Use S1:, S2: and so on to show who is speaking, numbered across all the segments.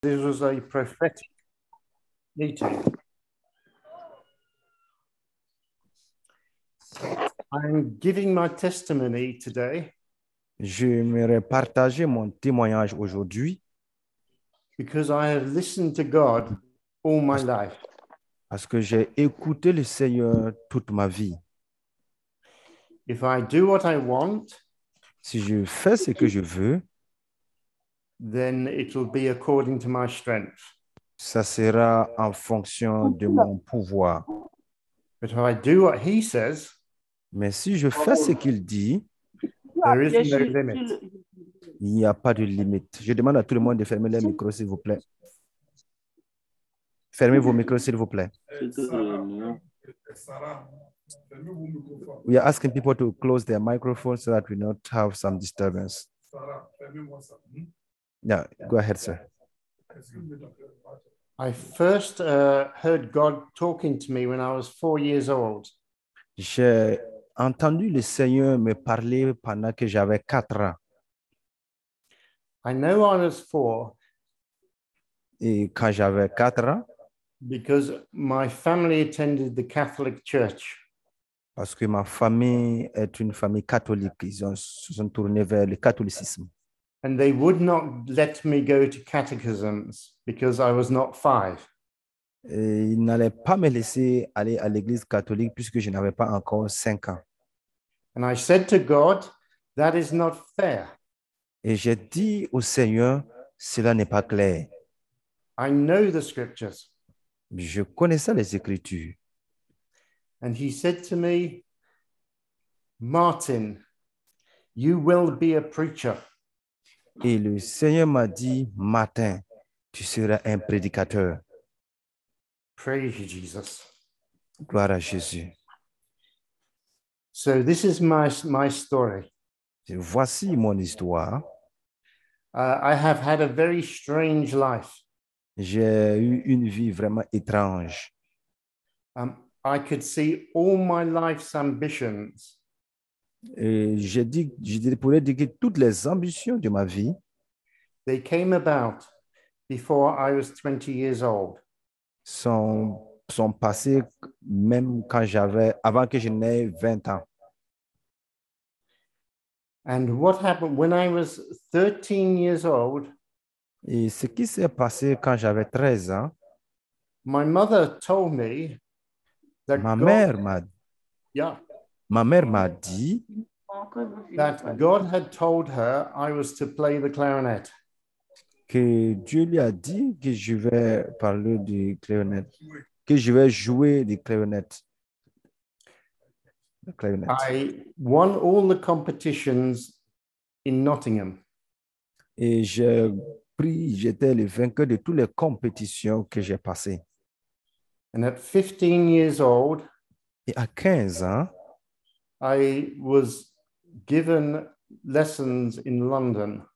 S1: This was a prophetic meeting. I'm giving my testimony today
S2: J'aimerais partager mon témoignage aujourd'hui
S1: because I have listened to God all my life.
S2: parce que j'ai écouté le Seigneur toute ma vie.
S1: If I do what I want,
S2: Si je fais ce que je veux,
S1: then it will be according to my strength.
S2: ça sera en fonction de mon pouvoir.
S1: But if I do what He says,
S2: Mais si je fais ce qu'il dit,
S1: there is no limit.
S2: il n'y a pas de limite. Je demande à tout le monde de fermer les micros, s'il vous plaît. Fermez vos micros, s'il vous plaît.
S3: Eh,
S2: We are asking people to close their microphones so that we not have some disturbance.
S3: Hmm?
S2: Yeah, go ahead, sir.
S1: I first uh, heard God talking to me when I was four years old.
S2: J'ai entendu le Seigneur me parler pendant que j'avais quatre ans.
S1: I know I was four
S2: Et quand j'avais quatre ans,
S1: because my family attended the Catholic Church.
S2: parce que ma famille est une famille catholique, ils ont- se sont tournés vers le catholicisme.
S1: and they would not let me go to catechisms because I was not five.
S2: Et ils n'allaient pas me laisser aller à l'église catholique puisque je n'avais pas encore cinq ans.
S1: And I said to God, That is not fair.
S2: Et j'ai dit au Seigneur, cela n'est pas clair.
S1: I know the scriptures.
S2: Je connaissais les Écritures.
S1: And he said to me, Martin, you will be a preacher.
S2: Et le Seigneur m'a dit, Martin, tu seras un prédicateur.
S1: Praise you, Jesus.
S2: Gloire à Jésus.
S1: So this is my, my story.
S2: Et Voici mon histoire.
S1: Uh, I have had a very strange life.
S2: J'ai eu une vie vraiment étrange.
S1: Um, I could see all my life's ambitions
S2: Et je, dis, je dirais- pourrais dire que toutes les ambitions de ma vie,
S1: They came about before I was 20 years old.
S2: sont, sont passées même quand j'avais, avant que je n'aie 20 ans.
S1: And what happened when I was 13 years old,
S2: Et ce qui s'est passé quand j'avais 13 ans,
S1: my mother told me that
S2: ma
S1: God,
S2: mère m'a,
S1: yeah,
S2: ma mère m'a dit
S1: that God had told her I was to play the clarinet.
S2: que Dieu lui a dit que je vais parler du clarinette, que je vais jouer du clarinette. Le clarinette.
S1: I won all the competitions in Nottingham.
S2: Et j'ai pris, j'étais le vainqueur de toutes les compétitions que j'ai passées.
S1: And at 15 years old,
S2: Et à 15 ans,
S1: I was given lessons in London.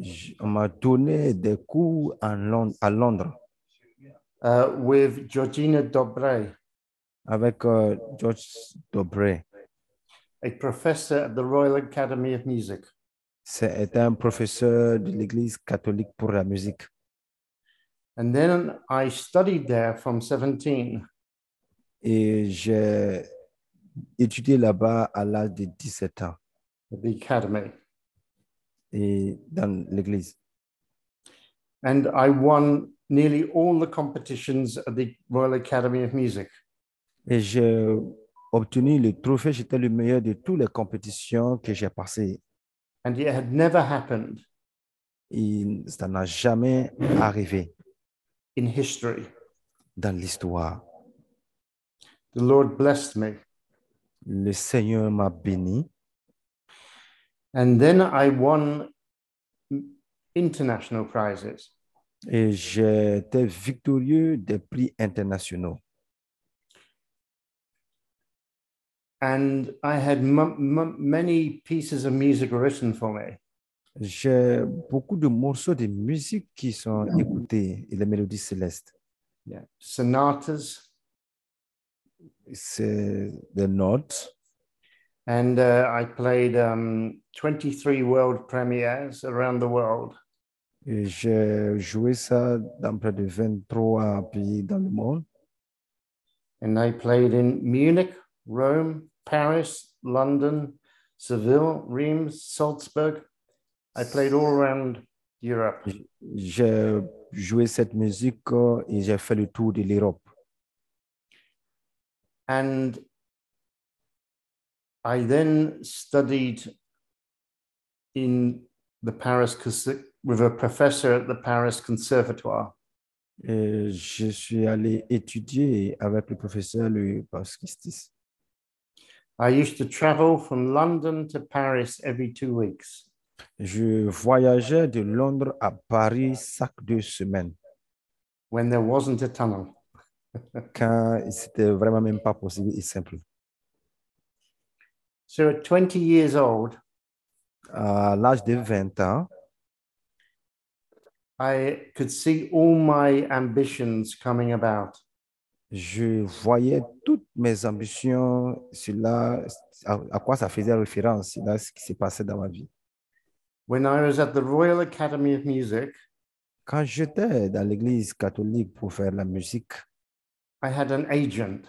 S2: j- on m'a donné des cours en Lon- à Londres
S1: uh, with Georgina Dobre,
S2: avec euh, George Dobré.
S1: a professor at the Royal Academy of Music.
S2: C'est un professeur de l'Église catholique pour la musique.
S1: And then I studied there from 17.
S2: Et j'ai étudié là-bas à l'âge de 17 ans
S1: at the academy.
S2: et dans l'Église.
S1: And I won nearly all the competitions at the Royal Academy of Music.
S2: Et j'ai obtenu le trophée. J'étais le meilleur de toutes les compétitions que j'ai passées.
S1: And it had never happened
S2: Et ça n'a jamais arrivé
S1: in history.
S2: dans l'histoire.
S1: The Lord blessed me.
S2: Le Seigneur m'a béni
S1: And then I won international prizes.
S2: et j'étais victorieux des prix internationaux.
S1: And I had m- m- many pieces of music written for me.
S2: J'ai beaucoup de morceaux de musique qui sont écoutés et les mélodies célestes.
S1: Yeah. Sonatas,
S2: C'est des notes.
S1: And uh, I played um, 23 world premieres around the world.
S4: Et j'ai joué ça dans près de 23 pays dans le monde.
S1: And I played in Munich, Rome, Paris, London, Seville, Reims, Salzburg. I played all around Europe.
S4: J'ai joué cette musique euh, et j'ai fait le tour de l'Europe.
S1: And I then studied in the Paris Conser- with a professor at the Paris Conservatoire.
S4: Et Euh, je suis allé étudier avec le professeur Louis Pasquistis.
S1: I used to travel from London to Paris every two weeks.
S4: Je voyageais de Londres à Paris chaque deux semaines,
S1: when there wasn't a tunnel.
S4: quand c'était vraiment même pas possible et simple.
S1: So at 20 years old,
S4: À l'âge de 20 ans,
S1: I could see all my ambitions coming about.
S4: je voyais toutes mes ambitions, cela, à, à quoi ça faisait référence, cela, ce qui s'est passé dans ma vie.
S1: When I was at the Royal Academy of Music,
S4: Quand j'étais dans l'église catholique pour faire la musique,
S1: I had an agent,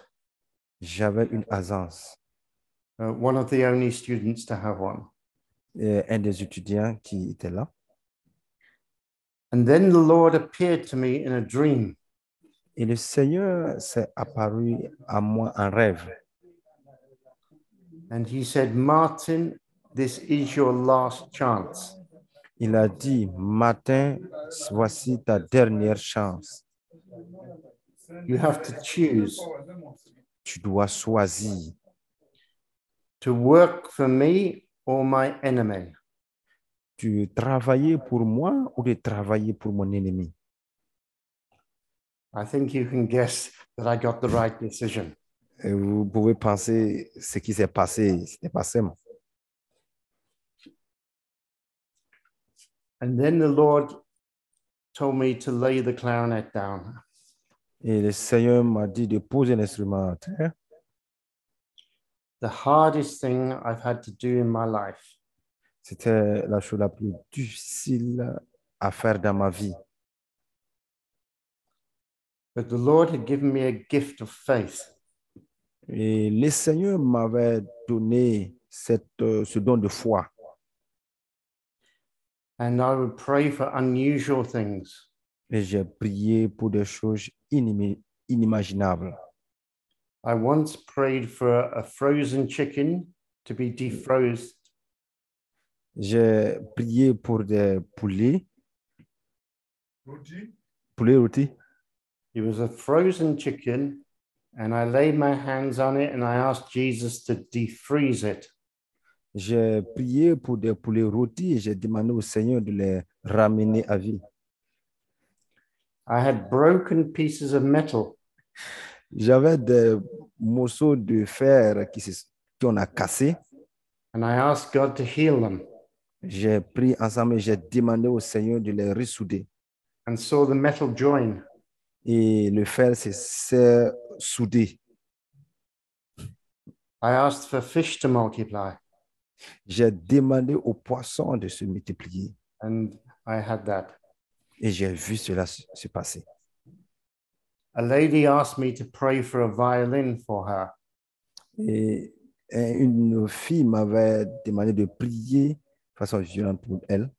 S4: j'avais une agence,
S1: uh, one of the only students to have one.
S4: et un des étudiants qui était là.
S1: And then the Lord appeared to me in a dream.
S4: Et le Seigneur s'est apparu à moi en rêve.
S1: And he said, Martin, this is your last chance.
S4: Il a dit, Matin, voici ta dernière chance.
S1: You have to choose
S4: Tu dois choisir
S1: to work for me or my enemy.
S4: de travailler pour moi ou de travailler pour mon ennemi.
S1: I think you can guess that I got the right decision.
S4: Et euh, vous pouvez penser ce qui s'est passé, c'était pas simple.
S1: And then the Lord told me to lay the clarinet down.
S4: Et le Seigneur m'a dit de poser l'instrument à terre.
S1: The hardest thing I've had to do in my life.
S4: C'était la chose la plus difficile à faire dans ma vie.
S1: But the Lord had given me a gift of faith.
S4: Et le Seigneur m'avait donné cette, euh, ce don de foi.
S1: And I would pray for unusual things.
S4: Et j'ai prié pour des choses inimi- inimaginables.
S1: I once prayed for a frozen chicken to be defrosed.
S4: J'ai prié pour des poulets, poulets rôtis.
S1: It was a frozen chicken, and I laid my hands on it and I asked Jesus to defreeze it.
S4: J'ai prié pour des poulets rôtis et j'ai demandé au Seigneur de les ramener à vie.
S1: I had broken pieces of metal,
S4: J'avais des morceaux de fer qui se- qu'on a cassés.
S1: and I asked God to heal them
S4: J'ai pris ensemble et j'ai demandé au Seigneur de les ressouder.
S1: and saw the metal join.
S4: Et le fer s'est- s'est soudé.
S1: I asked for fish to multiply,
S4: J'ai demandé aux poissons de se multiplier.
S1: and I had that.
S4: Et j'ai vu cela se se passer.
S1: A lady asked me to pray for a violin for her,
S4: Et et une fille m'avait demandé de prier de façon violente pour elle.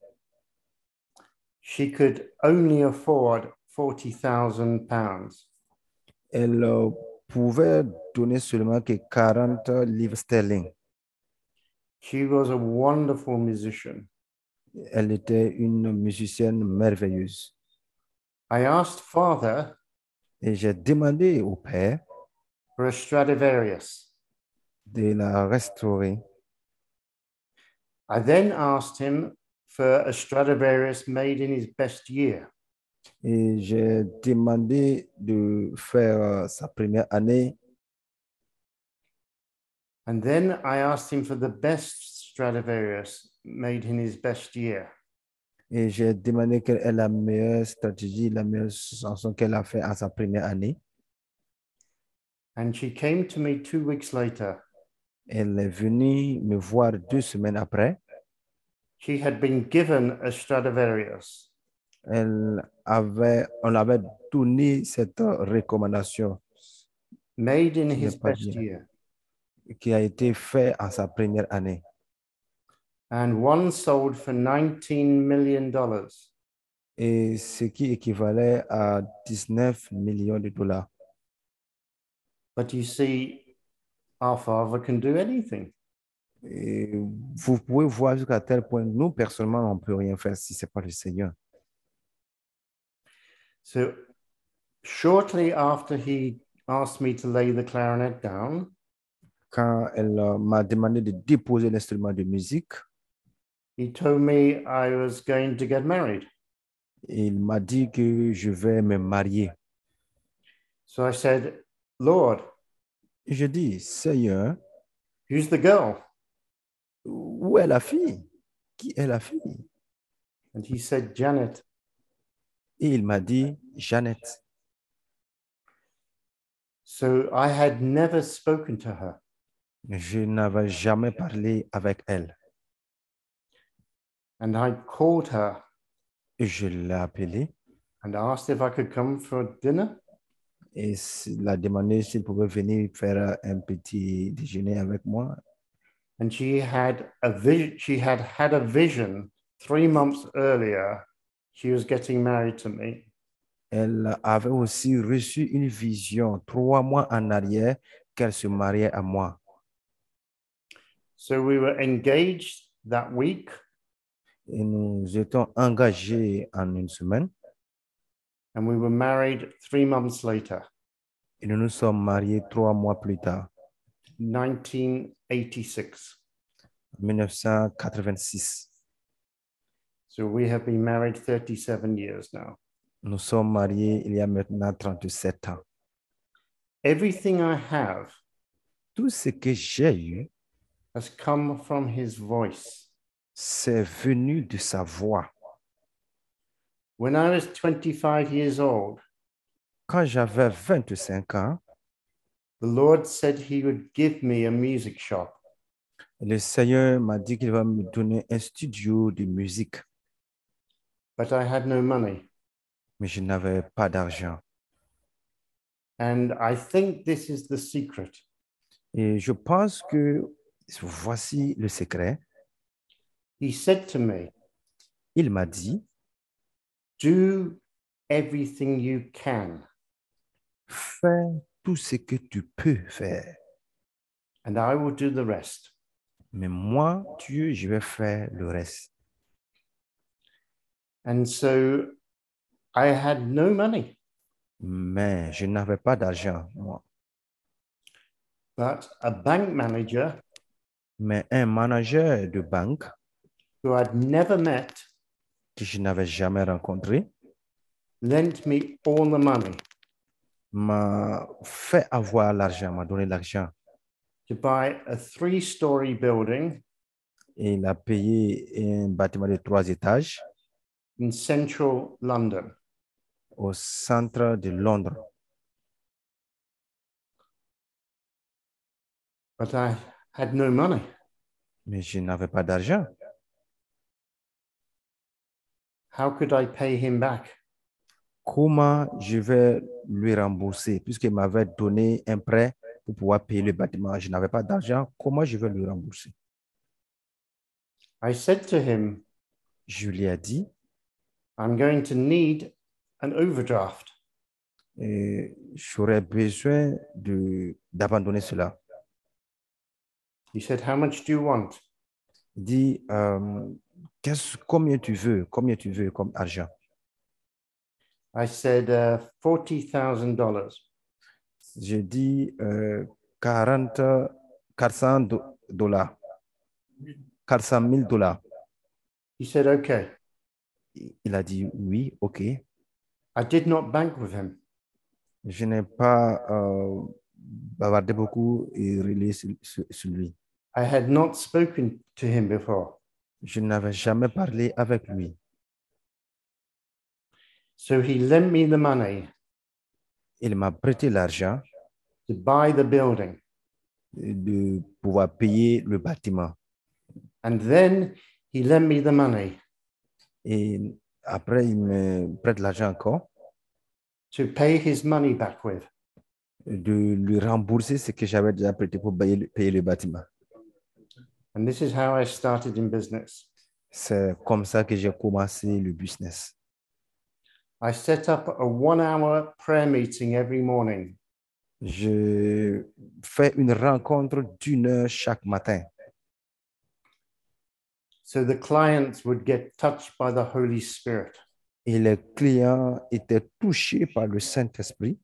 S1: she could only afford £40,000.
S4: Elle euh, pouvait donner seulement que 40 livres sterling.
S1: She was a wonderful musician.
S4: Elle était une musicienne merveilleuse.
S1: I asked father
S4: Et j'ai demandé au père
S1: for a Stradivarius.
S4: de la restaurer.
S1: I then asked him for a Stradivarius made in his best year.
S4: Et j'ai demandé de faire euh, sa première année.
S1: And then I asked him for the best Stradivarius made in his best year.
S4: Et j'ai demandé quelle est la meilleure stratégie, la meilleure chanson qu'elle a fait à sa première année.
S1: And she came to me two weeks later.
S4: Elle est venue me voir deux semaines après.
S1: She had been given a Stradivarius
S2: elle avait, on l'avait donné cette recommandation
S4: made in
S2: Ce n'est
S4: his
S2: pas
S4: best
S2: bien.
S4: year.
S2: qui a été faite à sa première année.
S4: And one sold for $19 million.
S2: Et ce qui équivalait à 19 millions de dollars.
S4: But you see, our Father can do anything.
S2: Et vous pouvez voir jusqu'à tel point, nous, personnellement, on ne peut rien faire si ce n'est pas le Seigneur.
S4: So, shortly after he asked me to lay the clarinet down,
S2: Quand elle euh, m'a demandé de déposer l'instrument de musique,
S4: he told me I was going to get married.
S2: il m'a dit que je vais me marier.
S4: So I said, Lord,
S2: Et je dis, Seigneur,
S4: who's the girl?
S2: où est la fille? Qui est la fille?
S4: And he said, Janet.
S2: Et il m'a dit, Jeannette.
S4: So I had never spoken to her.
S2: Je n'avais jamais parlé avec elle.
S4: And I called her
S2: Et je l'ai appelée
S4: and asked if I could come for dinner.
S2: et s- l'a demandé s'il pouvait venir faire un petit déjeuner avec moi.
S4: And she had a vision, she had had a vision three months earlier. She was getting married to me.
S2: Elle avait aussi reçu une vision trois mois en arrière qu'elle se mariait à moi.
S4: So we were engaged that week.
S2: Et nous étions engagés en une semaine
S4: and we were married three months later,
S2: et nous nous sommes mariés trois mois plus tard,
S4: 1986.
S2: en 1986.
S4: So we have been married 37 years now.
S2: Nous sommes mariés il y a maintenant 37 ans.
S4: Everything I have
S2: Tout ce que j'ai eu,
S4: has come from his voice.
S2: c'est venu de sa voix.
S4: When I was 25 years old,
S2: Quand j'avais 25 ans,
S4: the Lord said he would give me a music shop.
S2: le Seigneur m'a dit qu'il va me donner un studio de musique,
S4: But I had no money.
S2: mais je n'avais pas d'argent.
S4: And I think this is the secret.
S2: Et je pense que voici le secret.
S4: He said to me,
S2: Il m'a dit,
S4: Do everything you can.
S2: fais tout ce que tu peux faire,
S4: And I will do the rest.
S2: mais moi, Dieu, je vais faire le reste.
S4: And so I had no money.
S2: Mais je n'avais pas d'argent, moi.
S4: But a bank manager
S2: Mais un manager de banque
S4: who I'd never met
S2: que je n'avais jamais rencontré
S4: lent me all the money
S2: m'a fait avoir l'argent, m'a donné l'argent.
S4: to buy a three story building
S2: Et il a payé un bâtiment de trois étages
S4: in central London.
S2: au centre de Londres.
S4: But I had no money.
S2: Mais je n'avais pas d'argent.
S4: How could I pay him back?
S2: Comment je vais lui rembourser puisqu'il m'avait donné un prêt pour pouvoir payer le bâtiment. Je n'avais pas d'argent. Comment je vais lui rembourser?
S4: I said to him,
S2: Je lui ai dit,
S4: I'm going to need an overdraft.
S2: euh, j'aurais besoin de- d'abandonner cela.
S4: He said, How much do you want?
S2: Il dit, euh, qu'est-ce- combien tu veux, combien tu veux comme argent?
S4: I said, uh, $40,000.
S2: J'ai dit euh, 40, 400 do- dollars, 400 000 dollars.
S4: He said, Okay.
S2: Il a dit oui, ok.
S4: I did not bank with him.
S2: Je n'ai pas euh, bavardé beaucoup et relié sur, sur- sur lui.
S4: I had not spoken to him before.
S2: Je n'avais jamais parlé avec lui.
S4: So he lent me the money
S2: Il m'a prêté l'argent
S4: to buy the building.
S2: de pouvoir payer le bâtiment.
S4: And then he lent me the money
S2: Et
S4: Après, il me prête l'argent encore
S1: to pay his money back with.
S4: de lui rembourser ce que j'avais déjà prêté pour payer le- payer le bâtiment.
S1: And this is how I started in business.
S4: C'est comme ça que j'ai commencé le business.
S1: I set up a one hour prayer meeting every morning.
S4: Je fais une rencontre d'une heure chaque matin
S1: So the clients would get touched by the Holy Spirit.
S4: et les clients étaient touchés par le Saint-Esprit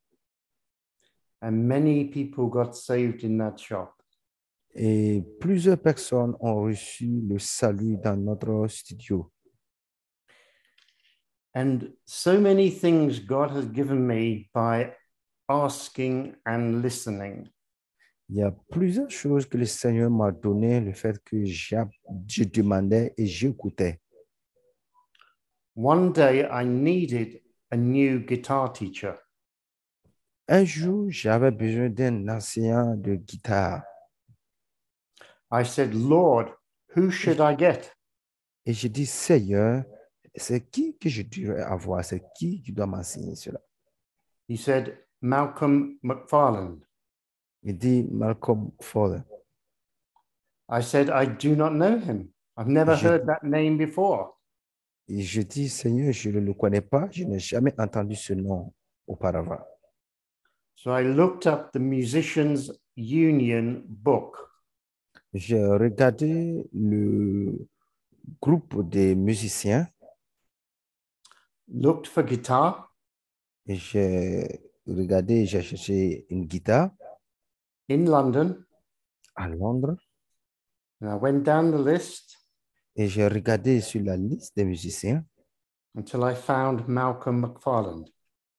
S1: And many people got saved in that shop.
S4: et plusieurs personnes ont reçu le salut dans notre studio.
S1: And so many things God has given me by asking and listening.
S4: Il y a plusieurs choses que le Seigneur m'a donné, le fait que j'a- je demandais et j'écoutais.
S1: One day I needed a new guitar teacher.
S4: Un jour, j'avais besoin d'un enseignant de guitare
S1: I said, Lord, who should I get?
S4: et j'ai dit, Seigneur, c'est qui que je devrais avoir? C'est qui qui doit m'enseigner cela?
S1: He said, Malcolm McFarland.
S4: Il dit Malcolm Ford.
S1: I said, I do not know him. I've never
S4: Je-
S1: heard that name before.
S4: Et je dis, Seigneur, je ne le connais pas, je n'ai jamais entendu ce nom auparavant.
S1: So I looked up the Musicians Union book
S4: J'ai regardé le groupe des musiciens
S1: looked for guitar
S4: et j'ai regardé, j'ai cherché une guitare
S1: in London
S4: à Londres
S1: and I went down the list
S4: et j'ai regardé sur la liste des musiciens
S1: until I found Malcolm McFarland,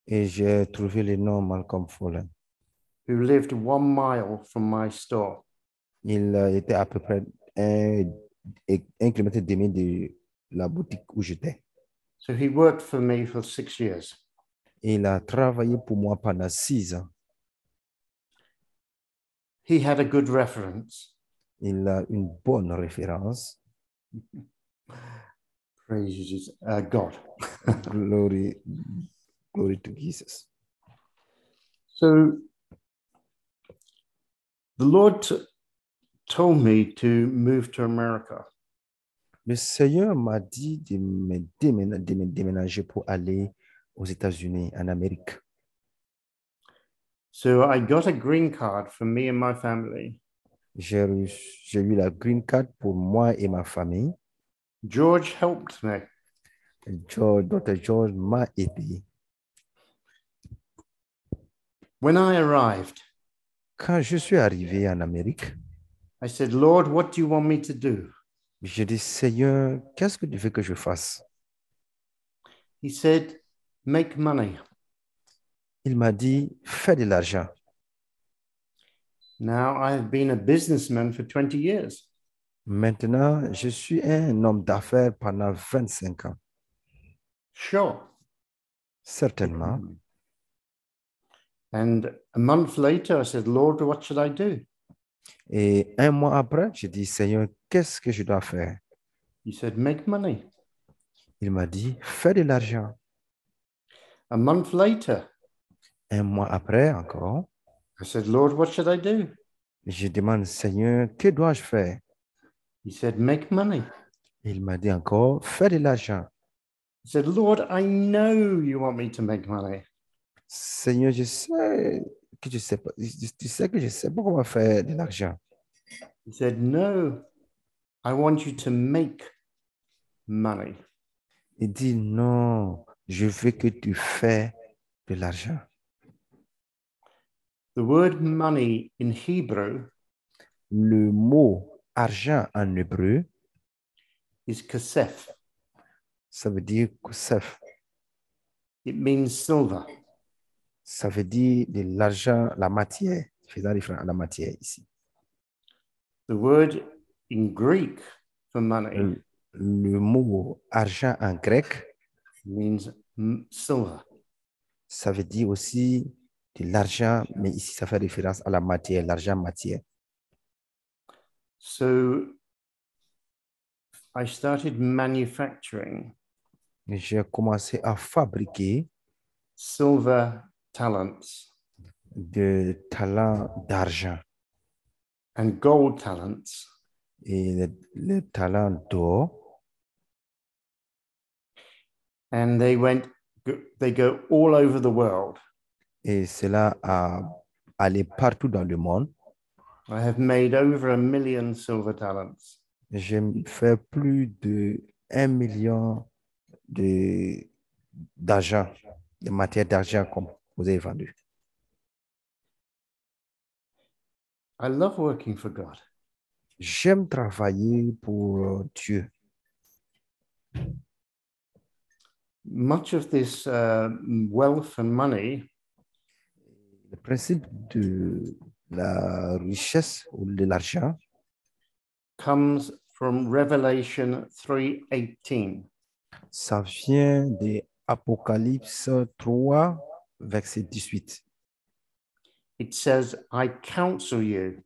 S4: et j'ai trouvé le nom Malcolm Ford.
S1: who lived one mile from my store.
S4: Il euh, était à peu près un, un kilomètre et demi de la boutique où j'étais.
S1: So he worked for me for six years.
S4: Et il a travaillé pour moi pendant six ans.
S1: He had a good reference.
S4: Il a une bonne référence.
S1: Praise Jesus, uh, God.
S4: Glory, glory to Jesus.
S1: So the Lord t- told me to move to America.
S4: Le Seigneur m'a dit de me, démena- de me déménager pour aller aux États-Unis, en Amérique.
S1: So I got a green card for me and my family.
S4: J'ai reçu- j'ai eu la green card pour moi et ma famille.
S1: George helped me.
S4: George, Dr. George m'a aidé.
S1: When I arrived,
S4: Quand je suis arrivé en Amérique,
S1: I said, Lord, what do you want me to do?
S4: j'ai dit, Seigneur, qu'est-ce que tu veux que je fasse?
S1: He said, Make money.
S4: Il m'a dit, fais de l'argent.
S1: Now I have been a businessman for 20 years.
S4: Maintenant, je suis un homme d'affaires pendant 25 ans.
S1: Sure.
S4: Certainement.
S1: And a month later, I said, Lord, what should I do?
S4: Et un mois après, j'ai dit, Seigneur, qu'est-ce que je dois faire?
S1: He said, Make money.
S4: Il m'a dit, fais de l'argent.
S1: A month later,
S4: Un mois après encore,
S1: I said, Lord, what should I do?
S4: je demande, Seigneur, que dois-je faire?
S1: He said, Make money.
S4: Il m'a dit encore, fais de l'argent.
S1: He said, Lord, I know you want me to make money.
S4: Seigneur, je sais que je sais pas, je- tu sais que je sais pas comment faire de l'argent.
S1: He said, No, I want you to make money.
S4: Il dit, non, je veux que tu fais de l'argent.
S1: The word money in Hebrew
S4: Le mot argent en hébreu,
S1: is kasef,
S4: ça veut dire kusef.
S1: it means silver.
S4: Ça veut dire de l'argent, la matière. Faisant référence à la matière ici.
S1: The word in Greek for money
S4: Le, le mot argent en grec,
S1: means m- silver.
S4: ça veut dire aussi de l'argent, mais ici ça fait référence à la matière, l'argent matière.
S1: So I started manufacturing
S2: j'ai commencé à fabriquer
S4: silver talents
S2: des talents d'argent
S4: and gold talents.
S2: et les, les talents d'or.
S4: And they went, go- they go all over the world.
S2: Et cela a allé partout dans le monde.
S4: I have made over a million silver talents.
S2: J'ai fait plus de 1 million de- d'argent, de, matière d'argent comme vous avez vendu.
S4: I love working for God.
S2: J'aime travailler pour euh, Dieu.
S4: Much of this uh, wealth and money
S2: Le principe de la richesse ou de l'argent
S4: comes from Revelation 3:18.
S2: Ça vient de Apocalypse 3, verset 18.
S4: It says, "I counsel you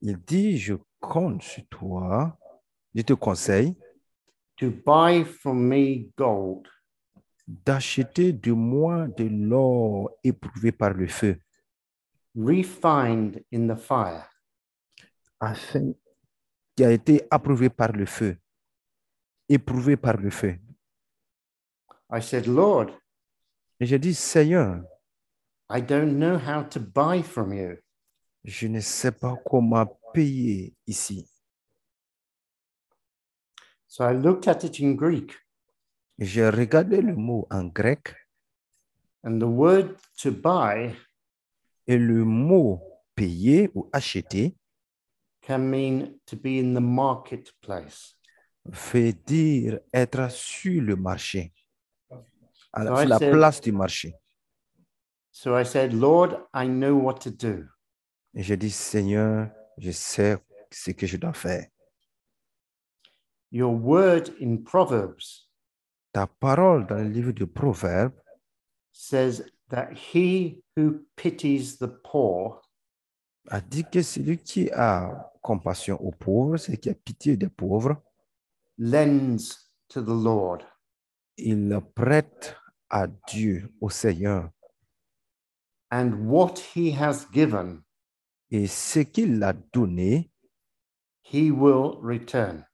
S2: Il dit, je compte sur toi, je te conseille
S4: to buy from me gold,
S2: d'acheter de moi de l'or éprouvé par le feu,
S4: refined in the fire,
S2: afin qui a été approuvé par le feu, éprouvé par le feu.
S4: I said, Lord,
S2: Et j'ai dit, Seigneur,
S4: I don't know how to buy from you.
S2: je ne sais pas comment payer ici.
S4: So I looked at it in Greek,
S2: J'ai regardé le mot en grec
S4: and the word to buy
S2: et le mot payer ou acheter
S4: can mean to be in the marketplace.
S2: veut dire être sur le marché, à la-
S4: Ouais,
S2: sur la
S4: c'est-
S2: place du marché.
S4: So I said, Lord, I know what to do.
S2: Et j'ai dit, Seigneur, je sais ce que je dois faire.
S4: Your word in Proverbs
S2: Ta parole dans le livre de Proverbes
S4: says that he who pities the poor
S2: a dit que celui qui a compassion aux pauvres, celui qui a pitié des pauvres,
S4: lends to the Lord.
S2: il prête à Dieu, au Seigneur.
S4: And what he has given,
S2: Et E ce qu'il a donné,
S4: he will return.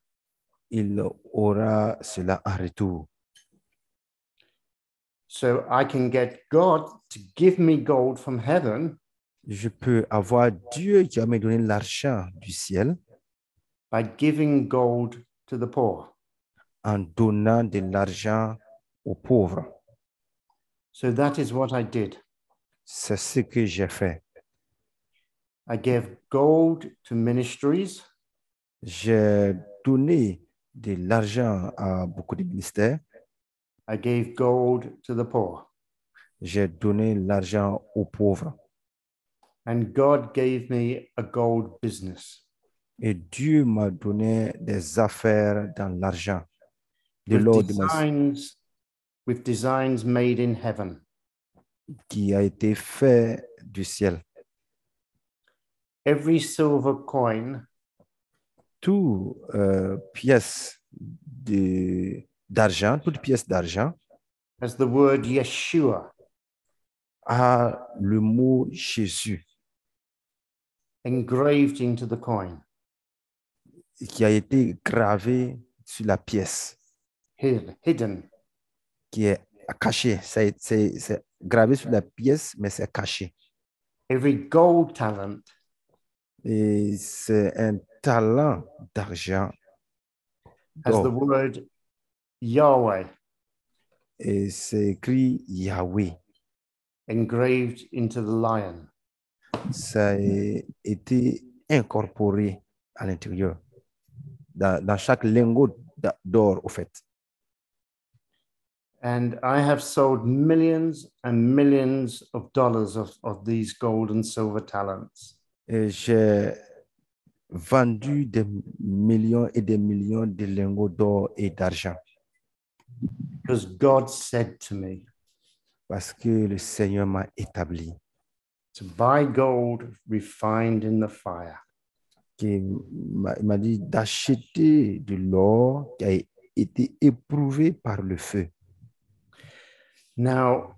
S2: il aura cela en retour.
S4: So I can get God to give me gold from heaven
S2: Je peux avoir Dieu qui va me donné l'argent du ciel
S4: by giving gold to the poor.
S2: en donnant de l'argent aux pauvres.
S4: So that is what I did.
S2: C'est ce que j'ai fait.
S4: I gave gold to ministries,
S2: J'ai donné de l'argent à beaucoup de ministères.
S4: I gave gold to the poor,
S2: J'ai donné l'argent aux pauvres.
S4: and God gave me a gold business
S2: Et Dieu m'a donné des affaires dans l'argent. De l'or
S4: with
S2: de ma-
S4: designs, with designs made in heaven.
S2: qui a été fait du ciel.
S4: Every silver coin
S2: Toute euh, pièce de- d'argent, toute pièce d'argent
S4: has the word Yeshua
S2: a le mot Jésus
S4: engraved into the coin.
S2: qui a été gravé sur la pièce.
S4: hid- hidden.
S2: qui est caché. C'est c'est- c'est gravé sur la pièce, mais c'est caché.
S4: Every gold talent
S2: Et c'est un talent d'argent.
S4: has the
S2: d'or.
S4: word Yahweh
S2: Et c'est écrit Yahweh.
S4: engraved into the lion.
S2: Ça a été incorporé à l'intérieur, dans, dans chaque lingot d'a- d'or, au fait.
S4: And I have sold millions and millions of dollars of, of these gold and silver talents.
S2: Et J'ai vendu des millions et des millions de lingots d'or et d'argent
S4: because God said to me
S2: parce que le Seigneur m'a établi.
S4: to buy gold refined in the fire
S2: qui m'a il m'a dit d'acheter de l'or qui a été éprouvé par le feu.
S1: Now,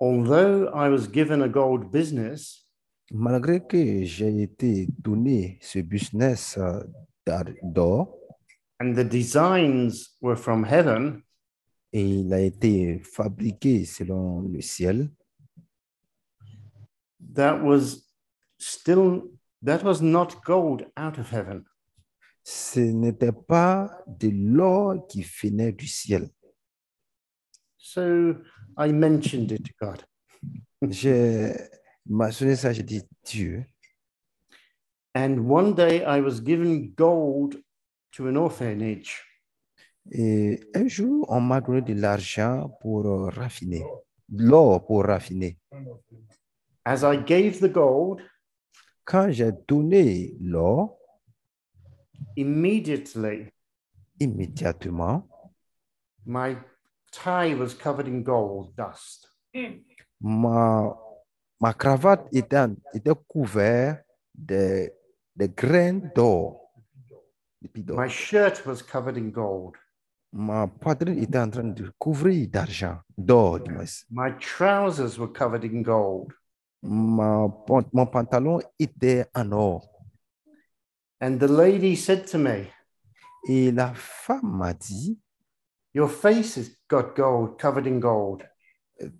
S1: although I was given a gold business,
S2: Malgré que j'ai été donné ce business euh, d'ar- d'or
S1: and the designs were from heaven,
S2: et il a été fabriqué selon le ciel,
S1: that was still that was not gold out of heaven.
S2: ce n'était pas de l'or qui venait du ciel.
S1: So I mentioned it to God.
S2: J'ai mentionné ça, j'ai dit Dieu.
S1: And one day I was given gold to an orphanage.
S2: Et un jour, on m'a donné de l'argent pour euh, raffiner, de l'or pour raffiner.
S1: As I gave the gold,
S2: Quand j'ai donné l'or,
S1: immediately
S2: immédiatement,
S1: my tie was covered in gold dust.
S2: ma, ma cravate était, en- était couverte de, de graines d'or. de pis d'or.
S1: My shirt was covered in gold.
S2: Ma poitrine était en train de couvrir d'argent, d'or, du moins.
S1: My trousers were covered in gold.
S2: Ma pant- mon pantalon était en or.
S1: And the lady said to me,
S2: Et la femme m'a dit,
S1: Your face has got gold, covered in gold.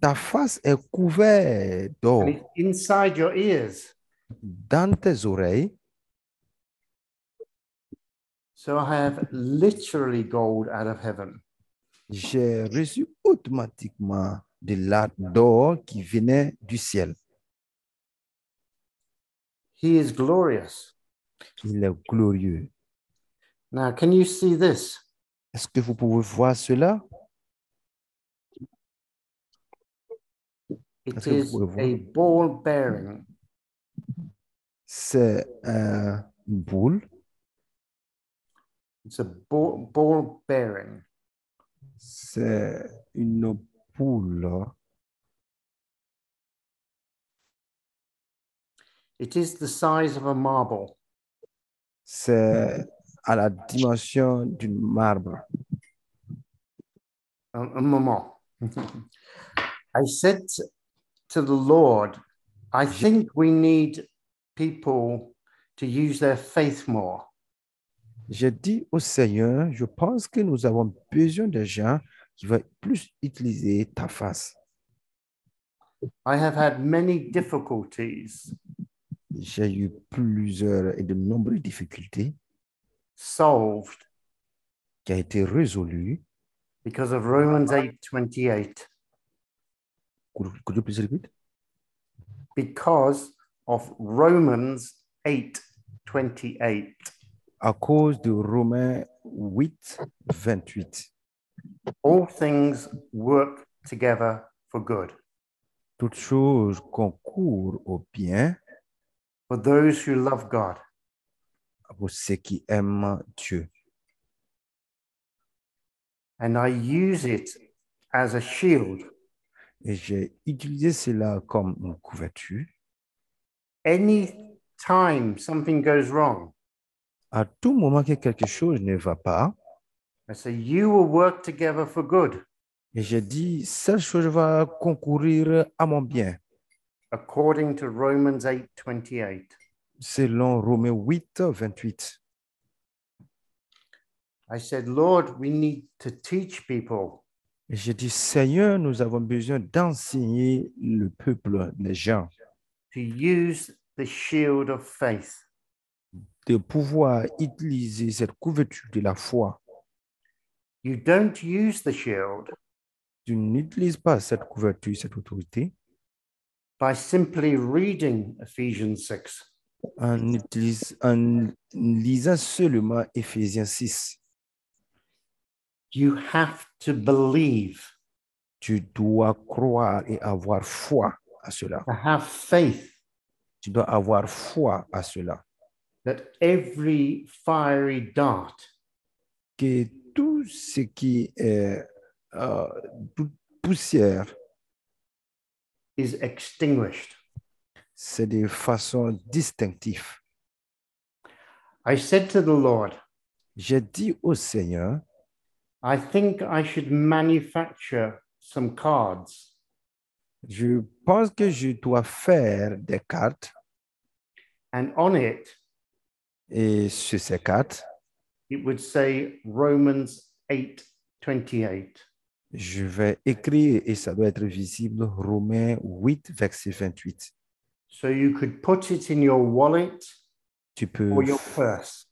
S2: ta face est couverte d'or
S1: And it's inside your ears.
S2: dans tes oreilles.
S1: So I have literally gold out of heaven.
S2: J'ai reçu automatiquement de l'art d'or qui venait du ciel.
S1: He is glorious.
S2: Il est glorieux.
S1: Now, can you see this?
S2: Est-ce que vous pouvez voir cela?
S1: It
S2: Est-ce que vous
S1: is
S2: pouvez voir?
S1: a ball bearing
S2: C'est un- une boule,
S1: It's a ball, ball bearing
S2: c'est une boule,
S1: It is the size of a marble.
S2: c'est à la dimension d'une marbre.
S1: Un, un moment. I said to the Lord, I think we need people to use their faith more.
S2: J'ai dit au Seigneur, je pense que nous avons besoin de gens qui vont plus utiliser ta face.
S1: I have had many difficulties
S2: J'ai eu plusieurs et de nombreuses difficultés
S1: solved
S2: qui ont été résolues.
S1: because of Romans 8:28
S2: Could, could you please repeat?
S1: because of Romans 8:28.
S2: À cause de Romains 8, 28.
S1: All things work together for good
S2: Toutes choses concourent au bien
S1: for those who love God.
S2: pour ceux qui aiment Dieu.
S1: And I use it as a shield.
S2: Et j'ai utilisé cela comme une couverture.
S1: Any time something goes wrong,
S2: À tout moment que quelque chose ne va pas,
S1: I say, You will work together for good
S2: et j'ai dit, cette chose va concourir à mon bien,
S1: according to Romans 8:28.
S2: selon Romains 8, 28.
S1: I said, Lord, we need to teach people
S2: Et j'ai dit, Seigneur, nous avons besoin d'enseigner le peuple, les gens,
S1: to use the shield of faith.
S2: de pouvoir utiliser cette couverture de la foi.
S1: You don't use the shield
S2: Tu n'utilises pas cette couverture, cette autorité,
S1: by simply reading Ephesians 6.
S2: en, utilise- en lisant seulement Éphésiens 6.
S1: You have to believe,
S2: Tu dois croire et avoir foi à cela.
S1: to have faith
S2: Tu dois avoir foi à cela.
S1: that every fiery dart
S2: Que tout ce qui est euh, pou- poussière,
S1: is extinguished.
S2: c'est de façon distinctive.
S1: I said to the Lord,
S2: J'ai dit au Seigneur,
S1: I think I should manufacture some cards.
S4: Je pense que je dois faire des cartes
S1: And on it,
S4: et sur ces cartes,
S1: it would say Romans 8 28.
S4: je vais écrire et ça doit être visible Romains 8, verset 28.
S1: So you could put it in your wallet
S4: Tu peux,
S1: or your purse.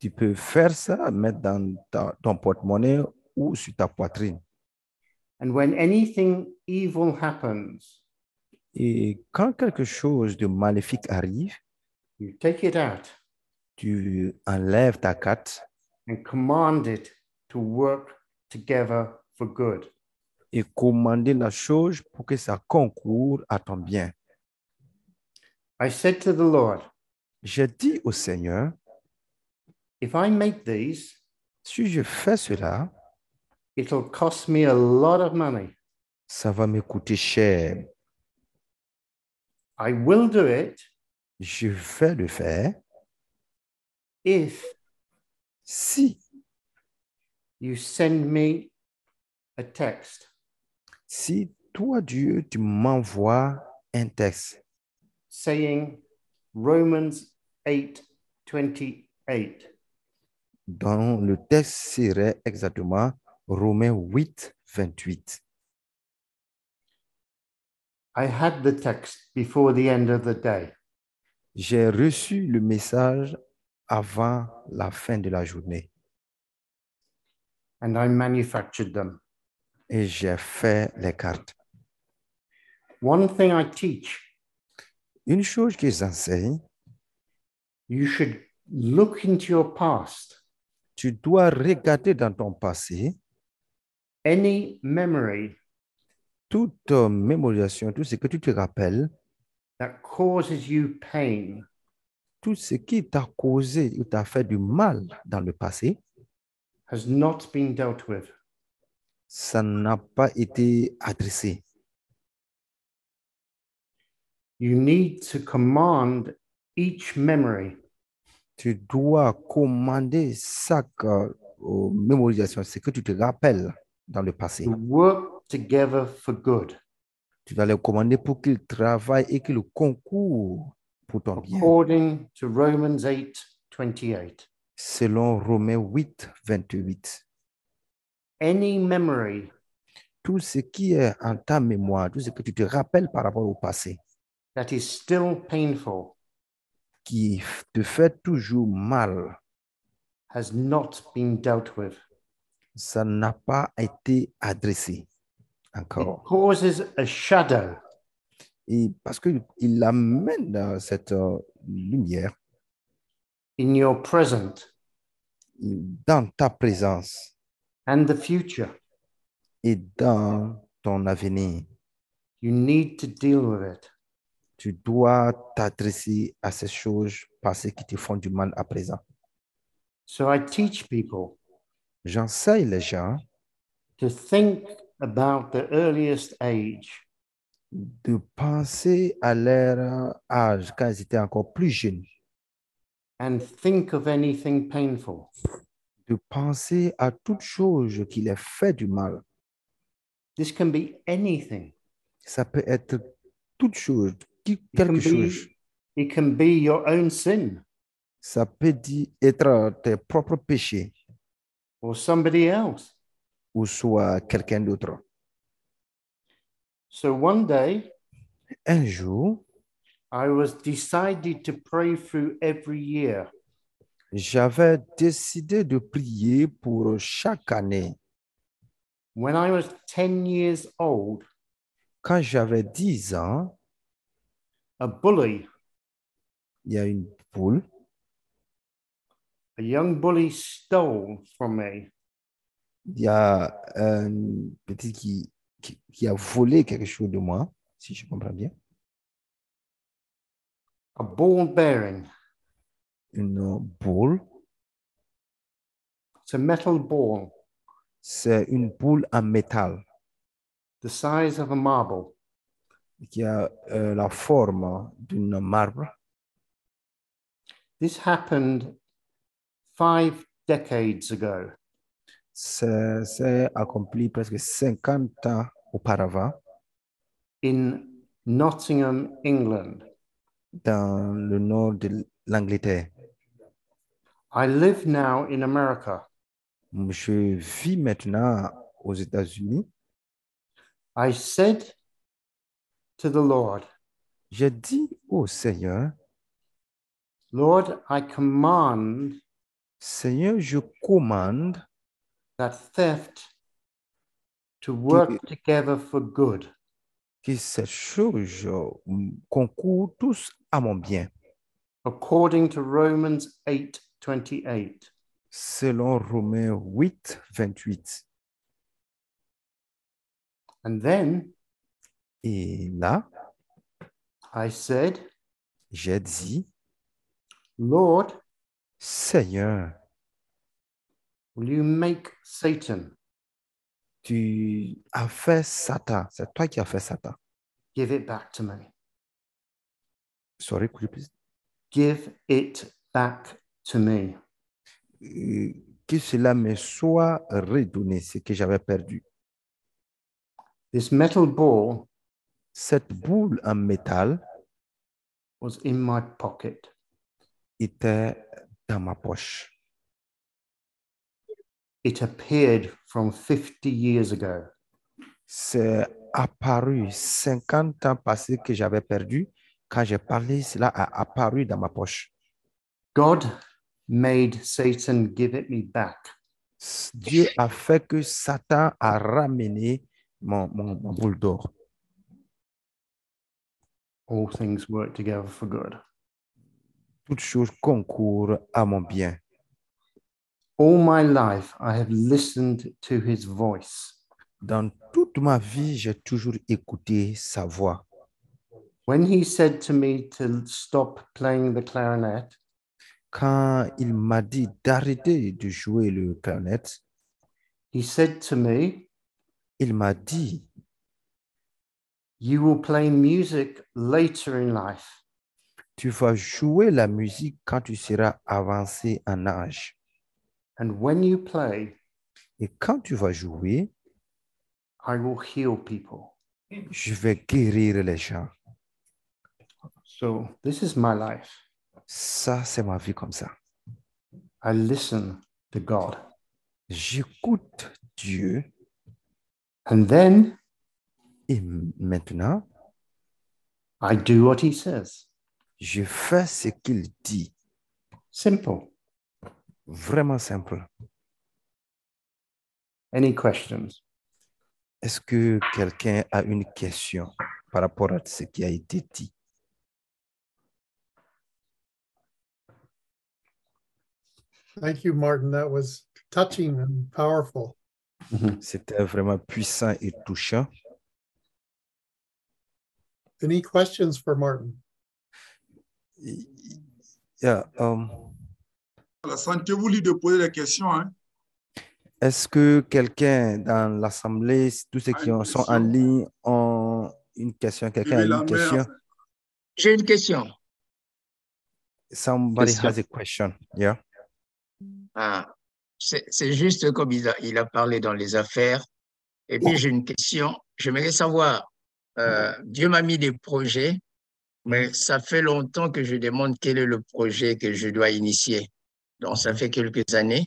S4: tu peux faire ça, mettre dans ta- ton porte-monnaie ou sur ta poitrine.
S1: And when anything evil happens,
S4: Et quand quelque chose de maléfique arrive,
S1: you take it out
S4: tu enlèves ta carte
S1: and command it to work together for good.
S4: et commander la chose pour que ça concourt à ton bien.
S1: I said to the Lord,
S4: J'ai dit au Seigneur,
S1: if I make these,
S4: si je fais cela,
S1: it'll cost me a lot of money.
S4: ça va me coûter cher.
S1: I will do it
S4: Je vais le faire
S1: if
S4: si,
S1: you send me a text.
S4: si toi, Dieu, tu m'envoies un texte
S1: saying Romans 8 28.
S4: dont le texte serait exactement Romains 8, 28.
S1: I had the text before the end of the day.
S4: J'ai reçu le message avant la fin de la journée
S1: And I manufactured them.
S4: et j'ai fait les cartes.
S1: One thing I teach
S4: Une chose que j'enseigne,
S1: you should look into your past.
S4: tu dois regarder dans ton passé
S1: Any memory
S4: toute euh, mémorisation, tout ce que tu te rappelles,
S1: that causes you pain,
S4: tout ce qui t'a causé ou t'a fait du mal dans le passé,
S1: has not been dealt with.
S4: ça n'a pas été adressé.
S1: You need to command each memory
S4: Tu dois commander chaque euh, euh, mémorisation, ce que tu te rappelles dans le passé.
S1: to work together for good
S4: Tu dois les commander pour qu'ils travaillent et qu'ils concourent pour ton bien.
S1: according to Romans 8 28.
S4: Selon Romains 8, 28,
S1: Any memory
S4: tout ce qui est en ta mémoire, tout ce que tu te rappelles par rapport au passé,
S1: that is still painful
S4: qui te fait toujours mal,
S1: has not been dealt with.
S4: ça n'a pas été adressé
S1: It
S4: encore.
S1: causes a shadow
S4: Et parce qu'il amène euh, cette euh, lumière
S1: in your present
S4: dans ta présence
S1: and the future.
S4: et dans ton avenir.
S1: You need to deal with it.
S4: Tu dois t'adresser à ces choses passées qui te font du mal à présent.
S1: So I teach people
S4: J'enseigne les gens
S1: to think about the earliest age
S4: de penser à leur âge quand ils étaient encore plus jeunes,
S1: and think of anything painful.
S4: de penser à toute chose qui les fait du mal.
S1: This can be anything.
S4: Ça peut être toute chose, qui-
S1: It can
S4: quelque
S1: be,
S4: chose.
S1: it can be your own sin
S4: Ça peut dire être tes propres péchés
S1: or somebody else.
S4: ou soit quelqu'un d'autre.
S1: So one day
S4: Un jour,
S1: I was decided to pray through every year.
S4: j'avais décidé de prier pour chaque année.
S1: When I was 10 years old,
S4: Quand j'avais 10 ans,
S1: a bully,
S4: il y a une poule,
S1: a young bully stole from me
S4: il y a un
S2: euh,
S4: petit qui, qui, qui a volé quelque chose de moi, si je comprends bien,
S1: a ball bearing.
S4: une boule.
S1: It's a metal ball
S4: C'est une boule en métal
S1: the size of a marble.
S4: qui a euh, la forme d'une marbre.
S1: This happened five decades ago.
S2: s'est s'est accompli presque 50 ans auparavant
S4: in Nottingham, England.
S2: dans le nord de l'Angleterre.
S4: I live now in America.
S2: Je vis maintenant aux États-Unis.
S4: I said to the Lord,
S2: J'ai dit au Seigneur,
S4: Lord, I command
S2: Seigneur, je commande
S4: that theft to work together for good.
S2: que ces choses euh, concourent tous à mon bien,
S4: according to Romans 8:28.
S2: selon Romains 8, 28.
S4: And then
S2: Et là,
S4: I said,
S2: j'ai dit,
S4: Lord,
S2: Seigneur,
S4: will you make Satan
S2: tu as fait Satan, c'est toi qui as fait Satan.
S4: give it back to me?
S2: Sorry, could you please?
S4: Give it back to me.
S2: Euh, Que cela me soit redonné, ce que j'avais perdu.
S4: This metal ball
S2: Cette boule en métal
S4: was in my pocket.
S2: était dans ma poche.
S4: It appeared from 50 years ago.
S2: C'est apparu 50 ans passés que j'avais perdu. Quand j'ai parlé, cela a apparu dans ma poche.
S4: God made Satan give it me back.
S2: S- Dieu a fait que Satan a ramené mon, mon, mon boule d'or.
S4: All things work together for good.
S2: Toutes choses concourent à mon bien.
S4: All my life, I have listened to his voice.
S2: Dans toute ma vie, j'ai toujours écouté sa voix.
S4: When he said to me to stop playing the clarinet,
S2: Quand il m'a dit d'arrêter de jouer le clarinette,
S4: he said to me,
S2: il m'a dit,
S4: You will play music later in life.
S2: tu vas jouer la musique quand tu seras avancé en âge.
S4: And when you play,
S2: Et quand tu vas jouer,
S4: I will heal people.
S2: je vais guérir les gens.
S4: So this is my life.
S2: Ça, c'est ma vie comme ça.
S4: I listen to God.
S2: J'écoute Dieu
S4: And then
S2: et m- maintenant,
S4: I do what he says.
S2: je fais ce qu'il dit.
S4: Simple.
S2: Vraiment simple.
S4: Any questions?
S2: Est-ce que quelqu'un a une question par rapport à ce qui a été dit?
S5: Thank you, Martin. That was touching and powerful.
S2: C'était vraiment puissant et touchant.
S5: Any questions for Martin?
S2: Et- Yeah, um,
S3: Voilà, Sentez-vous libre de poser des questions. Hein?
S2: Est-ce que quelqu'un dans l'assemblée, tous ceux qui
S3: Ah, une
S2: en sont en
S3: question.
S2: ligne ont une question? Quelqu'un a
S3: Levez la
S2: une question?
S3: main.
S6: J'ai une question.
S2: Somebody
S6: Question.
S2: has a question. Yeah.
S6: Ah, c'est c'est juste comme il a, il a parlé dans les affaires. Et puis j'ai une question. J'aimerais savoir, euh, Dieu m'a mis des projets, mais ça fait longtemps que je demande quel est le projet que je dois initier. Donc ça fait quelques années.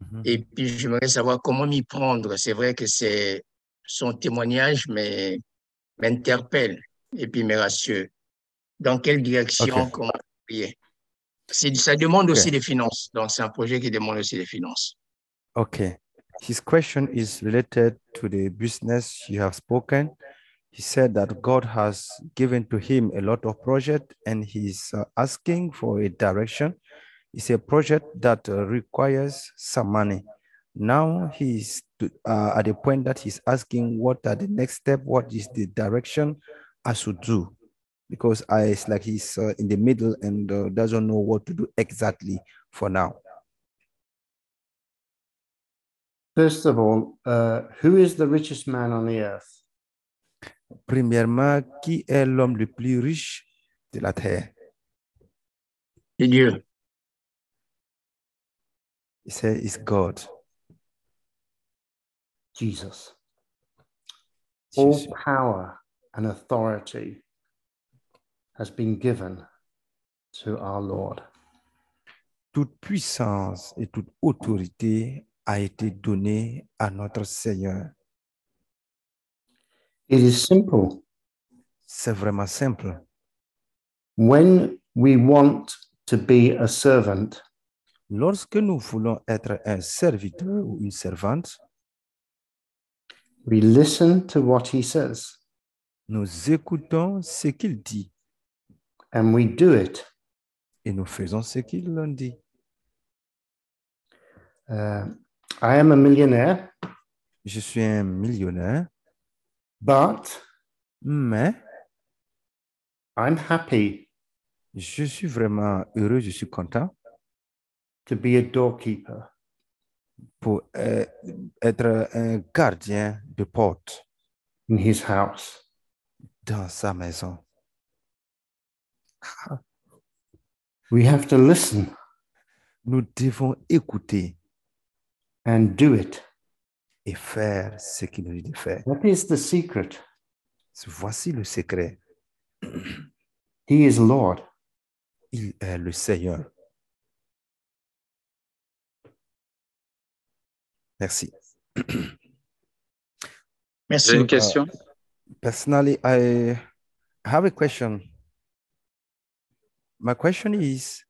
S2: Mhm.
S6: Et puis j'aimerais savoir comment m'y prendre. C'est vrai que c'est son témoignage mais m'interpelle et puis me rassure. Dans quelle direction,
S2: Ok.
S6: comment prier? C'est- Ça demande
S2: Ok.
S6: aussi des finances. Donc c'est un projet qui demande aussi des finances.
S2: Okay. His question is related to the business you have spoken. He said that God has given to him a lot of project and he's uh, asking for a direction. It's a project that uh, requires some money. Now he's to, uh, at the point that he's asking what are the next step, what is the direction I should do? Because I, it's like he's uh, in the middle and uh, doesn't know what to do exactly for now.
S4: First of all, uh, who is the richest man on the earth?
S2: Premièrement, qui est l'homme le plus riche de la terre?
S6: C'est Dieu.
S2: He said, It's God.
S4: Jesus. All
S2: Jésus.
S4: power and authority has been given to our Lord.
S2: Toute puissance et toute autorité a été donnée à notre Seigneur.
S4: It is simple.
S2: C'est vraiment simple.
S4: When we want to be a servant,
S2: Lorsque nous voulons être un serviteur ou une servante,
S4: we listen to what he says
S2: nous écoutons ce qu'il dit
S4: and we do it.
S2: et nous faisons ce qu'il en dit.
S4: Uh, I am a millionaire,
S2: Je suis un millionnaire,
S4: but
S2: mais
S4: I'm happy
S2: je suis vraiment heureux, je suis content
S4: to be a doorkeeper.
S2: pour euh, être un gardien de porte
S4: in his house.
S2: dans sa maison.
S4: Ah. We have to listen
S2: Nous devons écouter
S4: and do it.
S2: et faire ce qu'il nous dit de faire.
S4: That is the secret.
S2: Voici le secret.
S4: He is Lord.
S2: Il est le Seigneur. Merci.
S6: Merci.
S7: J'ai une question.
S2: Personally, I have a question. My question is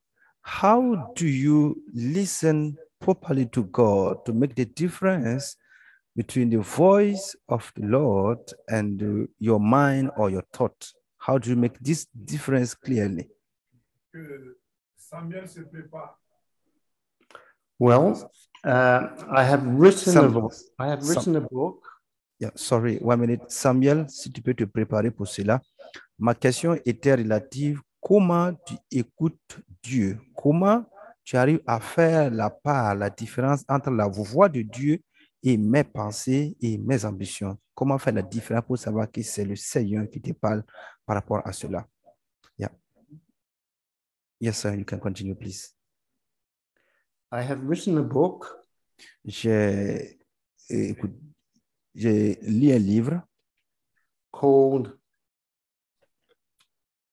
S2: how do you listen properly to God to make the difference between the voice of the Lord and uh, your mind or your thought? How do you make this difference clearly?
S4: Well, uh, I have written a
S2: Some-
S4: book. I have written a book.
S2: Yeah, sorry, one minute. Samuel, si tu peux te préparer pour cela. Ma question était relative comment tu écoutes Dieu? Comment tu arrives à faire la part, la différence entre la voix de Dieu et mes pensées et mes ambitions? Comment faire la différence pour savoir que c'est le Seigneur qui te parle par rapport à cela? Yeah. Yes, sir, you can continue, please.
S4: I have written a book
S2: J'ai écoute, j'ai lu un livre
S4: called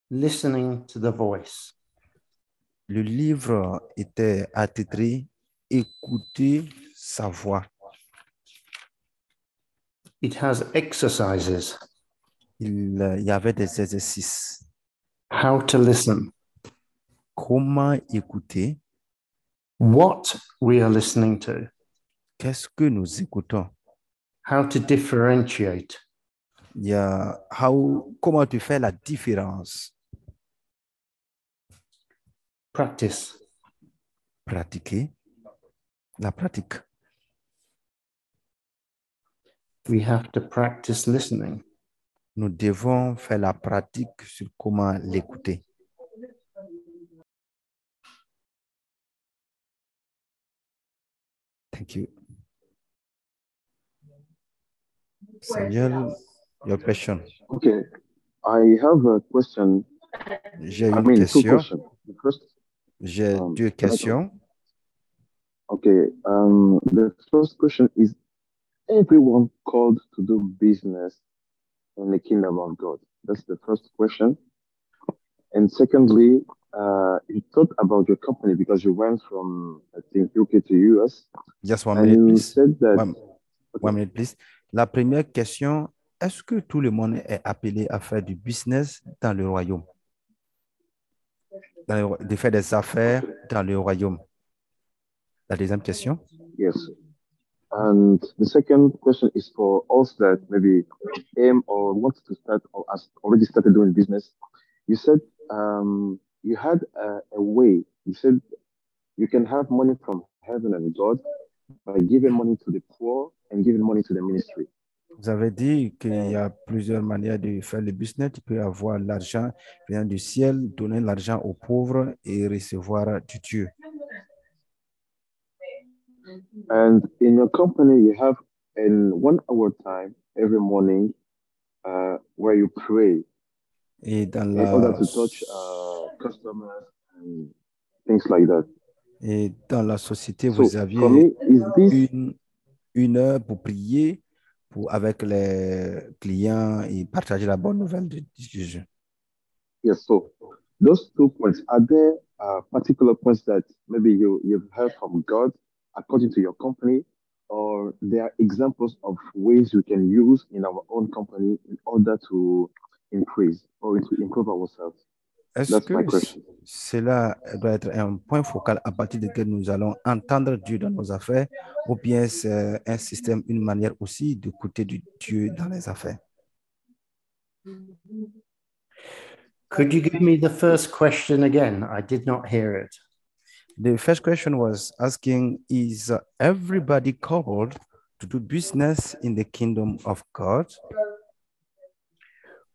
S4: "Listening to the Voice."
S2: Le livre était attitré Écouter e sa voix.
S4: It has exercises
S2: Il euh, y avait des exercices.
S4: how to listen,
S2: Comment écouter
S4: what we are listening to,
S2: Qu'est-ce que nous écoutons
S4: how to differentiate,
S2: Il y a how- comment tu fais la différence
S4: practice,
S2: Euh, Pratiquer la pratique.
S4: We have to practice listening.
S2: Nous devons faire la pratique sur comment l'écouter. Thank you. Samuel, your question.
S8: Okay, I have a question.
S2: J'ai
S8: I
S2: une
S8: mean, two
S2: question.
S8: questions. The first,
S2: J'ai
S8: Um,
S2: deux questions.
S8: okay, um, the first question is: Everyone called to do business in the kingdom of God. That's the first question. And secondly, uh, you talked about your company because you went from I think UK to US,
S2: Just one
S8: and
S2: minute,
S8: you
S2: please.
S8: said that.
S2: One, one minute, please. La première question, est-ce que tout le monde est appelé à faire du business dans le royaume? Dans le roi- de faire des affaires dans le royaume? La deuxième question,
S8: Yes. And the second question is for us that maybe aim or want to start or has already started doing business. You said um, you had a, a way. You said you can have money from heaven and God by giving money to the poor and giving money to the ministry.
S2: vous avez dit qu'il y a plusieurs manières de faire le business. Tu peux avoir l'argent venant du ciel, donner l'argent aux pauvres et recevoir du Dieu.
S8: And in your company, you have in one hour time every morning uh, where you pray
S2: Et dans
S8: in
S2: la,
S8: order to touch uh, customers and things like that.
S2: et dans la société,
S8: So,
S2: vous
S8: for
S2: aviez
S8: me, is this
S2: une, une heure pour prier pour, avec les clients et partager la bonne nouvelle de Jésus.
S8: Yes. So those two points are there uh, particular points that maybe you you've heard from God according to your company, or there are examples of ways we can use in our own company in order to increase or to improve ourselves.
S2: Est-ce
S8: That's
S2: que
S8: my question.
S2: cela doit être un point focal à partir duquel nous allons entendre Dieu dans nos affaires ou bien c'est un système, une manière aussi d'écouter du Dieu dans les affaires?
S4: Could you give me the first question again? I did not hear it.
S2: The first question was asking Is everybody called to do business in the kingdom of God?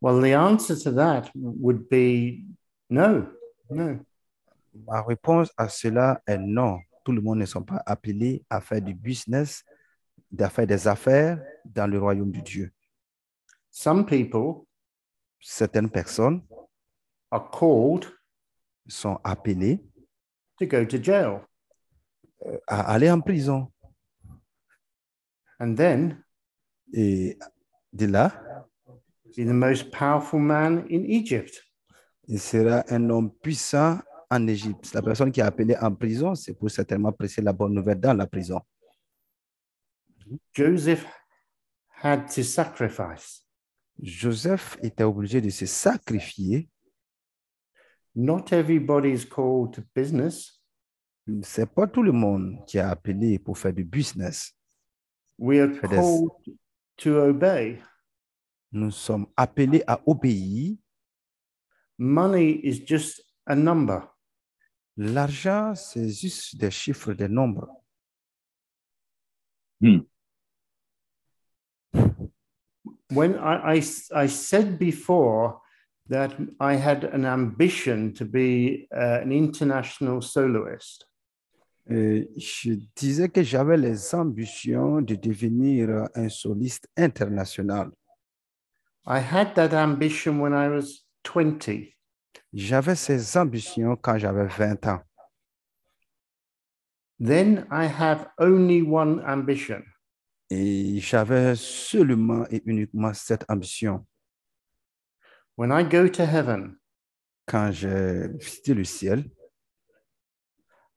S4: Well, the answer to that would be no, no.
S2: Ma réponse à cela est Eh non. Tout le monde ne sont pas appelés à faire du business, à faire des affaires dans le royaume de Dieu.
S4: Some people
S2: Certaines personnes
S4: are called
S2: sont appelées
S4: to go to jail
S2: à aller en prison.
S4: and then
S2: Et de là,
S4: be the most powerful man in Egypt.
S2: il sera un homme puissant en Égypte. La personne qui est appelée en prison, c'est pour certainement presser la bonne nouvelle dans la prison.
S4: Joseph had to sacrifice,
S2: Joseph était obligé de se sacrifier.
S4: not everybody's called to business.
S2: C'est pas tout le monde qui est appelé pour faire du business.
S4: We are
S2: It is.
S4: called to obey.
S2: Nous sommes appelés à obéir.
S4: Money is just a number.
S2: L'argent, c'est juste des chiffres, des nombres.
S4: When I, I s- I said before that I had an ambition to be uh, an international soloist,
S2: Euh, je disais que j'avais les ambitions de devenir un soliste international.
S4: I had that ambition when I was 20.
S2: J'avais ces ambitions quand j'avais 20 ans.
S4: Then I have only one ambition
S2: Et j'avais seulement et uniquement cette ambition.
S4: when I go to heaven,
S2: Quand j'ai visité le ciel,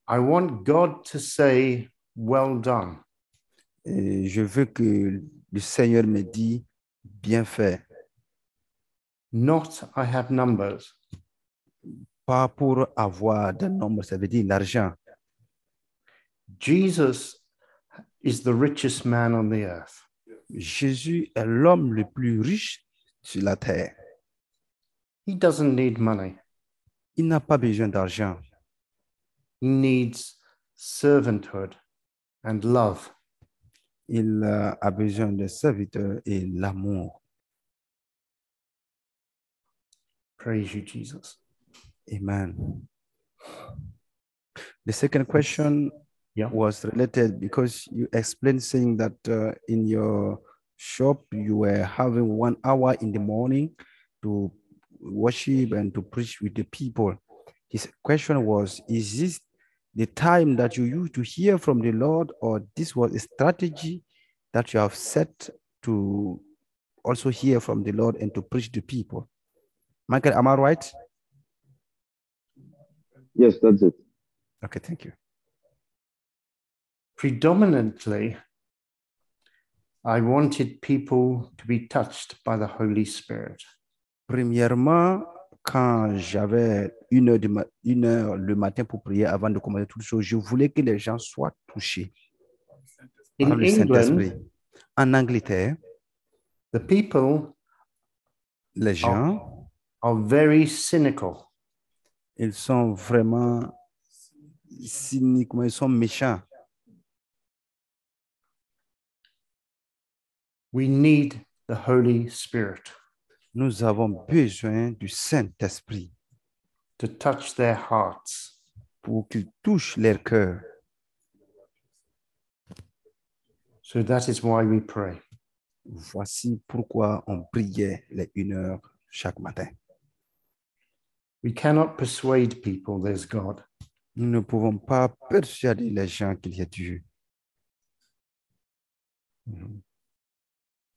S4: I want God to say, Well done.
S2: et je veux que le Seigneur me dise bien fait,
S4: Not I have numbers.
S2: pas pour avoir des nombres, ça veut dire l'argent.
S4: Jesus is the richest man on the earth.
S2: Jésus est l'homme le plus riche sur la terre.
S4: He doesn't need money,
S2: Il n'a pas besoin d'argent.
S4: he needs servanthood and love.
S2: Il euh, a besoin de serviteurs et l'amour.
S4: Praise you, Jesus.
S2: Amen. The second question
S4: Yeah.
S2: was related because you explained saying that uh, in your shop you were having one hour in the morning to worship and to preach with the people. His question was, is this the time that you used to hear from the Lord, or this was a strategy that you have set to also hear from the Lord and to preach the people? Michael, am I right?
S8: Yes, that's it.
S2: Okay, thank you.
S4: Predominantly, I wanted people to be touched by the Holy Spirit.
S2: Premièrement, quand j'avais une heure, du ma- une heure le matin pour prier avant de commencer toute chose, je voulais que les gens soient touchés par
S4: In
S2: le
S4: England,
S2: Saint-Esprit. En Angleterre,
S4: the people
S2: les gens,
S4: are very cynical.
S2: ils sont vraiment cyniquement, ils sont méchants.
S4: We need the Holy Spirit
S2: Nous avons besoin du Saint-Esprit
S4: to touch their hearts.
S2: pour qu'il touche leur cœur.
S4: So that is why we pray.
S2: Voici pourquoi on priait les une heure chaque matin.
S4: We cannot persuade people there's God.
S2: Nous ne pouvons pas persuader les gens qu'il y a Dieu. Mhm.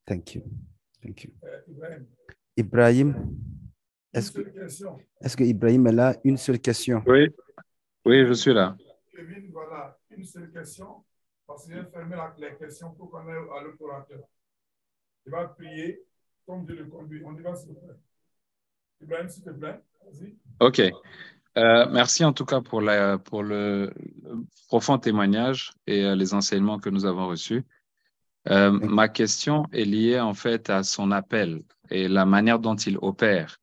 S2: Thank you. Thank you.
S3: eh,
S2: Ibrahim, est-ce que,
S3: question.
S2: est-ce que Ibrahim est là? Une seule question.
S7: Oui, oui, je suis là.
S3: Kevin, voilà, une seule question, parce que j'ai fermé la, les questions pour qu'on aille à l'opérateur. Il va prier, comme Dieu le conduit. On y va, s'il te plaît. Ibrahim, s'il te plaît, vas-y.
S7: OK. Euh, merci en tout cas pour, la, pour le le profond témoignage et euh, les enseignements que nous avons reçus. Euh, ma question est liée en fait à son appel et la manière dont il opère.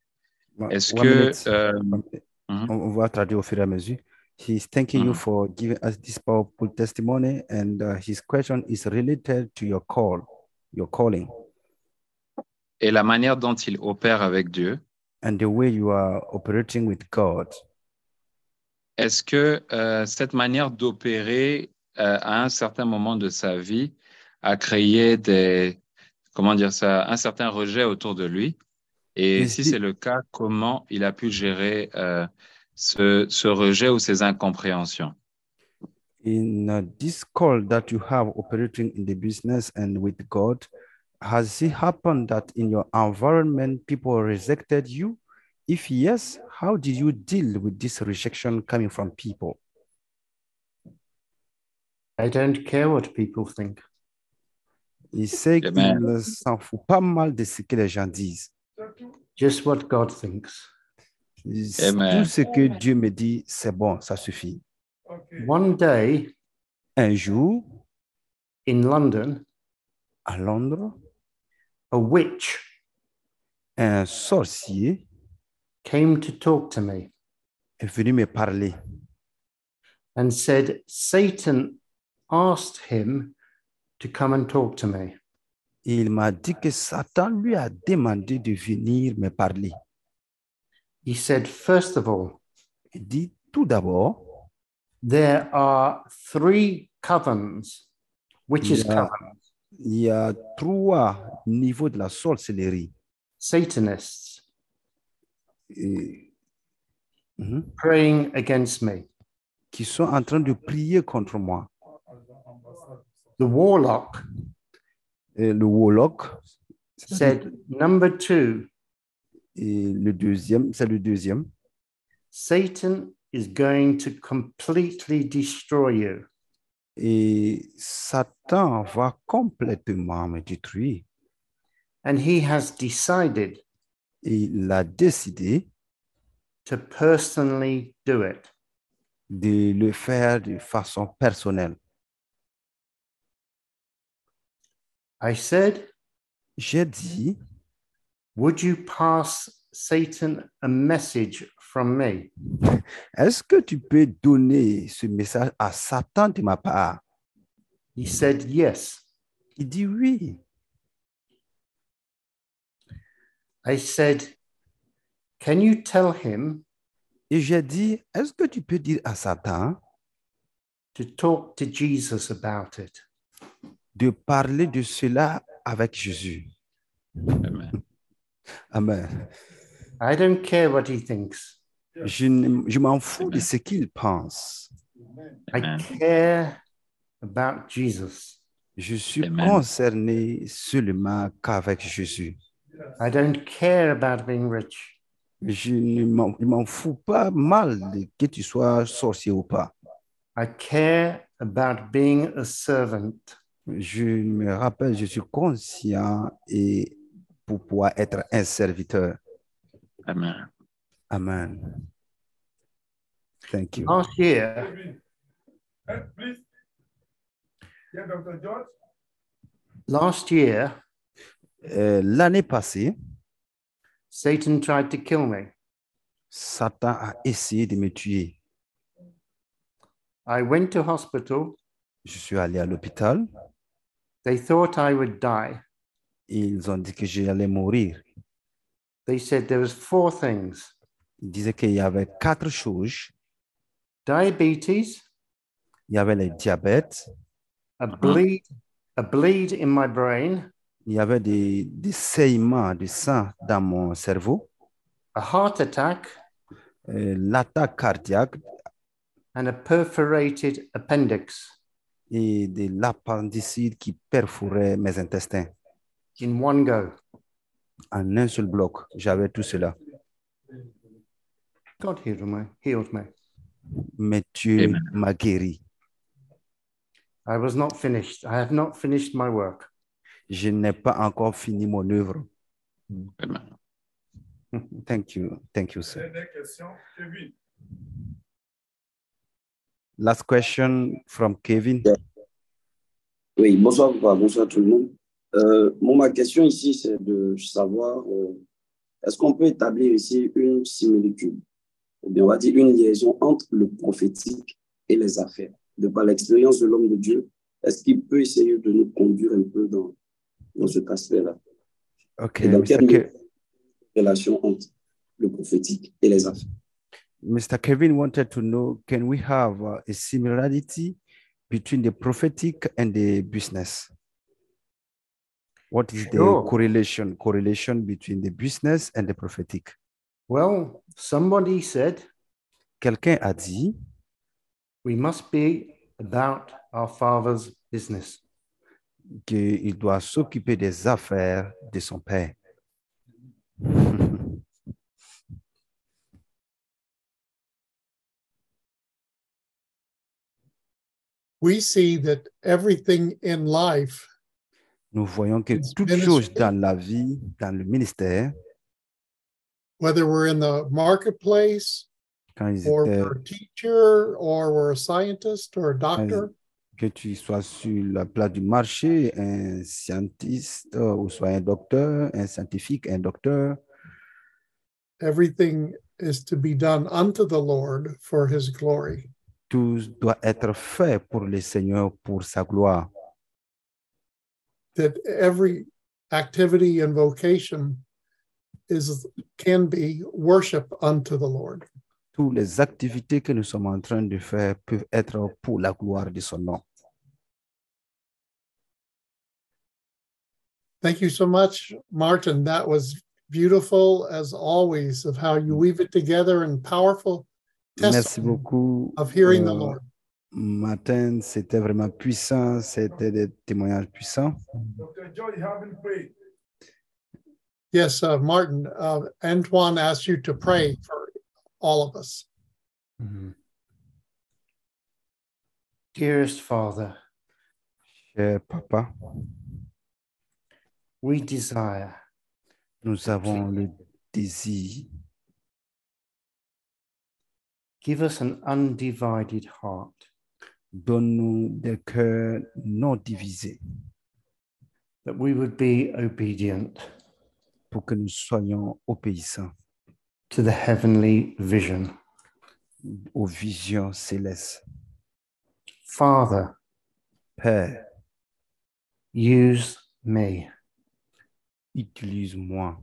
S2: One-
S7: Est-ce
S2: one
S7: que...
S2: minute.
S7: euh,
S2: on, on va traduire au fur et à mesure. He's thanking you
S7: Mhm.
S2: for giving us this powerful testimony, and uh, his question is related to your call, your calling,
S7: et la manière dont il opère avec Dieu,
S2: and the way you are operating with God.
S7: est-ce que euh, cette manière d'opérer euh, à un certain moment de sa vie a créé des, comment dire ça, un certain rejet autour de lui? Et
S2: Mais
S7: si
S2: si-
S7: c'est le cas, comment il a pu gérer euh, ce, ce rejet ou ces incompréhensions?
S2: In uh, this call that you have operating in the business and with God, has it happened that in your environment people rejected you? If yes, how did you deal with this rejection coming from people?
S4: I don't care what people think.
S2: Il sait qu'il
S7: Amen.
S2: ne s'en fout pas mal de ce que les gens disent.
S4: Just what God thinks.
S2: Tout
S7: Amen.
S2: ce que Dieu me dit, c'est bon, ça suffit.
S4: One day
S2: Un jour,
S4: in London,
S2: à Londres,
S4: a witch
S2: un sorcier
S4: came to talk to me
S2: est venu me parler.
S4: and said, Satan asked him to come and talk to me.
S2: Et il m'a dit que Satan lui a demandé de venir me parler.
S4: He said, First of all,
S2: Il dit tout d'abord,
S4: there are three covens, witches'
S2: Yeah.
S4: coven,
S2: il y a trois niveaux de la sorcellerie.
S4: Satanists
S2: Et- Mhm.
S4: praying against me,
S2: qui sont en train de prier contre moi.
S4: the warlock
S2: Et le Woloch,
S4: said, number two,
S2: et le deuxième, c'est le deuxième.
S4: Satan is going to completely destroy you.
S2: Et Satan va complètement me détruire.
S4: And he has decided
S2: Et il a décidé
S4: to personally do it.
S2: de le faire de façon personnelle.
S4: I said, "Hmm?
S2: J'ai dit,
S4: Would you pass Satan a message from me?
S2: est-ce que tu peux donner ce message à Satan de ma part?
S4: He said, Yes.
S2: Il dit oui.
S4: I said, Can you tell him
S2: Et j'ai dit, est-ce que tu peux dire à Satan
S4: to talk to Jesus about it?
S2: de parler de cela avec Jésus?
S7: Amen.
S2: Amen.
S4: I don't care what he thinks.
S2: Je, ne- je m'en fous de ce qu'il pense.
S4: I
S7: Amen.
S4: care about Jesus.
S2: Je suis
S7: Amen.
S2: concerné seulement qu'avec Jésus.
S4: I don't care about being rich.
S2: Je ne m'en je m'en fous pas mal de que tu sois sorcier ou pas.
S4: I care about being a servant.
S2: Je me rappelle, je suis conscient et pour pouvoir être un serviteur.
S7: Amen.
S2: Amen. Thank you.
S4: Last year,
S3: Kevin. Eh, please. Yeah, Dr. George.
S4: last year,
S2: Euh, L'année passée,
S4: Satan tried to kill me.
S2: Satan a essayé de me tuer.
S4: I went to hospital.
S2: Je suis allé à l'hôpital.
S4: They thought I would die.
S2: Ils ont dit que j'allais mourir.
S4: They said there was four things:
S2: Ils disaient qu'il y avait quatre choses.
S4: diabetes,
S2: Il y avait le diabète,
S4: a bleed, a bleed in my brain,
S2: il y avait des, des saignements de sang dans mon cerveau,
S4: a heart attack,
S2: euh, l'attaque cardiaque
S4: and a perforated appendix.
S2: et de l'appendicite qui perforait mes intestins.
S4: in one go.
S2: en un seul bloc. J'avais tout cela.
S4: God healed me. Healed me.
S2: Mais tu
S7: Amen.
S2: m'as guéri.
S4: I was not finished. I have not finished my work.
S2: Je n'ai pas encore fini mon œuvre.
S7: Amen.
S2: Thank you. Thank you, sir.
S3: Dernière question, Kevin.
S2: Last question from Kevin.
S9: Oui, bonsoir, papa, bonsoir tout le monde. Euh, bon, ma question ici, c'est de savoir, euh, est-ce qu'on peut établir ici une similitude, ou bien on va dire une liaison entre le prophétique et les affaires, de par l'expérience de l'homme de Dieu, est-ce qu'il peut essayer de nous conduire un peu dans, dans cet aspect-là
S2: OK.
S9: Et dans
S2: Mr.
S9: quelle
S2: Ke-
S9: relation entre le prophétique et les affaires
S2: Mr. Kevin wanted to know can we have uh, a similarity between the prophetic and the business? What is the
S4: Sure.
S2: correlation correlation between the business and the prophetic?
S4: Well, somebody said
S2: Quelqu'un a dit
S4: we must be about our father's business.
S2: qu'il doit s'occuper des affaires de son père.
S5: We see that everything in life
S2: Nous voyons que
S5: It's
S2: toute
S5: ministry.
S2: chose dans la vie, dans le ministère,
S5: whether we're in the marketplace
S2: quand ils
S5: or
S2: étaient-
S5: we're a teacher or we're a scientist or a doctor,
S2: que tu sois sur la place du marché, un scientiste euh, ou soit un docteur, un scientifique, un docteur,
S5: everything is to be done unto the Lord for his glory.
S2: tout doit être fait pour le Seigneur, pour sa gloire.
S5: That every activity and vocation is can be worship unto the Lord.
S2: Toutes les activités que nous sommes en train de faire peuvent être pour la gloire de son nom.
S5: Thank you so much, Martin. That was beautiful as always of how you weave it together and powerful
S2: Merci
S5: testimony
S2: beaucoup.
S5: of hearing the
S2: euh,
S5: Lord.
S2: Martin, c'était vraiment puissant, c'était des témoignages puissants.
S3: Dr. Joy, you haven't prayed.
S5: Yes, uh, Martin, uh, Antoine asked you to pray for all of us.
S4: Dearest Father,
S2: Cher papa,
S4: we desire
S2: nous avons le désir,
S4: give us an undivided heart
S2: donne-nous des cœurs non divisés
S4: that we would be obedient
S2: pour que nous soyons obéissants
S4: to the heavenly vision.
S2: aux visions célestes.
S4: Father,
S2: Père,
S4: use me.
S2: utilise-moi.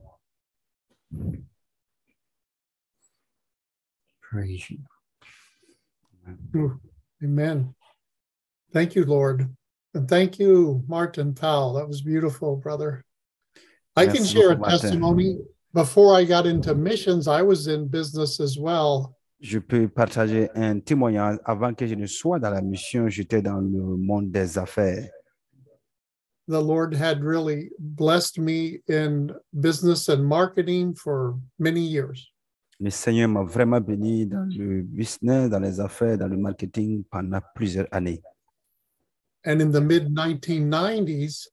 S4: Praise you.
S5: Amen. Thank you, Lord. And thank you, Martin Powell. That was beautiful, brother. I can
S2: Merci
S5: share a
S2: beaucoup, Martin.
S5: testimony. Before I got into missions, I was in business as well.
S2: Je peux partager un témoignage. Avant que je ne sois dans la mission, j'étais dans le monde des affaires.
S5: The Lord had really blessed me in business and marketing for many years.
S2: Le Seigneur m'a vraiment béni dans le business, dans les affaires, dans le marketing pendant plusieurs années.
S5: And in the mid 1990s,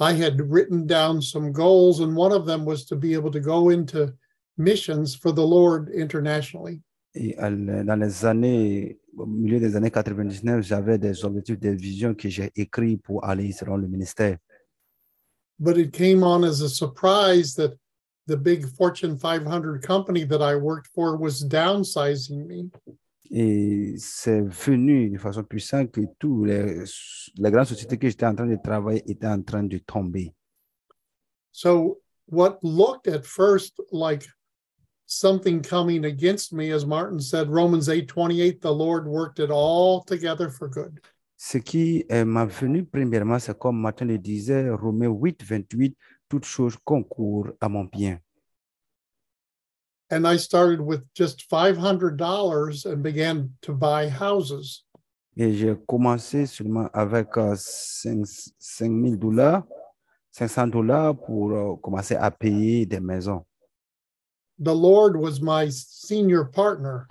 S5: I had written down some goals, and one of them was to be able to go into missions for the Lord internationally.
S2: Et à l- dans les années, au milieu des années 99, j'avais des objectifs, des visions que j'ai écrits pour aller selon le ministère.
S5: But it came on as a surprise that the big Fortune 500 company that I worked for was downsizing me.
S2: Et c'est venu de façon puissante que toutes les, les grandes sociétés que j'étais en train de travailler étaient en train de tomber.
S5: So, what looked at first like something coming against me, as Martin said, Romans 8 28, the Lord worked it all together for good.
S2: Ce qui euh, m'a venu premièrement, c'est comme Martin le disait, Romains 8, 28, toutes choses concourent à mon bien.
S5: and I started with just five hundred dollars and began to buy houses.
S2: euh, Et j'ai commencé seulement avec 5, 000 dollars. 500 dollars pour euh, commencer à payer des maisons.
S5: The Lord was my senior partner.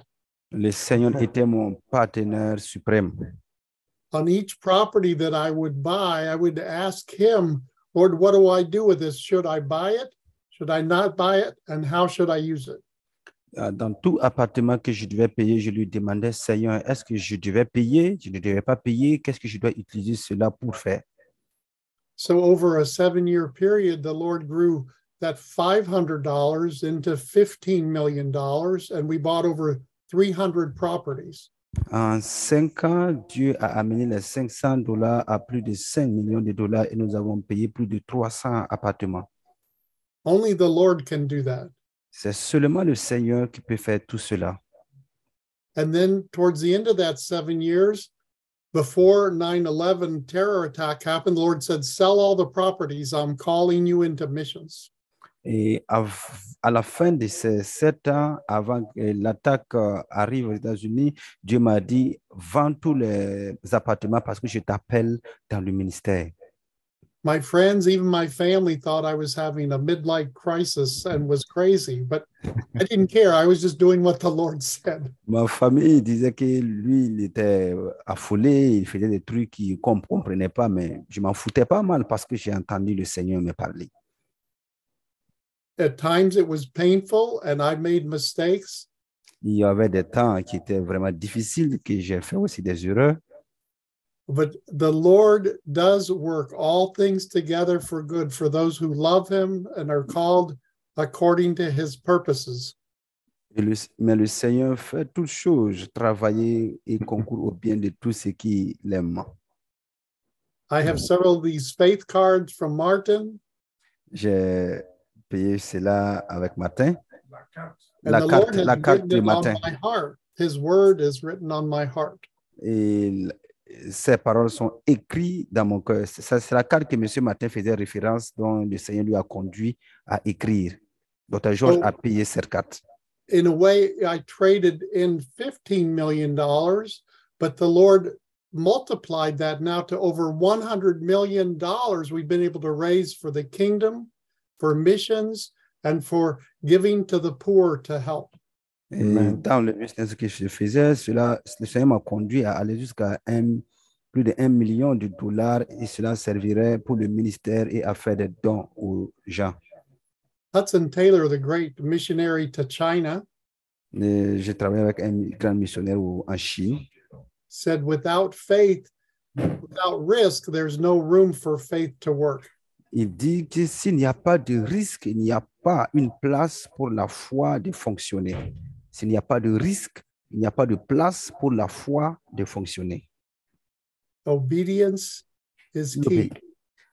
S2: Le Seigneur était mon partenaire suprême.
S5: On each property that I would buy, I would ask Him, Lord, what do I do with this? Should I buy it? Should I not buy it? And how should I use it?
S2: Euh, Dans tout appartement que je devais payer, je lui demandais, Seigneur, est-ce que je devais payer? Je ne devais pas payer? Qu'est-ce que je dois utiliser cela pour faire?
S5: So over a seven year period, the Lord grew that $500 into $15 million, and we bought over 300 properties.
S2: En cinq ans, Dieu a amené les 500 dollars à plus de 5 millions de dollars et nous avons payé plus de 300 appartements.
S5: Only the Lord can do that.
S2: C'est seulement le Seigneur qui peut faire tout cela.
S5: And then towards the end of that seven years, before 9 11 terror attack happened, the Lord said, Sell all the properties. I'm calling you into missions.
S2: Et à, à la fin de ces sept ans, avant que l'attaque euh, arrive aux États-Unis, Dieu m'a dit, vends tous les appartements parce que je t'appelle dans le ministère.
S5: My friends, even my family thought I was having a midlife crisis and was crazy, but I didn't care. I was just doing what the Lord said.
S2: Ma famille disait que lui, il était euh, affolé, il faisait des trucs qu'il ne comprenait pas, mais je m'en foutais pas mal parce que j'ai entendu le Seigneur me parler.
S5: At times it was painful and I made mistakes,
S2: Il y avait des temps qui étaient vraiment difficiles, que j'ai fait aussi des erreurs,
S5: but the Lord does work all things together for good for those who love him and are called according to his purposes.
S2: Et le- mais le Seigneur fait toutes choses, travailler et concourt au bien de tous ceux qui l'aiment.
S5: I have several of these faith cards from Martin,
S2: J'ai payé cela avec Martin.
S3: la carte.
S5: and
S2: La
S5: the
S2: carte-
S5: Lord has
S2: la carte
S5: written
S2: du
S5: it on
S2: matin.
S5: my heart. His word is written on my heart.
S2: Et l- ces paroles sont écrites dans mon cœur. C'est ça- c'est la carte que M. Martin faisait référence, dont le Seigneur lui a conduit à écrire. Dr. Georges
S5: Oh.
S2: a payé cette carte.
S5: in a way, I traded in $15 million, but the Lord multiplied that now to over $100 million we've been able to raise for the kingdom, for missions, and for giving to the poor to help.
S2: Et
S4: Amen.
S2: dans le business que je faisais, cela, le Seigneur m'a conduit à aller jusqu'à un- plus de 1 million de dollars et cela servirait pour le ministère et à faire des dons aux gens.
S5: Hudson Taylor, the great missionary to China,
S2: Et J'ai travaillé avec un grand missionnaire au- en Chine.
S5: said, Without faith, without risk, there's no room for faith to work.
S2: Il dit que s'il n'y a pas de risque, il n'y a pas une place pour la foi de fonctionner. S'il n'y a pas de risque, il n'y a pas de place pour la foi de fonctionner.
S5: Obedience is key,
S2: L'obé-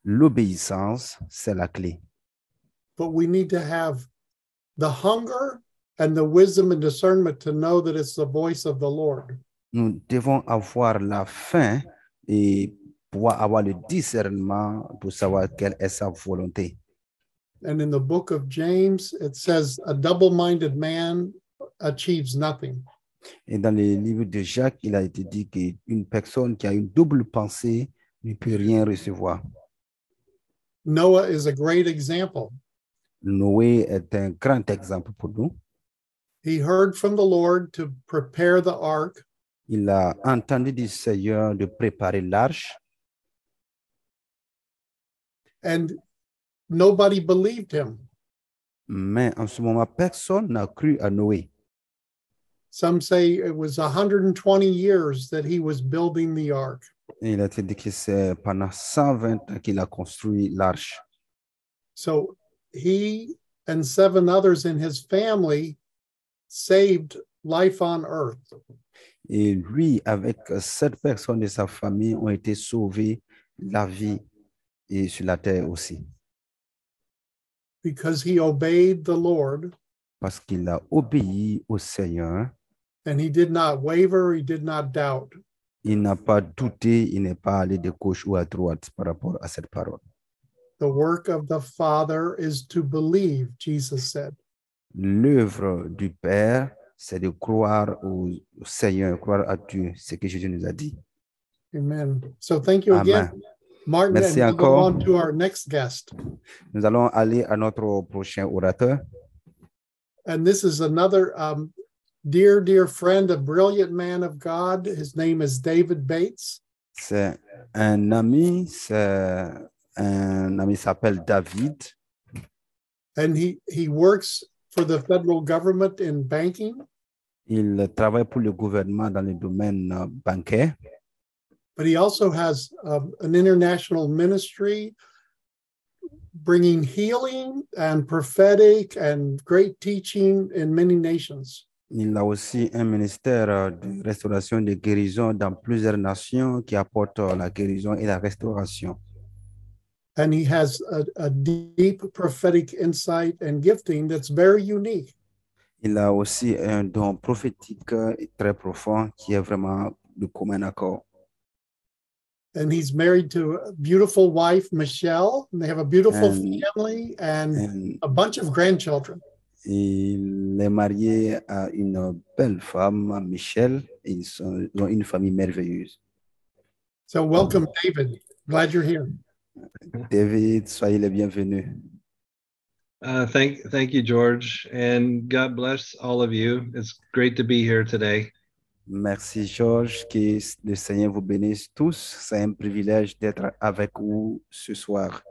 S2: L'obéissance, c'est la clé.
S5: but we need to have the hunger and the wisdom and discernment to know that it's the voice of the Lord.
S2: nous devons avoir la faim et pouvoir avoir le discernement pour savoir quelle est sa volonté.
S5: And in the book of James, it says, A double minded man achieves nothing.
S2: Et dans le livre de Jacques, il a été dit qu'une personne qui a une double pensée ne peut rien recevoir.
S5: Noah is a great example.
S2: Noé est un grand exemple pour nous.
S5: He heard from the Lord to prepare the ark,
S2: Il a entendu du Seigneur de préparer l'arche
S5: and nobody believed him.
S2: mais en ce moment, personne n'a cru à Noé.
S5: Some say it was 120 years that he was building the ark.
S2: Et il a été dit que c'est pendant 120 ans qu'il a construit l'arche.
S5: So he and seven others in his family saved life on earth.
S2: Et lui, avec euh, sept personnes de sa famille, ont été sauvés la vie et sur la terre aussi,
S5: because he obeyed the Lord
S2: parce qu'il a obéi au Seigneur.
S5: and he did not waver, he did not doubt.
S2: Il n'a pas douté, il n'est pas allé de gauche ou à droite par rapport à cette parole.
S5: The work of the Father is to believe, Jesus said.
S2: L'œuvre du Père, c'est de croire au au Seigneur, croire à Dieu, ce que Jésus nous a dit.
S5: Amen. So thank you again.
S2: Amen.
S5: Martin, and
S2: Merci
S5: we'll go
S2: encore.
S5: on to our next guest.
S2: Nous allons aller à notre prochain orateur.
S5: And this is another um, dear, dear friend, a brilliant man of God. His name is David Bates.
S2: C'est un ami, c'est un ami s'appelle David.
S5: and he he works for the federal government in banking
S2: Il travaille pour le gouvernement dans le domaine euh, bancaire,
S5: but he also has um, an international ministry bringing healing and prophetic and great teaching in many nations
S2: Il a aussi un ministère euh, de restauration de guérison dans plusieurs nations qui apporte euh, la guérison et la restauration.
S5: and he has a, a deep prophetic insight and gifting that's very unique
S2: Il a aussi un don prophétique euh, et très profond qui est vraiment de commun accord.
S5: and he's married to a beautiful wife michelle and they have a beautiful
S2: And-
S5: family and
S2: Et
S5: a bunch of grandchildren
S2: il est marié à une belle femme, Michelle. et Ils, sont- ils ont une famille merveilleuse.
S5: so welcome david glad you're here
S2: David, soyez les bienvenus.
S10: Uh, thank, thank you, George, and God bless all of you. It's great to be here today.
S2: Merci Georges, que le Seigneur vous bénisse tous. C'est un privilège d'être avec vous ce soir.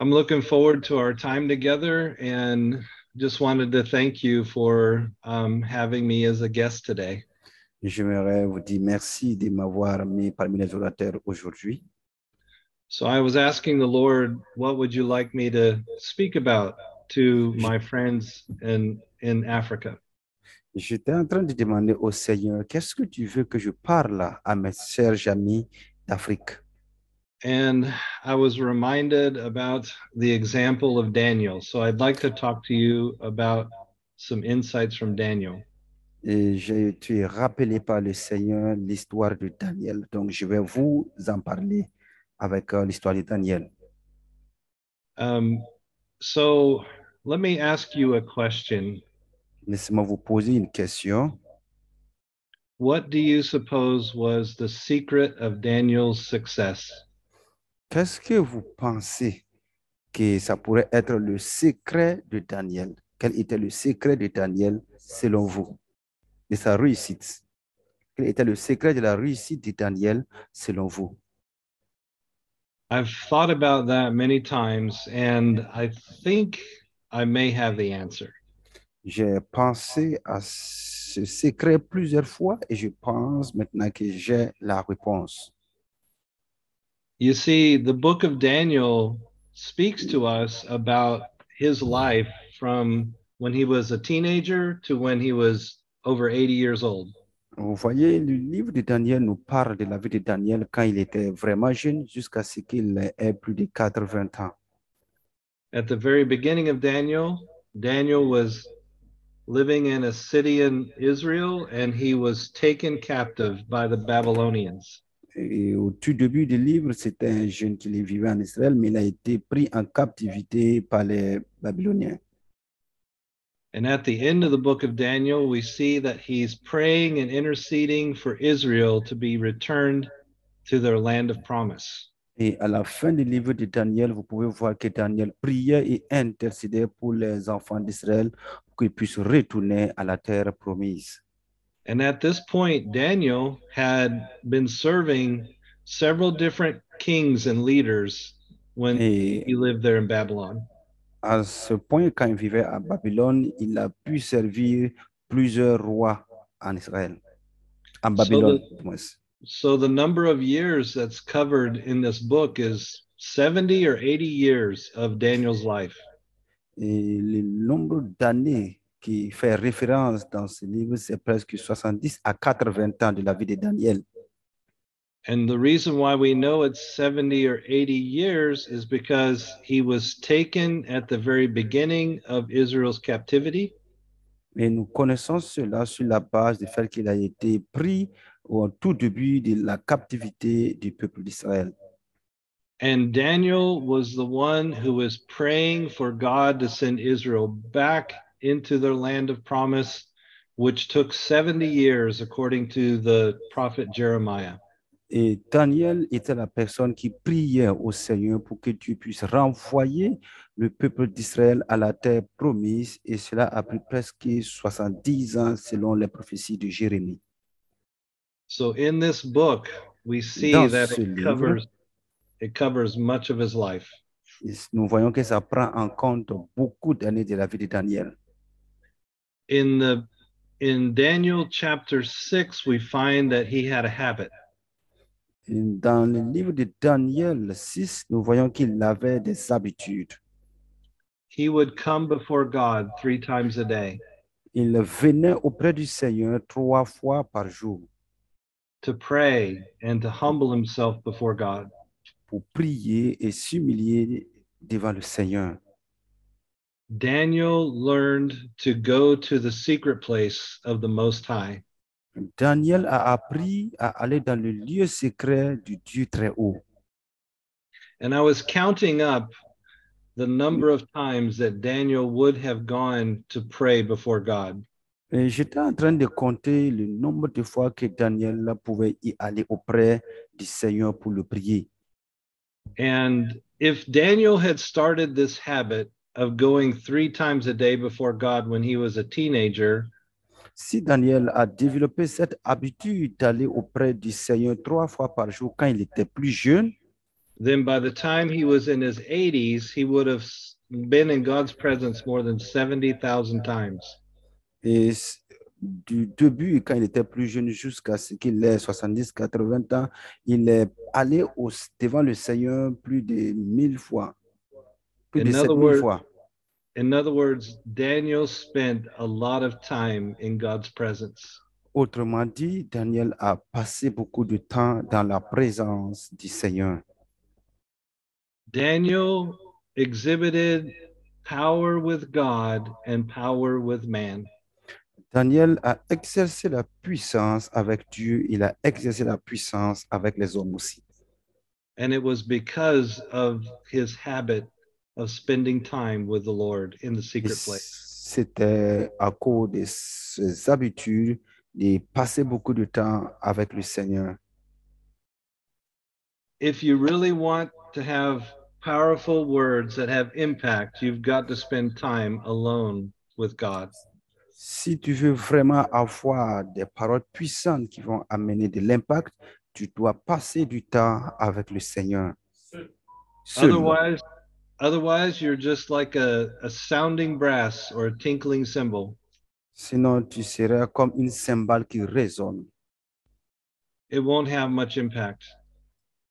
S10: I'm looking forward to our time together, and just wanted to thank you for um, having me as a guest today.
S2: J'aimerais vous dire merci de m'avoir mis parmi les orateurs aujourd'hui.
S10: So I was asking the Lord, what would you like me to speak about to my friends in in Africa?
S2: J'étais en train de demander au Seigneur, qu'est-ce que tu veux que je parle à mes chers amis d'Afrique?
S10: And I was reminded about the example of Daniel. So I'd like to talk to you about some insights from Daniel.
S2: Et j'ai été rappelé par le Seigneur l'histoire de Daniel. Donc, je vais vous en parler avec euh, l'histoire de Daniel.
S10: Um, so let me ask you a question.
S2: Laissez-moi vous poser une question.
S10: What do you suppose was the secret of Daniel's success?
S2: Qu'est-ce que vous pensez que ça pourrait être le secret de Daniel? Quel était le secret de Daniel selon vous, de sa réussite? Quel était le secret de la réussite de Daniel selon vous?
S10: I've thought about that many times, and I think I may have the answer.
S2: J'ai pensé à ce secret plusieurs fois et je pense maintenant que j'ai la réponse.
S10: You see, the book of Daniel speaks to us about his life from when he was a teenager to when he was over 80 years old.
S2: Vous voyez, le livre de Daniel nous parle de la vie de Daniel quand il était vraiment jeune jusqu'à ce qu'il ait plus de 80 ans.
S10: at the very beginning of Daniel, Daniel was living in a city in Israel and he was taken captive by the Babylonians.
S2: Et au tout début du livre, c'était un jeune qui vivait en Israël, mais il a été pris en captivité par les Babyloniens.
S10: And at the end of the book of Daniel, we see that he's praying and interceding for Israel to be returned to their land of promise.
S2: Et à la fin du livre de Daniel, vous pouvez voir que Daniel priait et intercédait pour les enfants d'Israël pour qu'ils puissent retourner à la terre promise.
S10: And at this point, Daniel had been serving several different kings and leaders when
S2: Et
S10: he lived there in Babylon.
S2: à ce point, quand il vivait à Babylone, il a pu servir plusieurs rois en Israël, en Babylone. du moins.
S10: So the number of years that's covered in this book is 70 or 80 years of Daniel's life.
S2: Et le nombre d'années qui fait référence dans ce livre, c'est presque 70 à 80 ans de la vie de Daniel.
S10: And the reason why we know it's 70 or 80 years is because he was taken at the very beginning of Israel's captivity.
S2: Et nous connaissons cela sur la base du fait qu'il a été pris au tout début de la captivité du peuple d'Israël.
S10: And Daniel was the one who was praying for God to send Israel back into their land of promise, which took 70 years, according to the prophet Jeremiah.
S2: Et Eh, Daniel était la personne qui priait au Seigneur pour que Dieu puisse renvoyer le peuple d'Israël à la terre promise. Et cela a pris presque 70 ans selon les prophéties de Jérémie.
S10: So in this book, we see
S2: Dans
S10: that
S2: ce
S10: it
S2: livre-
S10: covers it covers much of his life.
S2: Et nous voyons que ça prend en compte beaucoup d'années de la vie de Daniel.
S10: In the in Daniel chapter 6, we find that he had a habit.
S2: Et Dans le livre de Daniel 6, nous voyons qu'il avait des habitudes.
S10: He would come before God 3 times a day
S2: Il venait auprès du Seigneur trois fois par jour
S10: to pray and to humble himself before God.
S2: pour prier et s'humilier devant le Seigneur.
S10: Daniel learned to go to the secret place of the Most High.
S2: Daniel a appris à aller dans le lieu secret du Dieu très haut.
S10: And I was counting up the number of times that Daniel would have gone to pray before God.
S2: Et j'étais en train de compter le nombre de fois que Daniel pouvait y aller auprès du Seigneur pour le prier.
S10: And if Daniel had started this habit of going three times a day before God when he was a teenager,
S2: Si Daniel a développé cette habitude d'aller auprès du Seigneur trois fois par jour quand il était plus jeune,
S10: then by the time he was in his 80s, he would have s- been in God's presence more than 70,000 times.
S2: et s- du début, quand il était plus jeune jusqu'à ce qu'il ait 70-80 ans, il est allé au- devant le Seigneur plus de 1000 fois, plus de
S10: In other
S2: 7000
S10: words-
S2: fois.
S10: In other words, Daniel spent a lot of time in God's presence.
S2: Autrement dit, Daniel a passé beaucoup de temps dans la présence du Seigneur.
S10: Daniel exhibited power with God and power with man.
S2: Daniel a exercé la puissance avec Dieu, il a exercé la puissance avec les hommes aussi.
S10: And it was because of his habit of spending time with the Lord in the
S2: Et
S10: secret place.
S2: C'était à cause de ses habitudes de passer beaucoup de temps avec le Seigneur.
S10: If you really want to have powerful words that have impact, you've got to spend time alone with God.
S2: Si tu veux vraiment avoir des paroles puissantes qui vont amener de l'impact, tu dois passer du temps avec le Seigneur. Seul.
S10: Otherwise, otherwise you're just like a, a sounding brass or a tinkling cymbal.
S2: Sinon, tu seras comme une cymbale qui résonne.
S10: It won't have much impact.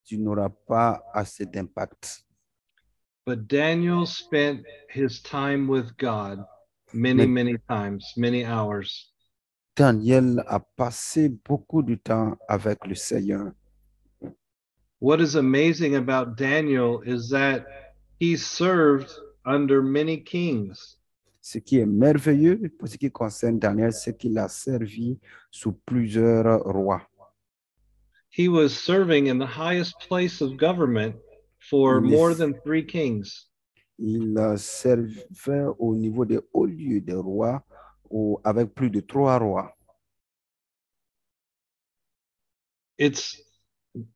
S2: Tu n'auras pas assez d'impact.
S10: But Daniel spent his time with God many,
S2: Mais-
S10: many times, many hours.
S2: Daniel a passé beaucoup de temps avec le Seigneur.
S10: What is amazing about Daniel is that he served under many kings.
S2: Ce qui est merveilleux pour ce qui concerne Daniel, c'est qu'il a servi sous plusieurs rois.
S10: He was serving in the highest place of government for
S2: Yes.
S10: more than three kings.
S2: Il euh, servait au niveau des hauts lieux des rois au- avec plus de trois rois.
S10: It's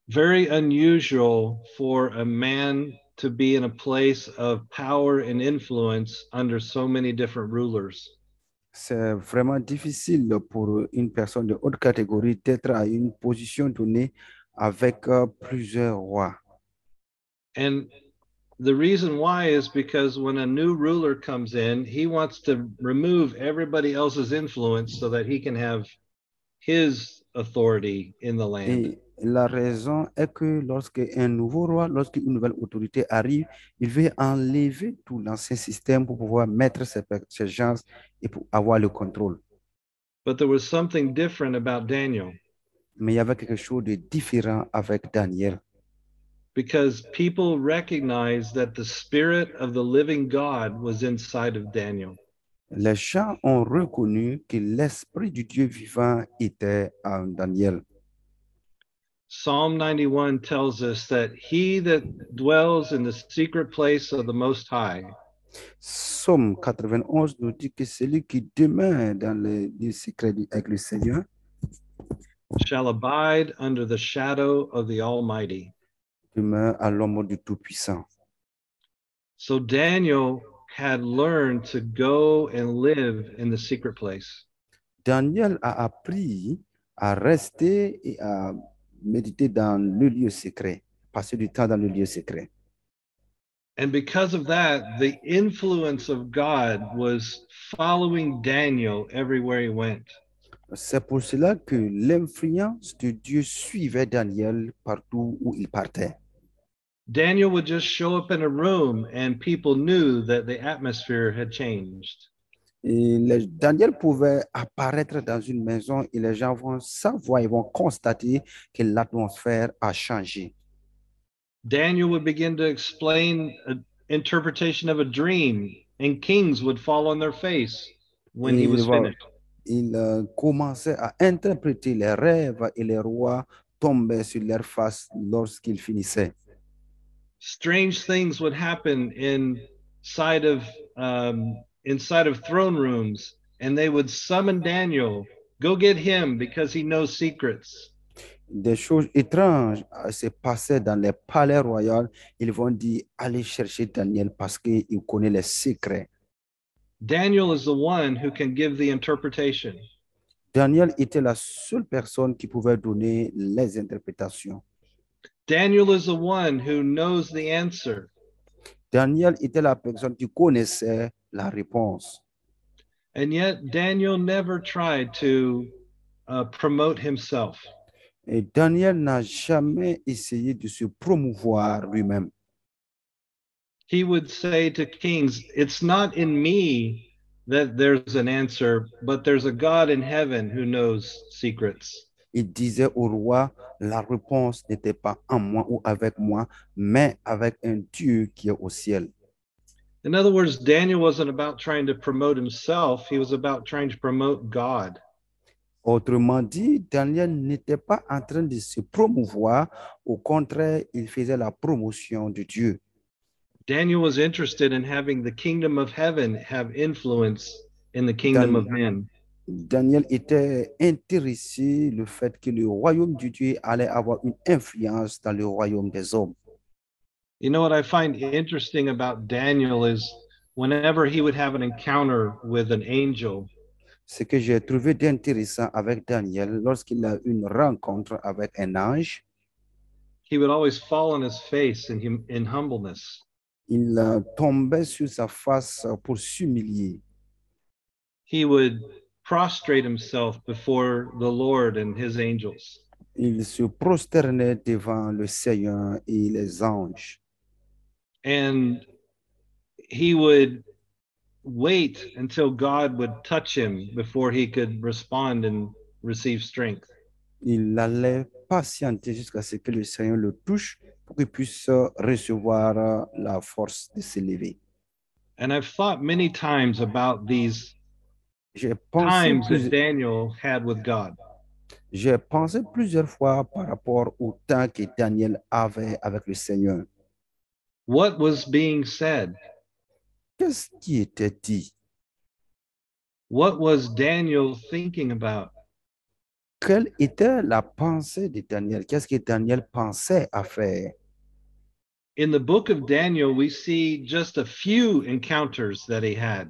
S10: very unusual for a man to be in a place of power and influence under so many different rulers.
S2: C'est vraiment difficile pour une personne de haute catégorie d'être à une position donnée avec euh, plusieurs rois.
S10: And the reason why is because when a new ruler comes in, he wants to remove everybody else's influence so that he can have his authority in the land.
S2: Et la raison est que lorsque un nouveau roi, lorsqu'une nouvelle autorité arrive, il veut enlever tout l'ancien système pour pouvoir mettre ses, pe- ses gens et pour avoir le contrôle.
S10: But there was something different about Daniel
S2: Mais il y avait quelque chose de différent avec Daniel.
S10: because people recognized that the spirit of the living God was inside of Daniel.
S2: Les gens ont reconnu que l'esprit du Dieu vivant était en Daniel.
S10: Psalm 91 tells us that he that dwells in the secret place of the Most High
S2: Somme 91 nous dit que celui qui demeure dans le, le secret du- avec le Seigneur
S10: shall abide under the shadow of the Almighty.
S2: demeure à l'ombre du Tout-Puissant.
S10: So Daniel had learned to go and live in the secret place.
S2: Daniel a appris à rester et à méditer dans le lieu secret, passer du temps dans le lieu secret.
S10: And because of that, the influence of God was following Daniel everywhere he went.
S2: C'est pour cela que l'influence de Dieu suivait Daniel partout où il partait.
S10: Daniel would just show up in a room and people knew that the atmosphere had changed.
S2: Et les- Daniel pouvait apparaître dans une maison et les gens vont savoir, ils vont constater que l'atmosphère a changé.
S10: Daniel would begin to explain an interpretation of a dream and kings would fall on their face when he
S2: Il
S10: was
S2: va-
S10: finished.
S2: Il euh, commençait à interpréter les rêves et les rois tombaient sur leur face lorsqu'ils finissaient.
S10: strange things would happen inside of um, inside of throne rooms, and they would summon Daniel. Go get him because he knows secrets.
S2: Des choses étranges euh, se passaient dans les palais royaux. Ils vont dire, allez chercher Daniel parce qu'il connaît les secrets.
S10: Daniel is the one who can give the interpretation.
S2: Daniel était la seule personne qui pouvait donner les interprétations.
S10: Daniel is the one who knows the answer.
S2: Daniel était la personne qui connaissait la réponse.
S10: And yet, Daniel never tried to uh, promote himself.
S2: Et Daniel n'a jamais essayé de se promouvoir lui-même.
S10: He would say to kings, It's not in me that there's an answer, but there's a God in heaven who knows secrets.
S2: Il disait au roi, la réponse n'était pas en moi ou avec moi, mais avec un Dieu qui est au ciel.
S10: In other words, Daniel wasn't about trying to promote himself, he was about trying to promote God.
S2: Autrement dit, Daniel n'était pas en train de se promouvoir, au contraire, il faisait la promotion de Dieu.
S10: Daniel was interested in having the kingdom of heaven have influence in the kingdom of men.
S2: Daniel était intéressé le fait que le royaume de Dieu allait avoir une influence dans le royaume des hommes.
S10: You know what I find interesting about Daniel is whenever he would have an encounter with an angel,
S2: Ce que j'ai trouvé d'intéressant avec Daniel, lorsqu'il a eu une rencontre avec un ange,
S10: he would always fall on his face in, hum- in humbleness.
S2: il euh, tombait sur sa face euh, pour s'humilier.
S10: He would prostrate himself before the Lord and his angels.
S2: Il se prosternait devant le Seigneur et les anges.
S10: and he would wait until God would touch him before he could respond and receive strength.
S2: Il allait patienter jusqu'à ce que le Seigneur le touche pour qu'il puisse euh, recevoir euh, la force de s'élever.
S10: And I've thought many times about these
S2: J'ai pensé,
S10: times
S2: plus-
S10: that Daniel had with God.
S2: j'ai pensé plusieurs fois par rapport au temps que Daniel avait avec le Seigneur.
S10: What was being said?
S2: Qu'est-ce qui était dit?
S10: What was Daniel thinking about?
S2: Quelle était la pensée de Daniel? Qu'est-ce que Daniel pensait à faire?
S10: In the book of Daniel, we see just a few encounters that he had.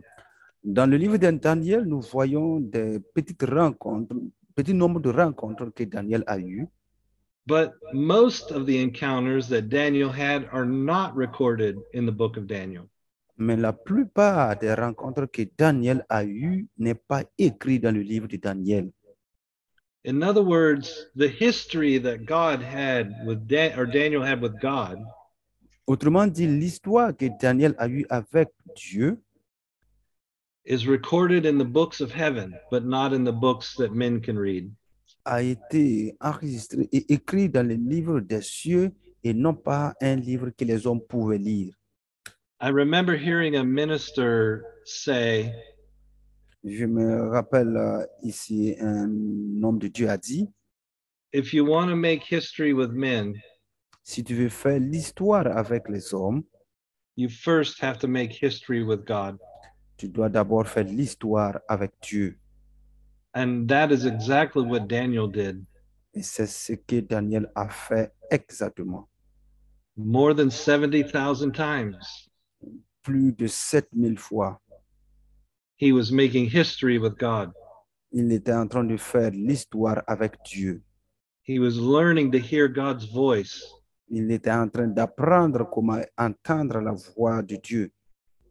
S2: Dans le livre de Daniel, nous voyons des petites rencontres, petit nombre de rencontres que Daniel a eues,
S10: But most of the encounters that Daniel had are not recorded in the book of Daniel.
S2: mais la plupart des rencontres que Daniel a eues n'est pas écrite dans le livre de Daniel.
S10: In other words, the history that God had with Dan- or Daniel had with God
S2: Autrement dit, l'histoire que Daniel a eue avec Dieu
S10: is recorded in the books of heaven, but not in the books that men can read.
S2: a été enregistrée et écrite dans le livre des cieux et non pas un livre que les hommes pouvaient lire.
S10: I remember hearing a minister say,
S2: Je me rappelle euh, ici, un homme de Dieu a dit,
S10: if you want to make history with men,
S2: si tu veux faire l'histoire avec les hommes,
S10: you first have to make history with God.
S2: tu dois d'abord faire l'histoire avec Dieu.
S10: And that is exactly what Daniel did.
S2: Et c'est ce que Daniel a fait exactement.
S10: more than 70,000 times.
S2: Plus de 7000 fois,
S10: He was making history with God.
S2: il était en train de faire l'histoire avec Dieu.
S10: He was learning to hear God's voice.
S2: Il était en train d'apprendre comment entendre la voix de Dieu.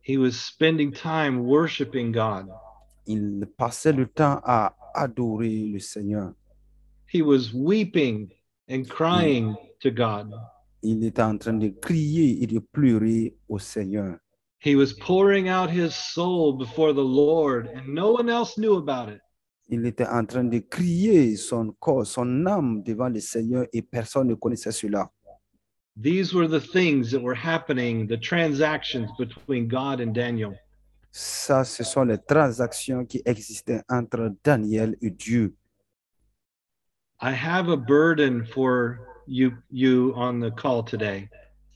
S10: He was spending time worshiping God.
S2: Il passait le temps à adorer le Seigneur.
S10: He was weeping and crying to God.
S2: Il était en train de crier et de pleurer au Seigneur.
S10: He was pouring out his soul before the Lord, and no one else knew about it.
S2: Il était en train de crier son corps, son âme devant le Seigneur et personne ne connaissait cela.
S10: These were the things that were happening, the transactions between God and Daniel.
S2: Ça, ce sont les transactions qui existaient entre Daniel et Dieu.
S10: I have a burden for you you on the call today.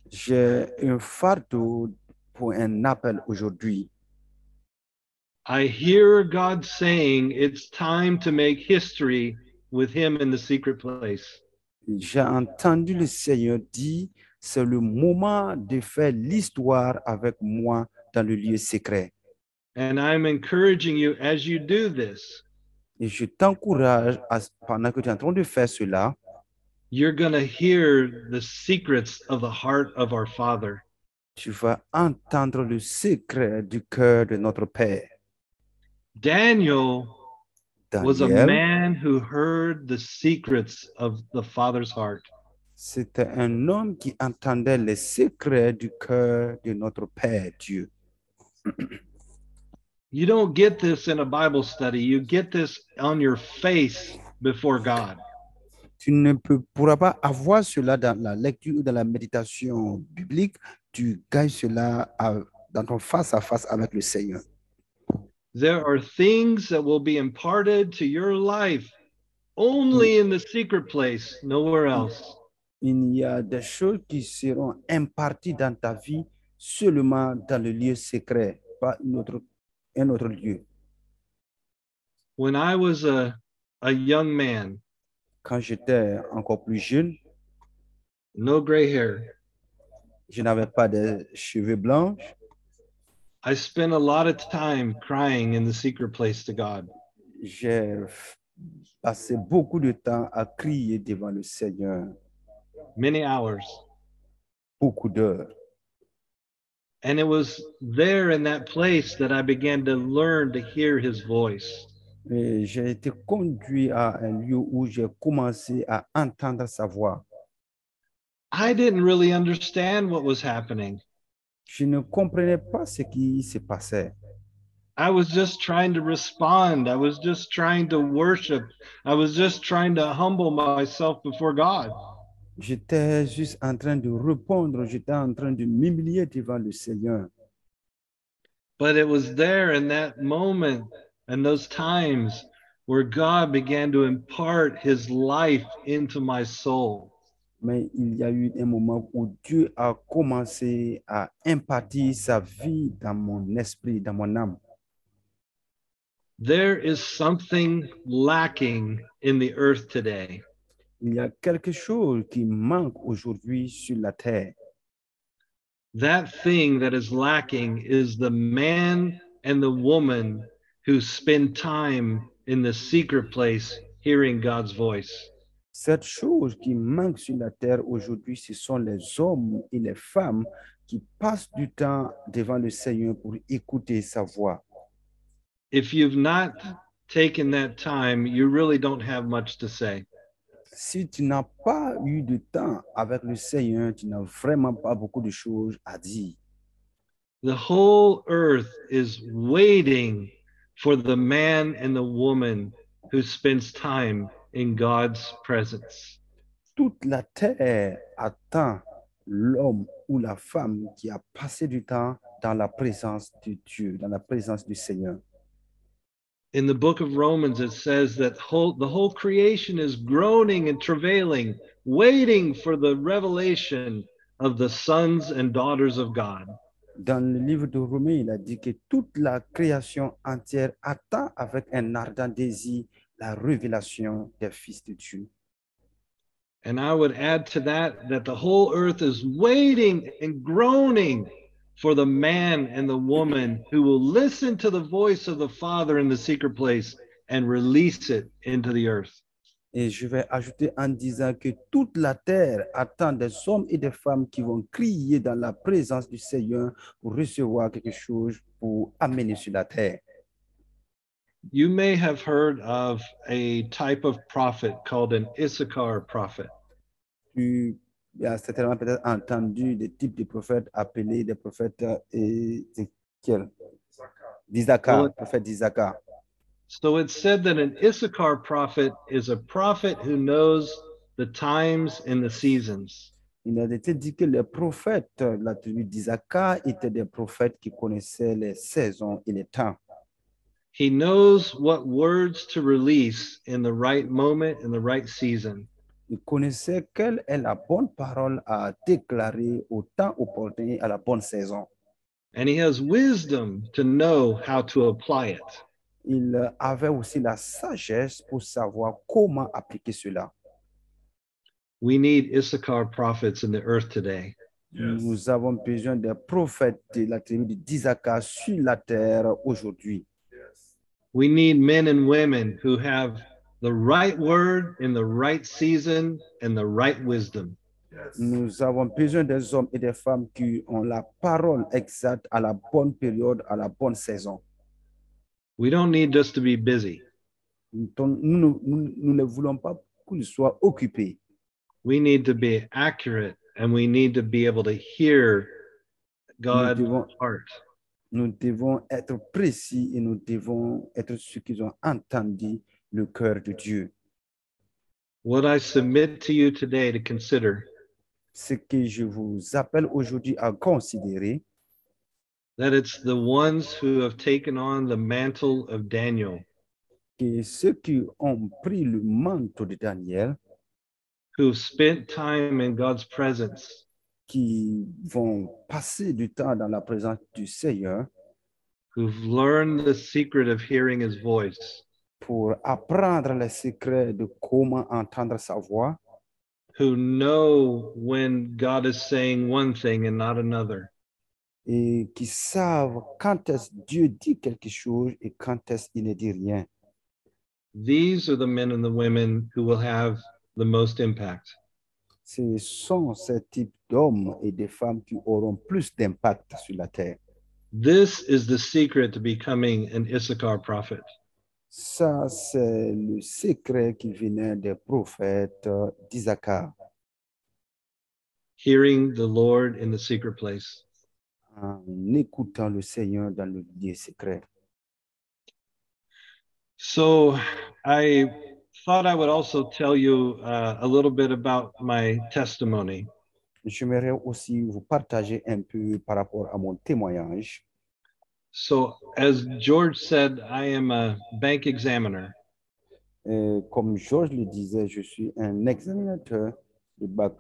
S2: J'ai un fardeau pour un appel aujourd'hui.
S10: I hear God saying it's time to make history with him in the secret place.
S2: J'ai entendu le Seigneur dire, c'est le moment de faire l'histoire avec moi dans le lieu secret.
S10: And I'm encouraging you as you do this,
S2: Et je t'encourage, à- pendant que tu es en train de faire cela,
S10: you're going to hear the secrets of the heart of our Father.
S2: tu vas entendre le secret du cœur de notre Père.
S10: Daniel was a
S2: Daniel,
S10: man who heard the secrets of the Father's heart.
S2: c'était un homme qui entendait les secrets du cœur de notre Père Dieu.
S10: You don't get this in a Bible study. You get this on your face before God.
S2: Tu ne peux- pourras pas avoir cela dans la lecture ou dans la méditation biblique. Tu gagnes cela à- dans ton face-à-face avec le Seigneur.
S10: There are things that will be imparted to your life only in the secret place, nowhere else.
S2: Il y a des choses qui seront imparties dans ta vie seulement dans le lieu secret, pas une autre- un autre lieu.
S10: When I was a, a young man,
S2: Quand j'étais encore plus jeune,
S10: no gray hair,
S2: je n'avais pas de cheveux blancs.
S10: I spent a lot of time crying in the secret place to God.
S2: J'ai f- passé beaucoup de temps à crier devant le Seigneur,
S10: many hours.
S2: beaucoup d'heures.
S10: And it was there in that place that I began to learn to hear his voice.
S2: Et j'ai été conduit à un lieu où j'ai commencé à entendre sa voix.
S10: I didn't really understand what was happening.
S2: Je ne comprenais pas ce qui se passait.
S10: I was just trying to respond. I was just trying to worship. I was just trying to humble myself before God.
S2: J'étais juste en train de répondre, j'étais en train de m'humilier devant le Seigneur.
S10: But it was there in that moment and those times where God began to impart his life into my soul.
S2: Mais il y a eu un moment où Dieu a commencé à impartir sa vie dans mon esprit, dans mon âme.
S10: There is something lacking in the earth today.
S2: Il y a quelque chose qui manque aujourd'hui sur la terre.
S10: that thing that is lacking is the man and the woman who spend time in the secret place hearing God's voice.
S2: Cette chose qui manque sur la terre aujourd'hui, ce sont les hommes et les femmes qui passent du temps devant le Seigneur pour écouter sa voix.
S10: If you've not taken that time, you really don't have much to say.
S2: Si tu n'as pas eu de temps avec le Seigneur, tu n'as vraiment pas beaucoup de choses à dire.
S10: The whole earth is waiting for the man and the woman who spends time in God's presence.
S2: Toute la terre attend l'homme ou la femme qui a passé du temps dans la présence de Dieu, dans la présence du Seigneur.
S10: In the book of Romans, it says that whole, the whole creation is groaning and travailing, waiting for the revelation of the sons and daughters of God.
S2: Dans le livre de Romains, il a dit que toute la création entière attend avec un ardent désir la révélation des fils de Dieu.
S10: And I would add to that that the whole earth is waiting and groaning for the man and the woman who will listen to the voice of the Father in the secret place and release it into the earth.
S2: Et je vais ajouter en disant que toute la terre attend des hommes et des femmes qui vont crier dans la présence du Seigneur pour recevoir quelque chose pour amener sur la terre.
S10: You may have heard of a type of prophet called an Issachar prophet.
S2: Tu as certainement peut-être entendu des types de prophètes appelés des prophètes euh, et Ézéchiel, d'Isaac,
S10: Ouais.
S2: prophète d'Isaac.
S10: So it's said that an Issachar prophet is a prophet who knows the times and the seasons.
S2: Il a été dit que les prophètes de la tribu d'Isaac étaient des prophètes qui connaissaient les saisons et les temps.
S10: He knows what words to release in the right moment, in the right season.
S2: Ils connaissaient quelle est la bonne parole à déclarer au temps opportun et à la bonne saison.
S10: And he has wisdom to know how to apply it.
S2: Il euh, avait aussi la sagesse pour savoir comment appliquer cela.
S10: We need Issachar prophets in the earth today.
S3: Yes.
S2: Nous avons besoin des prophètes de la tribu d'Isaac sur la terre aujourd'hui.
S3: Yes.
S10: We need men and women who have the right word in the right season and the right wisdom.
S3: Yes.
S2: Nous avons besoin des hommes et des femmes qui ont la parole exacte à la bonne période, à la bonne saison.
S10: We don't need just to be busy.
S2: Donc, Nous, ne- nous- nous ne voulons pas qu'ils soient occupés.
S10: We need to be accurate and we need to be able to hear God's
S2: devons-
S10: heart.
S2: Nous devons être précis et nous devons être ceux qui ont entendu le cœur de Dieu.
S10: What I submit to you today to consider
S2: Ce que je vous appelle aujourd'hui à considérer,
S10: that it's the ones who have taken on the mantle of Daniel
S2: que ceux qui ont pris le manteau de Daniel,
S10: who've spent time in God's presence,
S2: qui vont passer du temps dans la présence du Seigneur
S10: who've learned the secret of hearing his voice,
S2: pour apprendre les secrets de comment entendre sa voix,
S10: who know when God is saying one thing and not another.
S2: et qui savent quand est-ce Dieu dit quelque chose et quand est-ce il ne dit rien.
S10: These are the men and the women who will have the most impact.
S2: Ce sont ces types d'hommes et de femmes qui auront plus d'impact sur la terre.
S10: This is the secret to becoming an Issachar prophet.
S2: Ça, c'est le secret qui venait des prophètes euh, d'Isaac,
S10: hearing the Lord in the secret place.
S2: en écoutant le Seigneur dans le lieu secret.
S10: So I thought I would also tell you uh, a little bit about my testimony.
S2: J'aimerais aussi vous partager un peu par rapport à mon témoignage.
S10: So, as George said, I am a bank examiner.
S2: Euh, comme Georges le disait, je suis un examinateur de bac.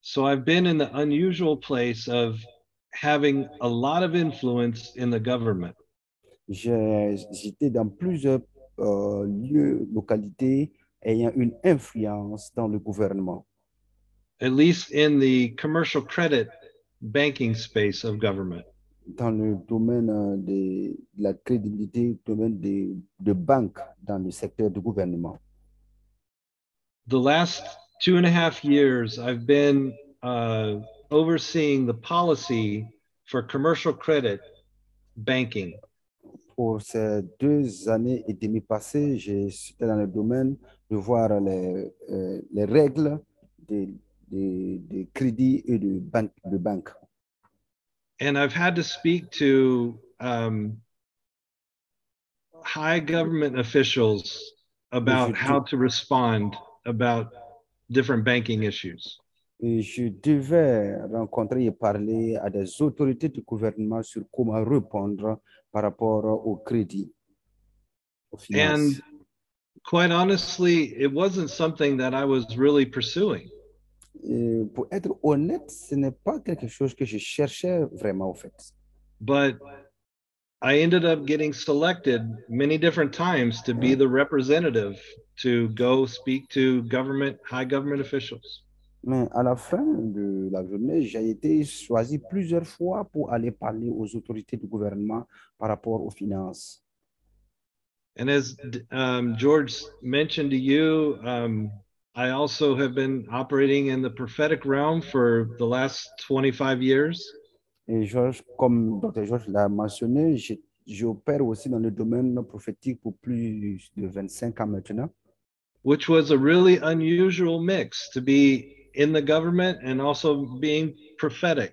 S10: So, I've been in the unusual place of having a lot of influence in the government.
S2: J'ai- J'étais dans plusieurs euh, lieux, localités ayant une influence dans le gouvernement,
S10: At least in the commercial credit banking space of government.
S2: dans le domaine euh, de, de la crédibilité, domaine des de banques dans le secteur du gouvernement.
S10: the last two and a half years, I've been uh, overseeing the policy for commercial credit banking.
S2: Pour ces deux années et demie passées, j'étais dans le domaine de voir les, euh, les règles de, de, de crédit et de banque. De banque.
S10: And I've had to speak to um, high government officials about
S2: Yes, you
S10: how to respond about different banking issues.
S2: Et je devais rencontrer et parler à des autorités du gouvernement sur comment répondre par rapport au crédit, aux finances.
S10: And quite honestly, it wasn't something that I was really pursuing.
S2: Et pour être honnête, ce n'est pas quelque chose que je cherchais vraiment, au fait.
S10: But I ended up getting selected many different times to be the representative to go speak to government, high government officials.
S2: Mais à la fin de la journée, j'ai été choisi plusieurs fois pour aller parler aux autorités du gouvernement par rapport aux finances.
S10: And as um, George mentioned to you, um, I also have been operating in the prophetic realm for the last 25 years.
S2: Et Georges, comme Dr. Georges l'a mentionné, j'ai- j'opère aussi dans le domaine prophétique pour plus de 25 ans maintenant.
S10: which was a really unusual mix to be in the government and also being prophetic.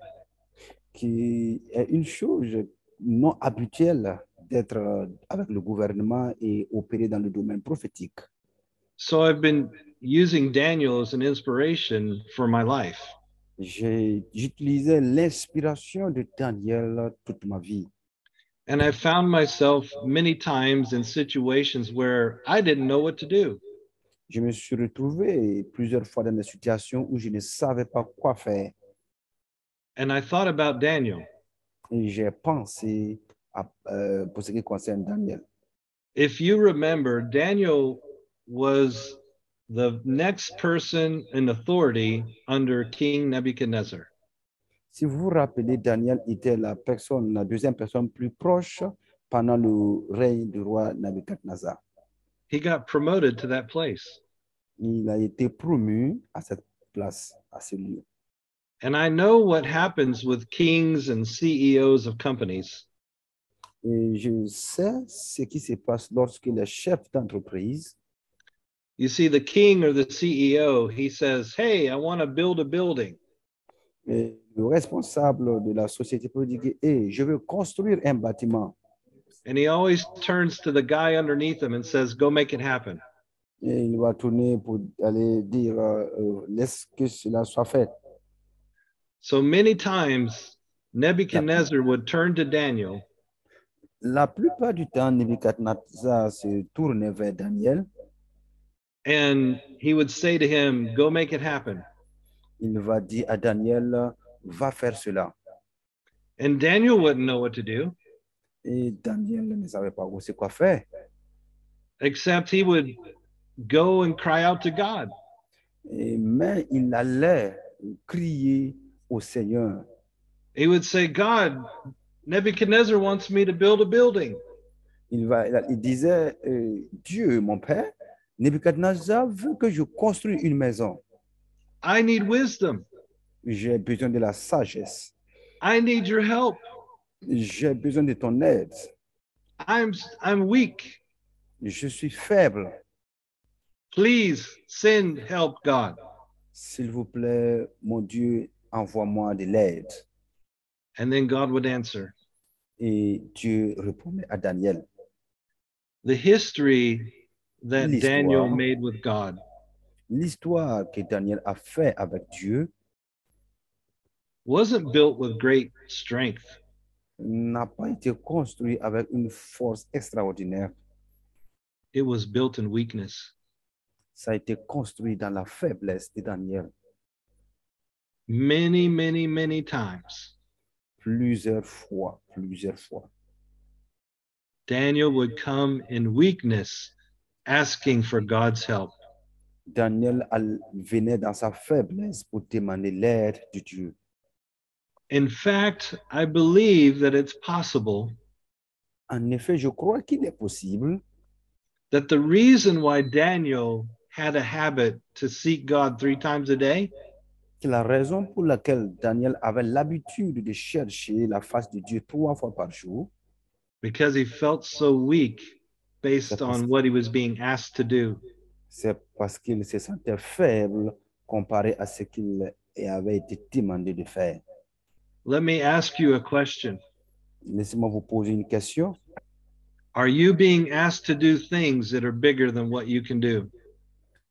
S2: qui est une chose non habituelle d'être euh, avec le gouvernement et opérer dans le domaine prophétique.
S10: So I've been using Daniel as an inspiration for my life.
S2: J'ai- J'utilisais l'inspiration de Daniel toute ma vie.
S10: And I found myself many times in situations where I didn't know what to do.
S2: Je me suis retrouvé plusieurs fois dans des situations où je ne savais pas quoi faire.
S10: And I thought about Daniel.
S2: Et j'ai pensé à, euh, pour ce qui concerne Daniel.
S10: If you remember, Daniel was the next person in authority under King Nebuchadnezzar.
S2: Si vous vous rappelez, Daniel était la personne, la deuxième personne plus proche pendant le règne du roi Nabucodonosor.
S10: He got promoted to that place.
S2: Il a été promu à cette place, à ce lieu.
S10: And I know what happens with kings and CEOs of companies.
S2: Et je sais ce qui se passe lorsque les chefs d'entreprise,
S10: You see, the king or the CEO, he says, Hey, I want to build a building.
S2: et le responsable de la société peut dire que, Hey, je veux construire un bâtiment.
S10: And he always turns to the guy underneath him and says, Go make it happen.
S2: Et il va tourner pour aller dire, euh, euh, laisse que cela soit fait.
S10: So many times, Nebuchadnezzar would turn to Daniel
S2: La plupart du temps, Nebuchadnezzar se tourne vers Daniel.
S10: and he would say to him, Go make it happen.
S2: Il va dire à Daniel, va faire cela.
S10: And Daniel wouldn't know what to do,
S2: Et Daniel ne savait pas aussi quoi faire,
S10: except he would go and cry out to God.
S2: Et- mais il allait crier au Seigneur.
S10: He would say, God, Nebuchadnezzar wants me to build a building.
S2: Il, va, il disait, euh, Dieu, mon père, Nebuchadnezzar veut que je construise une maison.
S10: I need wisdom.
S2: J'ai besoin de la sagesse.
S10: I need your help.
S2: J'ai besoin de ton aide.
S10: I'm I'm weak.
S2: Je suis faible.
S10: Please send help, God.
S2: S'il vous plaît, mon Dieu, envoie-moi de l'aide.
S10: And then God would answer.
S2: Et Dieu répondait à Daniel.
S10: The history that
S2: L'histoire.
S10: Daniel made with God.
S2: L'histoire que Daniel a fait avec Dieu
S10: wasn't built with great strength.
S2: n'a pas été construite avec une force extraordinaire.
S10: It was built in weakness.
S2: Ça a été construit dans la faiblesse de Daniel
S10: Many, many, many times.
S2: plusieurs fois, plusieurs fois.
S10: Daniel would come in weakness, asking for God's help.
S2: Daniel all- venait dans sa faiblesse pour demander l'aide de Dieu.
S10: In fact, I believe that it's possible
S2: En effet, je crois qu'il est possible
S10: that the reason why Daniel had a habit to seek God three times a day
S2: que la raison pour laquelle Daniel avait l'habitude de chercher la face de Dieu trois fois par jour,
S10: because he felt so weak based
S2: That's-
S10: on what he was being asked to do.
S2: c'est parce qu'il se sentait faible comparé à ce qu'il avait été demandé de faire.
S10: Let me ask you a question.
S2: Laissez-moi vous poser une question.
S10: Are you being asked to do things that are bigger than what you can do?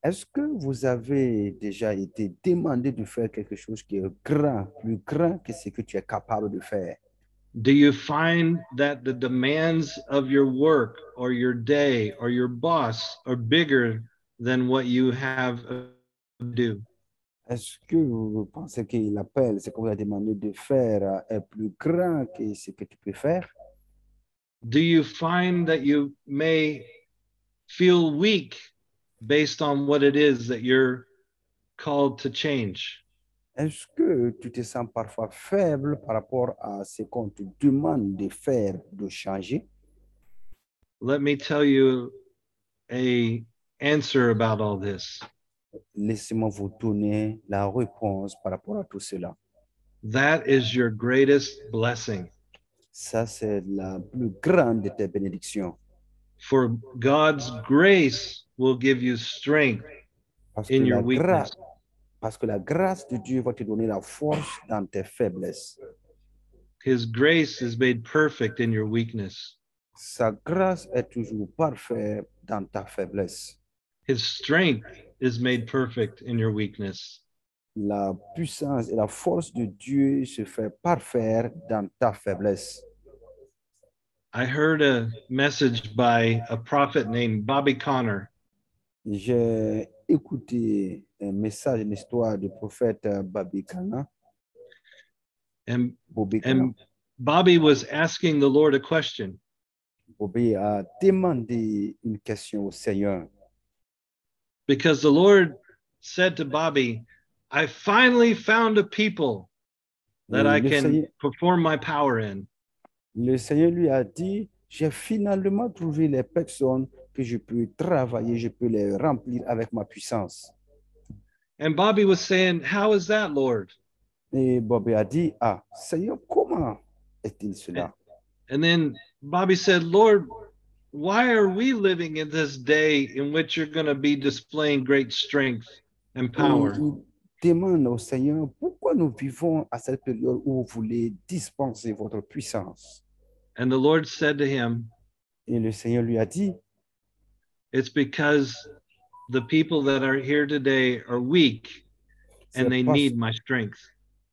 S2: Est-ce que vous avez déjà été demandé de faire quelque chose qui est grand, plus grand que ce que tu es capable de faire?
S10: Do you find that the demands of your work or your day or your boss are bigger than what you have to do?
S2: Est-ce que vous pensez que l'appel, ce qu'on vous a demandé de faire, euh, est plus grand que ce que tu peux faire?
S10: do you find that you may feel weak based on what it is that you're called to change?
S2: Est-ce que tu te sens parfois faible par rapport à ce qu'on te demande de faire, de changer
S10: Let me tell you a answer about all this.
S2: Laissez-moi vous donner la réponse par rapport à tout cela.
S10: That is your greatest blessing.
S2: Ça, c'est la plus grande de tes bénédictions.
S10: For God's grace will give you strength
S2: Parce que,
S10: in
S2: la
S10: your weakness.
S2: grâce, parce que la grâce de Dieu va te donner la force dans tes faiblesses.
S10: His grace is made perfect in your weakness.
S2: Sa grâce est toujours parfaite dans ta faiblesse.
S10: His strength is made perfect in your weakness.
S2: La puissance et la force de Dieu se fait parfaire dans ta faiblesse.
S10: I heard a message by a prophet named Bobby Connor.
S2: J'ai écouté un message, une histoire du prophète euh, Babi Kana,
S10: And,
S2: Bobby Kana.
S10: and Bobby was asking the Lord a question.
S2: Bobby a demandé une question au Seigneur
S10: because the Lord said to Bobby, I finally found a people that
S2: Oui,
S10: I
S2: le
S10: can
S2: Seigneur-
S10: perform my power in.
S2: Le Seigneur lui a dit, j'ai finalement trouvé les personnes que je peux travailler, je peux les remplir avec ma puissance.
S10: And Bobby was saying, How is that, Lord?
S2: Et Bobby a dit, ah, Seigneur, comment est-il cela?
S10: And then Bobby said, Lord, why are we living in this day in which you're going to be displaying great strength and
S2: Et
S10: power?
S2: il demande au Seigneur, pourquoi nous vivons à cette période où vous voulez dispenser votre puissance?
S10: And the Lord said to him,
S2: Et le Seigneur lui a dit,
S10: It's because the people that are here today are weak
S2: c'est
S10: and they
S2: parce-
S10: need my strength.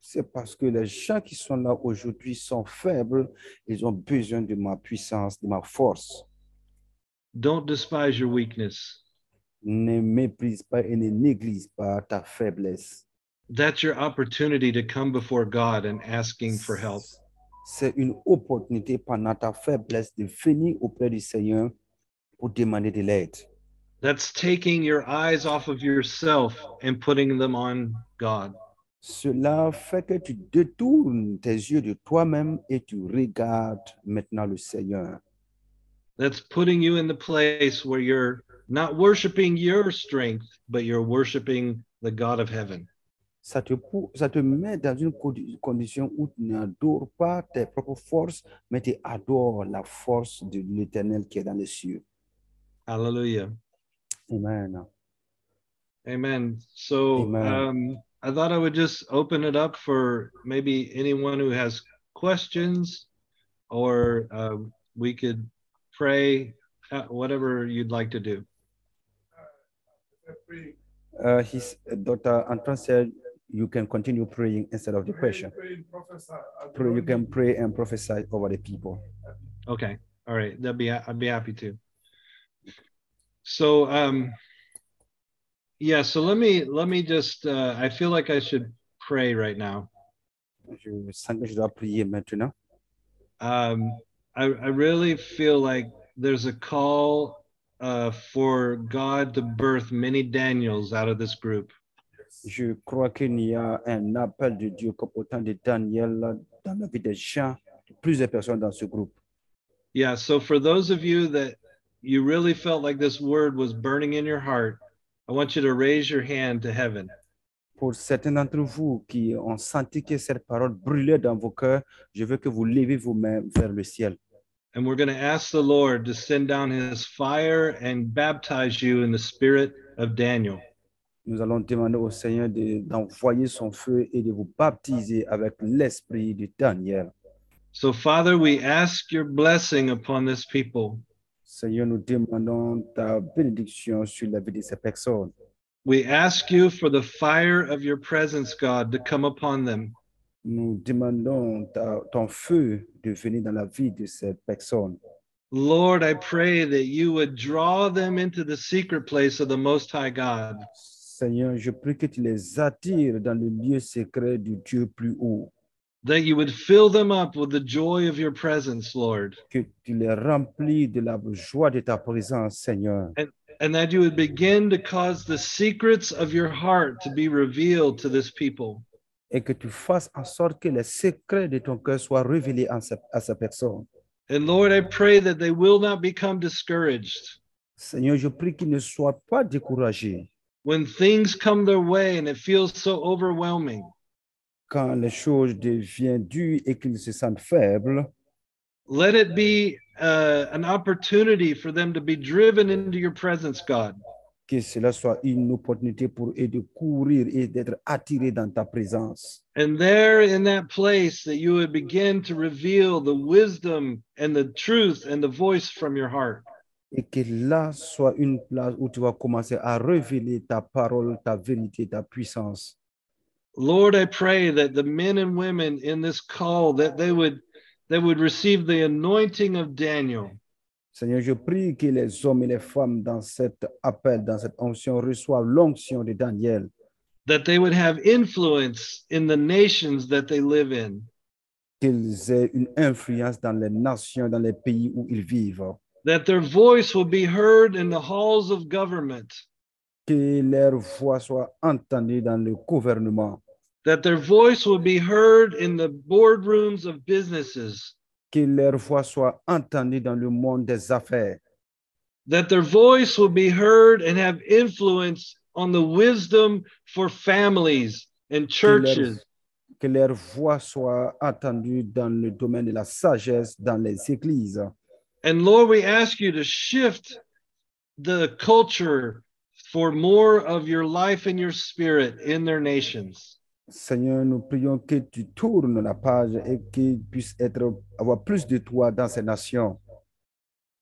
S2: c'est parce que les gens qui sont là aujourd'hui sont faibles, ils ont besoin de ma puissance, de ma force.
S10: Don't despise your weakness.
S2: ne méprise pas et ne néglige pas ta faiblesse.
S10: that's your opportunity to come before God and asking for help.
S2: C'est une opportunité pendant ta faiblesse de venir auprès du Seigneur pour demander de l'aide.
S10: That's taking your eyes off of yourself and putting them on God.
S2: Cela fait que tu détournes tes yeux de toi-même et tu regardes maintenant le Seigneur.
S10: That's putting you in the place where you're not worshiping your strength, but you're worshiping the God of heaven.
S2: Ça te, pou- ça te met dans une condi- condition où tu n'adores pas tes propres forces, mais tu adores la force de l'Éternel qui est dans les cieux.
S10: Hallelujah.
S2: Amen.
S10: Amen. So
S2: Amen.
S10: um, I thought I would just open it up for maybe anyone who has questions, or uh, we could pray, uh, whatever you'd like to do.
S3: Pray.
S2: Uh, his daughter Antoine said, "You can continue praying instead of the
S3: Pray,
S2: question.
S3: pray in prophesy. I do
S2: Pray, you
S3: not
S2: can
S3: need-
S2: pray and prophesy over the people."
S10: Okay. All right. That'd be I'd be happy to. So um yeah, so let me let me just uh I feel like I should pray right now.
S2: Je sens que je dois prier maintenant.
S10: Um I I really feel like there's a call uh for God to birth many Daniels out of this group.
S2: Je crois qu'il y a un appel de Dieu comme autant de Daniel dans la vie des gens, de plusieurs personnes dans ce groupe.
S10: Yeah, so for those of you that you really felt like this word was burning in your heart, I want you to raise your hand to heaven.
S2: Pour certains d'entre vous qui ont senti que cette parole brûlait dans vos cœurs, je veux que vous levez vos mains vers le ciel.
S10: And we're going to ask the Lord to send down his fire and baptize you in the spirit of Daniel.
S2: Nous allons demander au Seigneur de- d'envoyer son feu et de vous baptiser avec l'esprit de Daniel.
S10: So, Father, we ask your blessing upon this people.
S2: Seigneur, nous demandons ta bénédiction sur la vie de ces personnes.
S10: We ask you for the fire of your presence, God, to come upon them.
S2: Nous demandons ta- ton feu de venir dans la vie de ces personnes.
S10: Lord, I pray that you would draw them into the secret place of the Most High God.
S2: Seigneur, je prie que tu les attires dans le lieu secret du Dieu plus haut.
S10: that you would fill them up with the joy of your presence, Lord,
S2: que tu les remplis de la joie de ta présence, Seigneur,
S10: and that you would begin to cause the secrets of your heart to be revealed to this people.
S2: et que tu fasses en sorte que les secrets de ton cœur soient révélés en ce- à ces personnes.
S10: And Lord, I pray that they will not become discouraged
S2: Seigneur, je prie qu'ils ne soient pas découragés
S10: when things come their way and it feels so overwhelming.
S2: quand les choses deviennent dures et qu'ils se sentent faibles.
S10: Let it be uh, an opportunity for them to be driven into your presence, God.
S2: Que cela soit une opportunité pour eux de courir et d'être attirés dans ta présence.
S10: And there in that place that you would begin to reveal the wisdom and the truth and the voice from your heart.
S2: Et que là soit une place où tu vas commencer à révéler ta parole, ta vérité, ta puissance.
S10: Lord, I pray that the men and women in this call that they would they would receive the anointing of Daniel.
S2: Seigneur, je prie que les hommes et les femmes dans cet appel, dans cette onction, reçoivent l'onction de Daniel,
S10: that they would have influence in the nations that they live in,
S2: qu'ils aient une influence dans les nations, dans les pays où ils vivent,
S10: that their voice will be heard in the halls of government,
S2: que leur voix soit entendue dans le gouvernement,
S10: that their voice will be heard in the boardrooms of businesses,
S2: que leur voix soit entendue dans le monde des affaires,
S10: that their voice will be heard and have influence on the wisdom for families and
S2: que leur-
S10: churches,
S2: que leur voix soit entendue dans le domaine de la sagesse, dans les églises.
S10: And Lord, we ask you to shift the culture for more of your life and your spirit in their nations.
S2: Seigneur, nous prions que tu tournes la page et qu'ils puissent être, avoir plus de toi dans ces nations.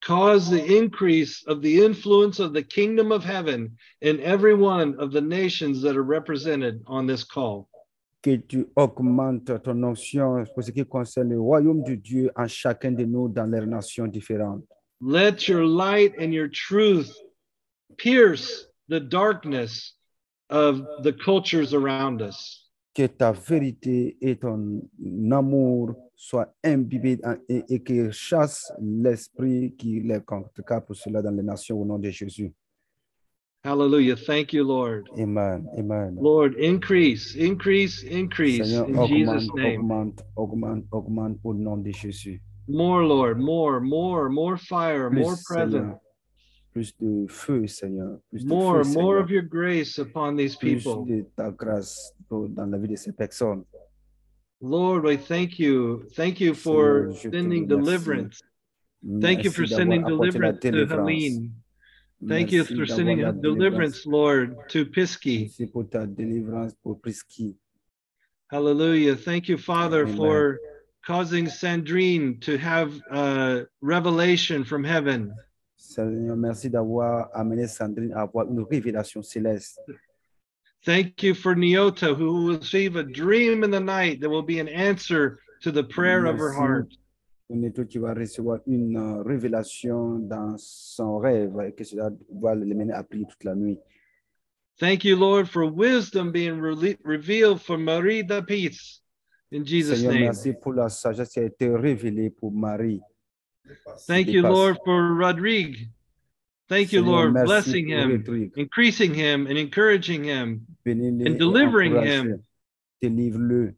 S10: cause the increase of the influence of the kingdom of heaven in every one of the nations that are represented on this call.
S2: que tu augmentes ton onction pour ce qui concerne le royaume de Dieu en chacun de nous dans les nations différentes.
S10: Let your light and your truth pierce the darkness of the cultures around us.
S2: Que ta vérité et ton amour soient imbibés en- et, et que chasse l'esprit qui les contrecarre pour cela dans les nations au nom de Jésus.
S10: Hallelujah. Thank you, Lord.
S2: Amen. Amen.
S10: Lord, increase, increase, increase
S2: Seigneur,
S10: in Jesus'
S2: augmente,
S10: name.
S2: augmente, augmente, augmente au nom de Jésus.
S10: More, Lord, more, more, more fire,
S2: Plus,
S10: more presence,
S2: Seigneur, plus de feu, Seigneur. Plus de
S10: more,
S2: feu,
S10: more
S2: Seigneur.
S10: of your grace upon these
S2: Plus
S10: people.
S2: de ta grâce dans dans la vie de ces personnes.
S10: Lord, I thank you. Thank you
S2: Seigneur,
S10: for
S2: je te
S10: sending
S2: remercie.
S10: deliverance. Thank you for
S2: Merci
S10: sending
S2: d'avoir apporté la
S10: deliverance to
S2: délivrance.
S10: Helene. Thank you
S2: Merci
S10: for
S2: d'avoir
S10: sending
S2: la délivrance.
S10: deliverance, Lord, to Piski.
S2: Merci pour ta délivrance pour Prisky.
S10: Hallelujah. Thank you, Father,
S2: Amen.
S10: for causing Sandrine to have uh, revelation from heaven.
S2: Seigneur, merci d'avoir amené Sandrine à avoir une révélation céleste.
S10: Thank you for Nyota, who will receive a dream in the night that will be an answer to the prayer of her
S2: Merci.
S10: heart.
S2: Oneto qui va recevoir une euh, révélation dans son rêve et que cela va le mener à prier toute la nuit.
S10: Thank you, Lord, for wisdom being rele- revealed for Marie da Peace. In Jesus'
S2: Seigneur,
S10: name.
S2: merci pour la sagesse qui a été révélée pour Marie.
S10: Thank
S2: Des
S10: you,
S2: passes.
S10: Lord, for Rodrigue. Thank you,
S2: Seigneur,
S10: Lord,
S2: merci
S10: blessing
S2: pour
S10: him,
S2: Rodrigue.
S10: increasing him, and encouraging him.
S2: Bénis-le
S10: and
S2: et
S10: delivering
S2: encourage-le.
S10: him.
S2: Délivre-le.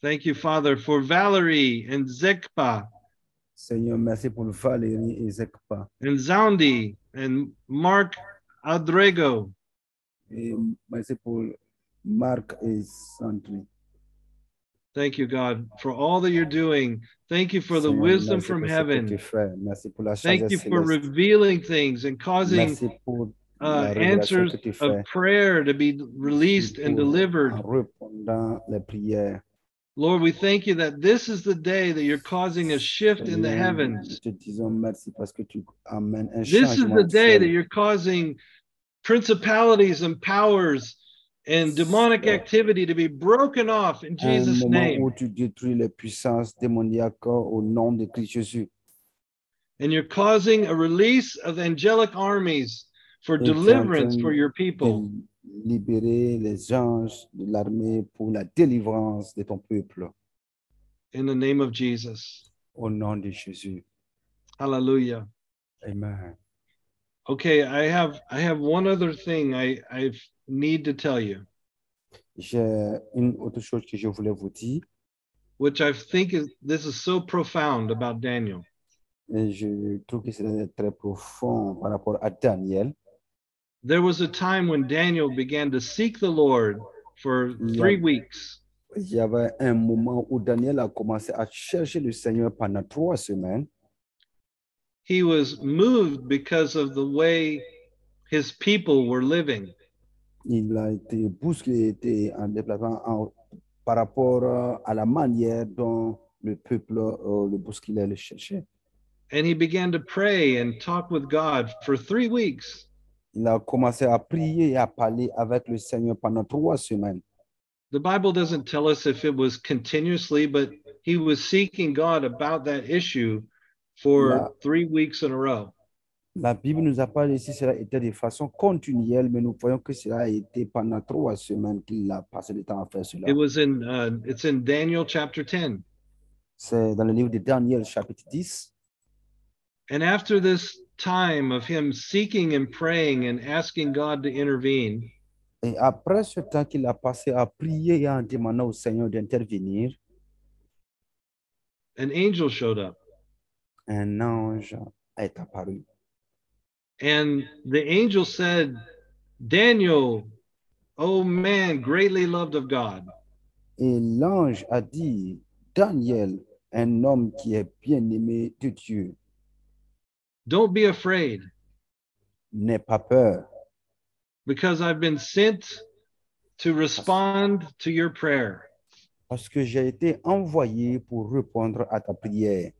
S10: Thank you, Father, for Valerie and Zekpa
S2: Seigneur, merci pour Valérie et Zekpa.
S10: and Zoundi and Mark Adrego.
S2: Et merci pour Marc et Sandrine.
S10: Thank you, God, for all that you're doing. Thank you for the
S2: Seigneur,
S10: wisdom
S2: merci
S10: from
S2: pour ce que tu
S10: heaven.
S2: fais. Merci pour la
S10: Thank you
S2: sagesse
S10: for
S2: céleste.
S10: revealing things and causing
S2: Merci pour
S10: uh,
S2: la révélation
S10: answers
S2: que tu
S10: of
S2: fais.
S10: prayer to be
S2: Merci
S10: released and
S2: pour-
S10: delivered.
S2: en répondant les prières.
S10: Lord, we thank you that this is the day that you're causing a shift in the
S2: Seigneur,
S10: heavens.
S2: nous te disons merci parce que tu amènes un
S10: This is
S2: changement
S10: the
S2: au
S10: day that
S2: ciel.
S10: you're causing principalities and powers and demonic
S2: Yeah.
S10: activity to be broken off in
S2: Un
S10: Jesus'
S2: moment où
S10: name.
S2: tu détruis les puissances démoniaques au nom de Christ Jésus.
S10: And you're causing a release of angelic armies for
S2: Et tu es en train
S10: deliverance for your
S2: de
S10: people.
S2: libérer les anges de l'armée pour la délivrance de ton peuple.
S10: in the name of Jesus.
S2: Au nom de Jésus.
S10: Hallelujah.
S2: Amen.
S10: Okay, I have I have one other thing I I need to tell you,
S2: J'ai Euh, une autre chose que je voulais vous dire.
S10: which I think is this is so profound about Daniel.
S2: Et je trouve que c'est très profond par rapport à Daniel.
S10: There was a time when Daniel began to seek the Lord for three
S2: Yeah.
S10: weeks.
S2: Il y avait un moment où Daniel a commencé à chercher le Seigneur pendant trois semaines.
S10: He was moved because of the way his people were living.
S2: Il a été bousculé, il a été en déplacement en- par rapport euh, à la manière dont le peuple euh, le bousculait, le cherchait.
S10: And he began to pray and talk with God for three weeks.
S2: Il a commencé à prier et à parler avec le Seigneur pendant trois semaines.
S10: The Bible doesn't tell us if it was continuously, but he was seeking God about that issue for
S2: Yeah.
S10: three weeks in a row.
S2: La Bible nous a parlé si cela était de façon continuelle, mais nous voyons que cela a été pendant trois semaines qu'il a passé le temps à faire cela.
S10: It was in uh, it's in Daniel chapter 10.
S2: C'est dans le livre de Daniel, chapitre 10.
S10: And after this time of him seeking and praying and asking God to intervene,
S2: Et après ce temps qu'il a passé à prier et en demandant au Seigneur d'intervenir,
S10: an angel showed up.
S2: un ange est apparu.
S10: And the angel said, Daniel, oh man, greatly loved of God,
S2: Et l'ange a dit, Daniel, un homme qui est bien-aimé de Dieu,
S10: don't be afraid
S2: n'aie pas peur,
S10: because I've been sent to respond to your prayer.
S2: parce que j'ai été envoyé pour répondre à ta prière.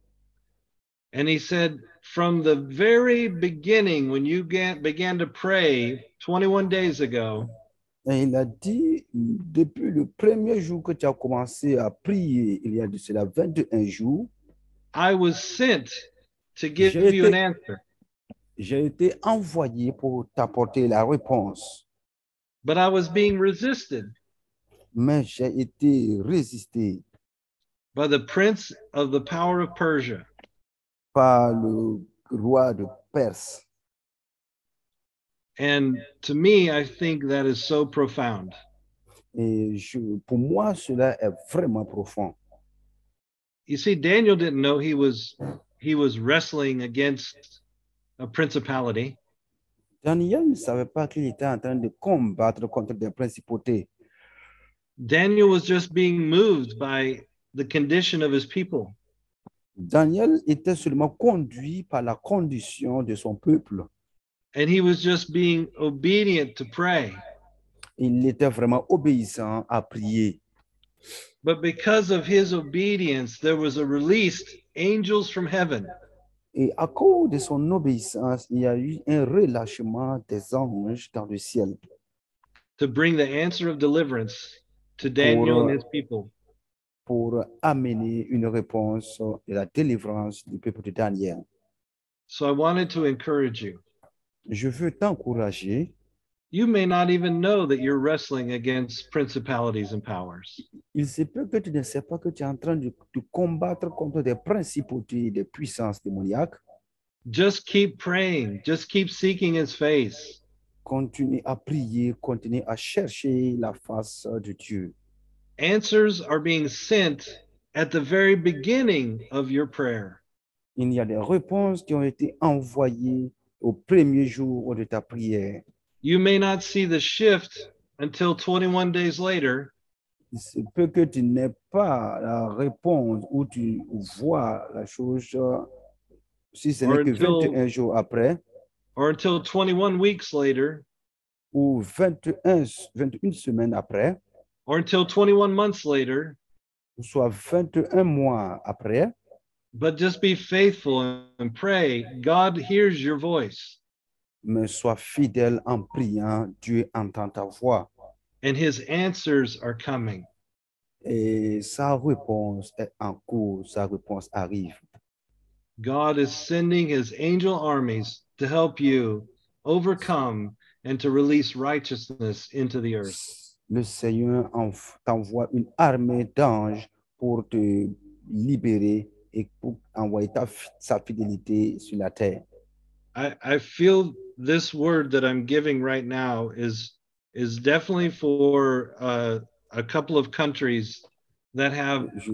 S10: And he said, From the very beginning, when you ga- began to pray 21 days ago,
S2: Et il a dit, depuis le premier jour que tu as commencé à prier, il y a de cela 21 jours,
S10: I was sent to give
S2: J'ai
S10: you an
S2: été-
S10: answer,
S2: j'ai été envoyé pour t'apporter la réponse,
S10: but I was being resisted
S2: mais j'ai été résisté
S10: by the prince of the power of Persia.
S2: par le roi de Perse.
S10: And to me, I think that is so profound.
S2: Et je- pour moi, cela est vraiment profond.
S10: You see, Daniel didn't know he was he was wrestling against a principality.
S2: Daniel ne savait pas qu'il était en train de combattre contre des principautés.
S10: Daniel was just being moved by the condition of his people.
S2: Daniel était seulement conduit par la condition de son peuple.
S10: And he was just being obedient to pray.
S2: Il était vraiment obéissant à prier.
S10: But because of his obedience, there was a released angels from heaven.
S2: Et à cause de son obéissance, il y a eu un relâchement des anges dans le ciel
S10: to bring the answer of deliverance to Daniel and his people.
S2: pour amener une réponse et la délivrance du peuple de Daniel.
S10: So I wanted to encourage you.
S2: Je veux t'encourager.
S10: You may not even know that you're wrestling against principalities and powers.
S2: Il se peut que tu ne sais pas que tu es en train de, de combattre contre des principautés, des puissances démoniaques.
S10: Just keep praying, just keep seeking his face.
S2: Continue à prier, continue à chercher la face de Dieu.
S10: Answers are being sent at the very beginning of your prayer.
S2: Il y a des réponses qui ont été envoyées au premier jour de ta prière.
S10: You may not see the shift until 21 days later,
S2: il se peut que tu n'aies pas la réponse ou tu vois la chose, euh, si ce n'est que
S10: Until-
S2: 21 jours après
S10: or until 21 weeks later,
S2: ou 21, 21 semaines après,
S10: or until 21 months later,
S2: ou soit 21 mois après,
S10: But just be faithful and pray. God hears your voice,
S2: mais sois fidèle en priant, Dieu entend ta voix
S10: and his answers are coming.
S2: et sa réponse est en cours, sa réponse arrive.
S10: God is sending his angel armies to help you overcome and to release righteousness into the earth.
S2: Le Seigneur env- t'envoie une armée d'anges pour te libérer et pour envoyer ta fi- sa fidélité sur la terre.
S10: I, I feel this word that I'm giving right now is is definitely for uh, a couple of countries that have
S2: Je,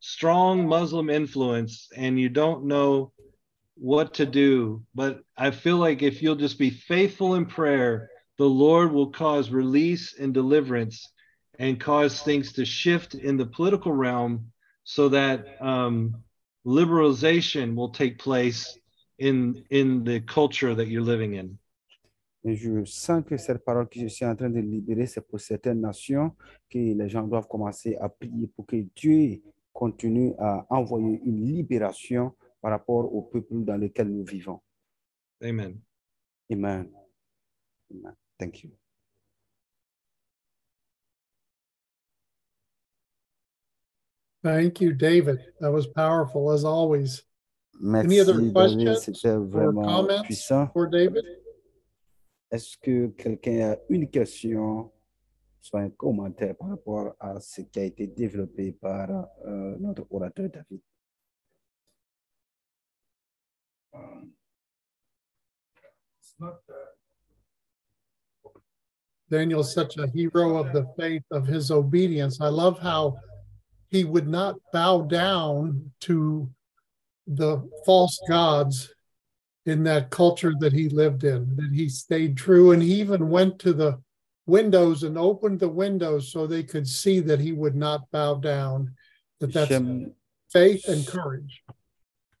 S10: strong Muslim influence and you don't know what to do. But I feel like if you'll just be faithful in prayer, the Lord will cause release and deliverance and cause things to shift in the political realm so that um, liberalization will take place in in the culture that you're living in.
S2: Et je sens que cette parole que je suis en train de libérer, c'est pour certaines nations que les gens doivent commencer à prier pour que Dieu continue à envoyer une libération par rapport au peuple dans lequel nous vivons.
S10: Amen.
S2: Amen. Amen. Thank you.
S5: Thank you, David. That was powerful as always.
S2: Merci,
S5: other
S2: David.
S5: questions
S2: C'était
S5: Or
S2: vraiment
S5: comments
S2: puissant.
S5: for David?
S2: Est-ce que quelqu'un a une question, soit un commentaire par rapport à ce qui a été développé par euh, notre orateur David?
S3: It's not uh,
S5: Daniel's such a hero of the faith of his obedience. I love how he would not bow down to the false gods in that culture that he lived in, that he stayed true. And he even went to the windows and opened the windows so they could see that he would not bow down, that that's
S2: J'aime-
S5: faith and courage.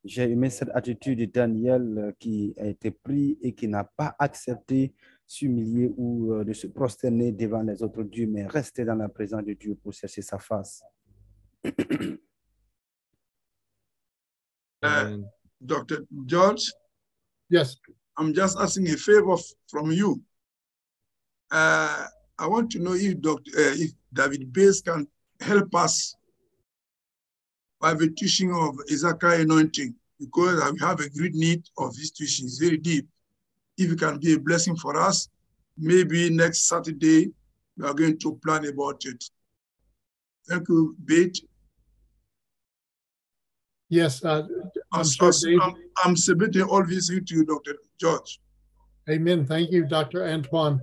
S2: J'ai aimé cette attitude de Daniel euh, qui a été pris et qui n'a pas accepté s'humilier ou euh, de se prosterner devant les autres dieux, mais rester dans la présence de Dieu pour chercher sa face.
S10: Amen.
S3: Dr. Uh, George,
S5: Yes,
S3: I'm just asking a favor f- from you. Uh, I want to know if Dr. Uh, if David Bates can help us by the teaching of Ezekiel anointing, because I have a great need of this teaching. It's very deep. If it can be a blessing for us, maybe next Saturday we are going to plan about it. Thank you, Bates.
S5: yes. Uh,
S3: I'm,
S5: I'm sure Dave-
S3: I'm, I'm submitting all this to you, Dr. George.
S5: Amen. Thank you, Dr. Antoine.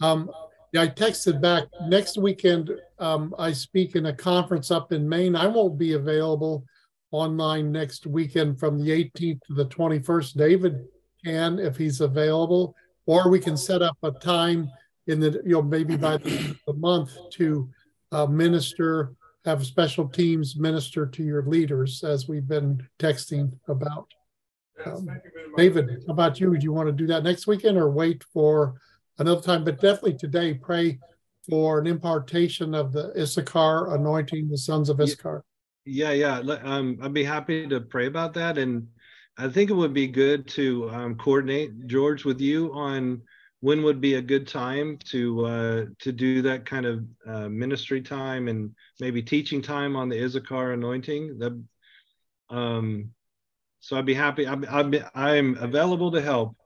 S5: Um, yeah, I texted back next weekend. Um, I speak in a conference up in Maine. I won't be available online next weekend from the 18th to the 21st. David can, if he's available, or we can set up a time in the, you know, maybe by the end of the month to uh, minister, have special teams minister to your leaders as we've been texting about. Um, David, how about you? Do you want to do that next weekend or wait for another time? But definitely today, pray for an impartation of the Issachar anointing, the sons of
S10: Yeah.
S5: Issachar.
S10: Yeah, yeah. le- Um, I'd be happy to pray about that. And I think it would be good to um, coordinate, George, with you on when would be a good time to uh, to do that kind of uh, ministry time and maybe teaching time on the Issachar anointing. The, um, so I'd be happy. I'm, I'm, I'm available to help.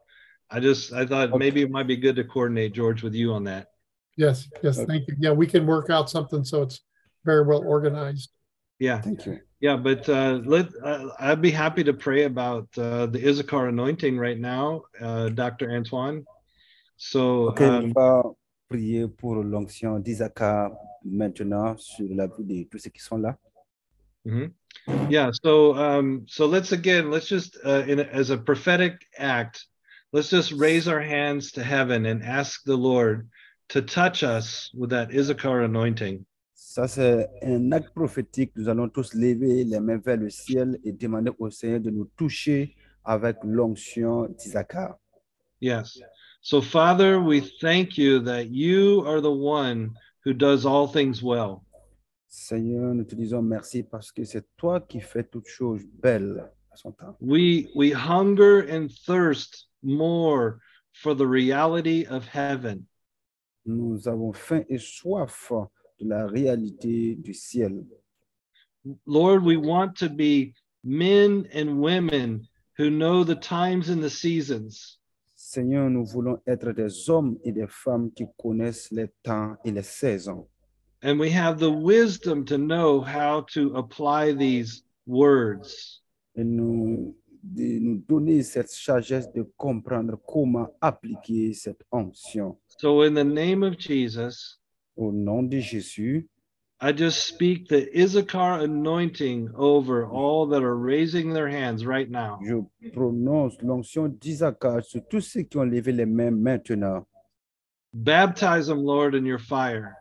S10: I just I thought
S2: Okay.
S10: maybe it might be good to coordinate, George, with you on that.
S5: Yes, yes, thank you. Yeah, we can work out something so it's very well organized.
S10: Yeah.
S2: Thank you.
S10: Yeah, but uh, let uh, I'd be happy to pray about uh, the Issachar anointing right now, uh, Doctor Antoine. So
S2: Ok,
S10: um,
S2: on va prier pour l'onction d'Isaac maintenant sur la vie de tous ceux qui sont là.
S10: yeah, so um, so let's again let's just uh, in, as a prophetic act, let's just raise our hands to heaven and ask the Lord to touch us with that Issachar anointing.
S2: Ça, c'est un acte prophétique. Nous allons tous lever les mains vers le ciel et demander au Seigneur de nous toucher avec l'onction d'Isaac.
S10: Yes. So Father, we thank you that you are the one who does all things well.
S2: Seigneur, nous te disons merci parce que c'est toi qui fais toutes choses belles à son temps.
S10: We we hunger and thirst more for the reality of heaven.
S2: Nous avons faim et soif de la réalité du ciel.
S10: Lord, we want to be men and women who know the times and the seasons.
S2: Seigneur, nous voulons être des hommes et des femmes qui connaissent les temps et les saisons.
S10: And we have the wisdom to know how to apply these words.
S2: Et nous, de nous donner cette sagesse de comprendre comment appliquer cette onction.
S10: So, in the name of Jesus,
S2: Au nom de Jésus,
S10: I just speak the Issachar anointing over all that are raising their hands right now.
S2: je prononce l'onction d'Isaac sur tous ceux qui ont levé les mains maintenant.
S10: Baptize them, Lord, in your fire.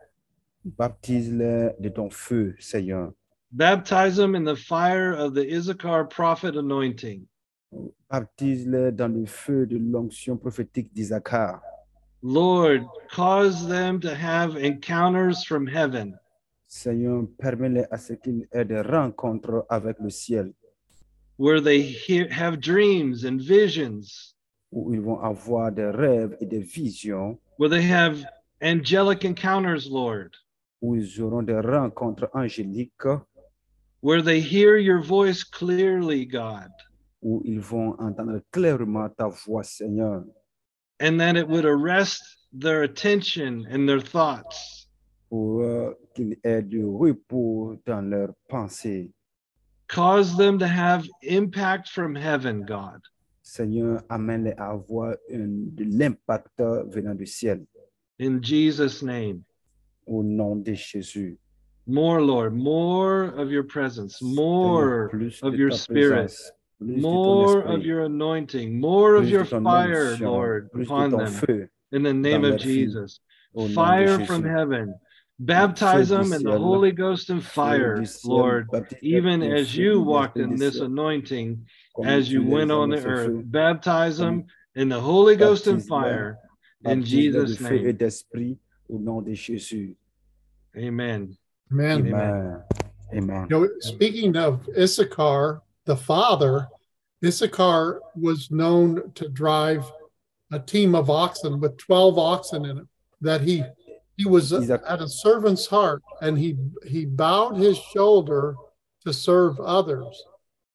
S2: Baptise-les de ton feu, Seigneur.
S10: Baptize them in the fire of the Issachar prophet anointing.
S2: Baptise-les dans le feu de l'onction prophétique d'Isaac.
S10: Lord, cause them to have encounters from heaven.
S2: Seigneur, permets-les à ce qu'ils aient des rencontres avec le ciel,
S10: where they hear, have dreams and visions,
S2: où ils vont avoir des rêves et des visions,
S10: where they have angelic encounters, Lord,
S2: où ils auront des rencontres angéliques,
S10: where they hear your voice clearly, God,
S2: où ils vont entendre clairement ta voix, Seigneur,
S10: and that it would arrest their attention and their thoughts.
S2: pour euh, qu'ils aient du repos dans leurs pensées.
S10: Cause them to have impact from heaven, God.
S2: Seigneur, amène-les à avoir une- de l'impact venant du ciel,
S10: In Jesus' name.
S2: au nom de Jésus.
S10: More, Lord, more of your presence,
S2: Seigneur,
S10: more
S2: plus
S10: of
S2: de
S10: your
S2: ta
S10: spirit,
S2: présence, plus de ton
S10: more
S2: esprit,
S10: of your anointing, more of
S2: plus
S10: your
S2: de ton
S10: fire,
S2: onction,
S10: Lord,
S2: plus de
S10: upon
S2: ton
S10: them.
S2: feu,
S10: in the name
S2: dans
S10: of
S2: leur vie.
S10: Jesus.
S2: Au nom de
S10: Fire from
S2: Jésus.
S10: heaven. Baptize
S2: feu du
S10: them in the
S2: ciel,
S10: Holy Ghost and
S2: feu
S10: fire,
S2: du ciel,
S10: Lord.
S2: baptise-les
S10: Even
S2: du
S10: as
S2: feu
S10: you
S2: de
S10: walked
S2: l'esprit du
S10: in this
S2: ciel,
S10: anointing,
S2: comme
S10: as
S2: tu
S10: you went
S2: les as
S10: on
S2: dans
S10: the
S2: ce
S10: earth,
S2: feu,
S10: baptize
S2: comme
S10: them in the Holy Ghost and
S2: baptise-les,
S10: fire, in
S2: baptise-les de
S10: Jesus'
S2: feu et
S10: name.
S2: d'esprit, au nom de Jésus.
S10: Amen.
S5: Amen.
S2: Amen. Amen.
S5: You know, speaking of Issachar, the father, Issachar was known to drive a team of oxen with 12 oxen in it that he he was
S2: Isaac-
S5: at a servant's heart and he he bowed his shoulder to serve others.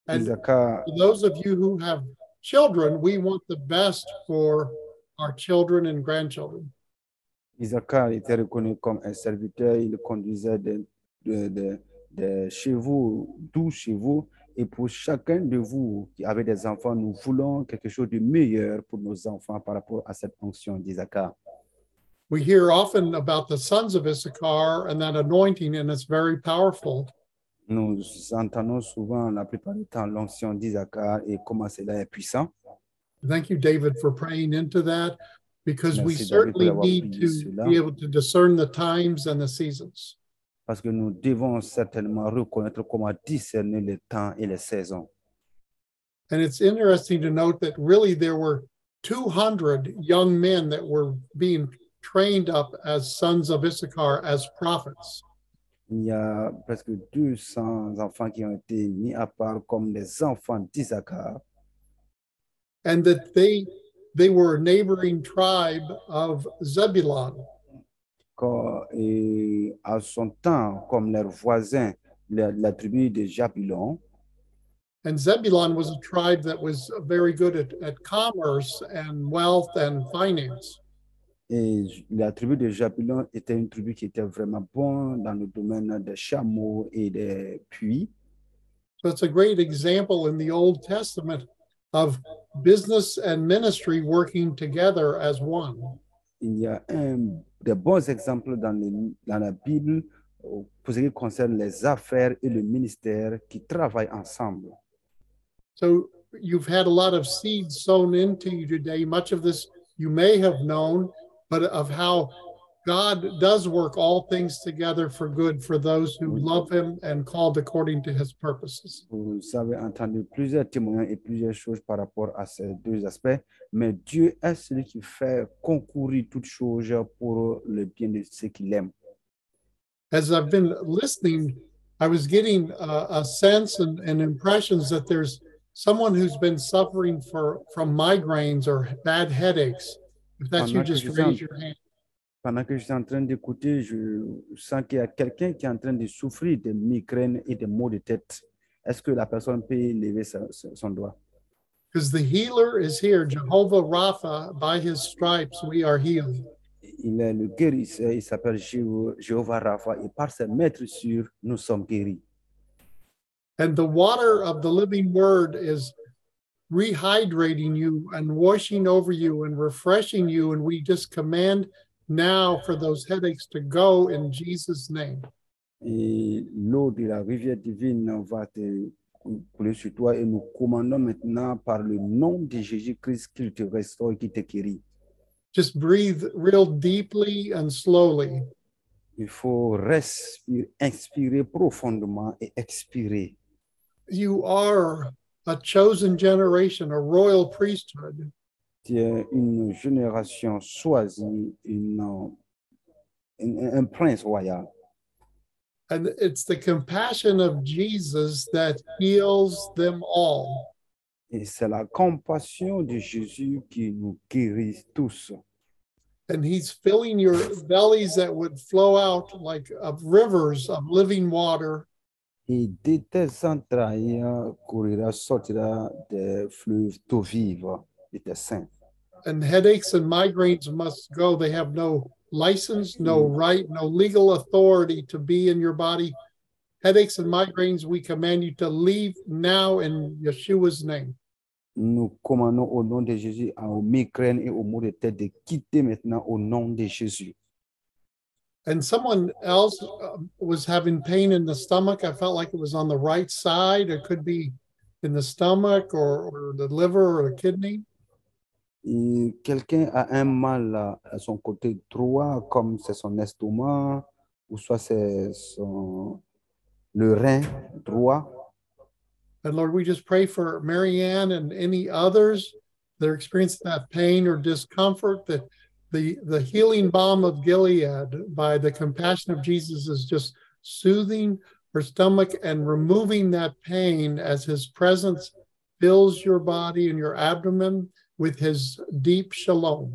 S5: And
S2: Isaac,
S5: for those of you who have children, we want the best for our children and grandchildren.
S2: Isaac était reconnu comme un serviteur. Il conduisait des de, de- des chevaux, douze chevaux. Et pour chacun de vous qui avez des enfants, nous voulons quelque chose de meilleur pour nos enfants par rapport à cette onction d'Isaac.
S5: We hear often about the sons of Issachar and that anointing, and it's very powerful.
S2: Nous entendons souvent la plupart du temps l'onction d'Isaac et comment cela est puissant.
S5: Thank you, David, for praying into that because we
S2: Merci, David, pour
S5: certainly
S2: avoir
S5: need
S2: prié
S5: to
S2: cela.
S5: be able to discern the times and the seasons.
S2: Parce que nous devons certainement reconnaître comment discerner le temps et les saisons.
S5: And it's interesting to note that really there were 200 young men that were being trained up as sons of Issachar as prophets.
S2: Il y a presque 200 enfants qui ont été mis à part comme les enfants d'Isaac.
S5: and that they they were a neighboring tribe of Zebulon.
S2: quand- Et à son temps, comme leurs voisins, la, la tribu de Jabulon.
S5: And Zebulon was a tribe that was very good at, at commerce and wealth and finance.
S2: Et J- la tribu de Jabulon était une tribu qui était vraiment bonne dans le domaine des chameaux et des puits.
S5: So it's a great example in the Old Testament of business and ministry working together as one.
S2: Il y a un, de bons exemples dans, le- dans la Bible euh, pour ce qui concerne les affaires et le ministère qui travaillent ensemble.
S5: So you've had a lot of seeds sown into you today. Much of this you may have known, but of how God does work all things together for good for those who love him and called according to his purposes.
S2: Vous avez entendu plusieurs témoignages et plusieurs choses par rapport à ces deux aspects, mais Dieu est celui qui fait concourir toutes choses pour le bien de ceux qu'il aime.
S5: As I've been listening, I was getting a, a sense and, and impressions that there's someone who's been suffering for from migraines or bad headaches. If that's you,
S2: Pendant que,
S5: just
S2: je suis en,
S5: raise your hand.
S2: pendant que je suis en train d'écouter, je sens qu'il y a quelqu'un qui est en train de souffrir de migraines et de maux de tête. Est-ce que la personne peut lever sa- son son doigt?
S5: because the healer is here, Jehovah Rapha. By his stripes, we are healed.
S2: Il est le guérisseur, il s'appelle Jého- Jéhovah Rapha, et par ses maîtres sûrs, nous sommes guéris.
S5: And the water of the living word is rehydrating you and washing over you and refreshing you. And we just command now for those headaches to go in Jesus' name.
S2: Et l'eau de la rivière divine va te couler sur toi, et nous commandons maintenant par le nom de Jésus-Christ qu'il te restaure et qu'il te guérit.
S5: Just breathe real deeply and slowly.
S2: Il faut respirer, inspirer profondément et expirer.
S5: You are a chosen generation, a royal priesthood.
S2: Tu es une génération choisie, une, euh, un- un- un prince royal.
S5: And it's the compassion of Jesus that heals them all.
S2: Et c'est la compassion de Jésus qui nous guérit tous.
S5: and he's filling your bellies that would flow out like of rivers of living water
S2: Et de tes entrailles courira, sortira des fleuves d'eau vive de tes seins.
S5: and headaches and migraines must go they have no license no
S2: Mm.
S5: right no legal authority to be in your body headaches and migraines we command you to leave now in yeshua's name
S2: Nous commandons au nom de Jésus à- aux migraines et aux maux de tête de quitter maintenant au nom de Jésus.
S5: and someone else um, was having pain in the stomach i felt like it was on the right side it could be in the stomach or, or the liver or the kidney
S2: Et Quelqu'un a un mal à à son côté droit, comme c'est son estomac, ou soit c'est son- le rein droit.
S5: And Lord, we just pray for Marianne and any others that are experiencing that pain or discomfort, that the, the healing balm of Gilead by the compassion of Jesus is just soothing her stomach and removing that pain as his presence fills your body and your abdomen with his deep shalom.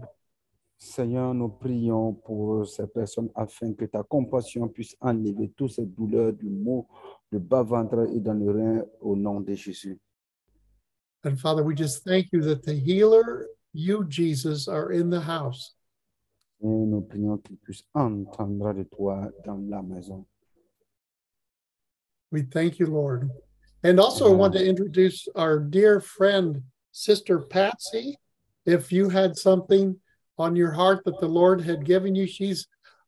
S2: Seigneur, nous prions pour ces personnes afin que ta compassion puisse enlever toutes ces douleurs du mot, du bas-ventre et dans le rein au nom de Jésus.
S5: And Father, we just thank you that the healer, you, Jesus, are in the house.
S2: Et nous prions qu'ils puissent entendre de toi dans la maison.
S5: We thank you, Lord. And also, I want to introduce our dear friend, Sister Patsy. If you had something on your heart that the Lord had given you, she's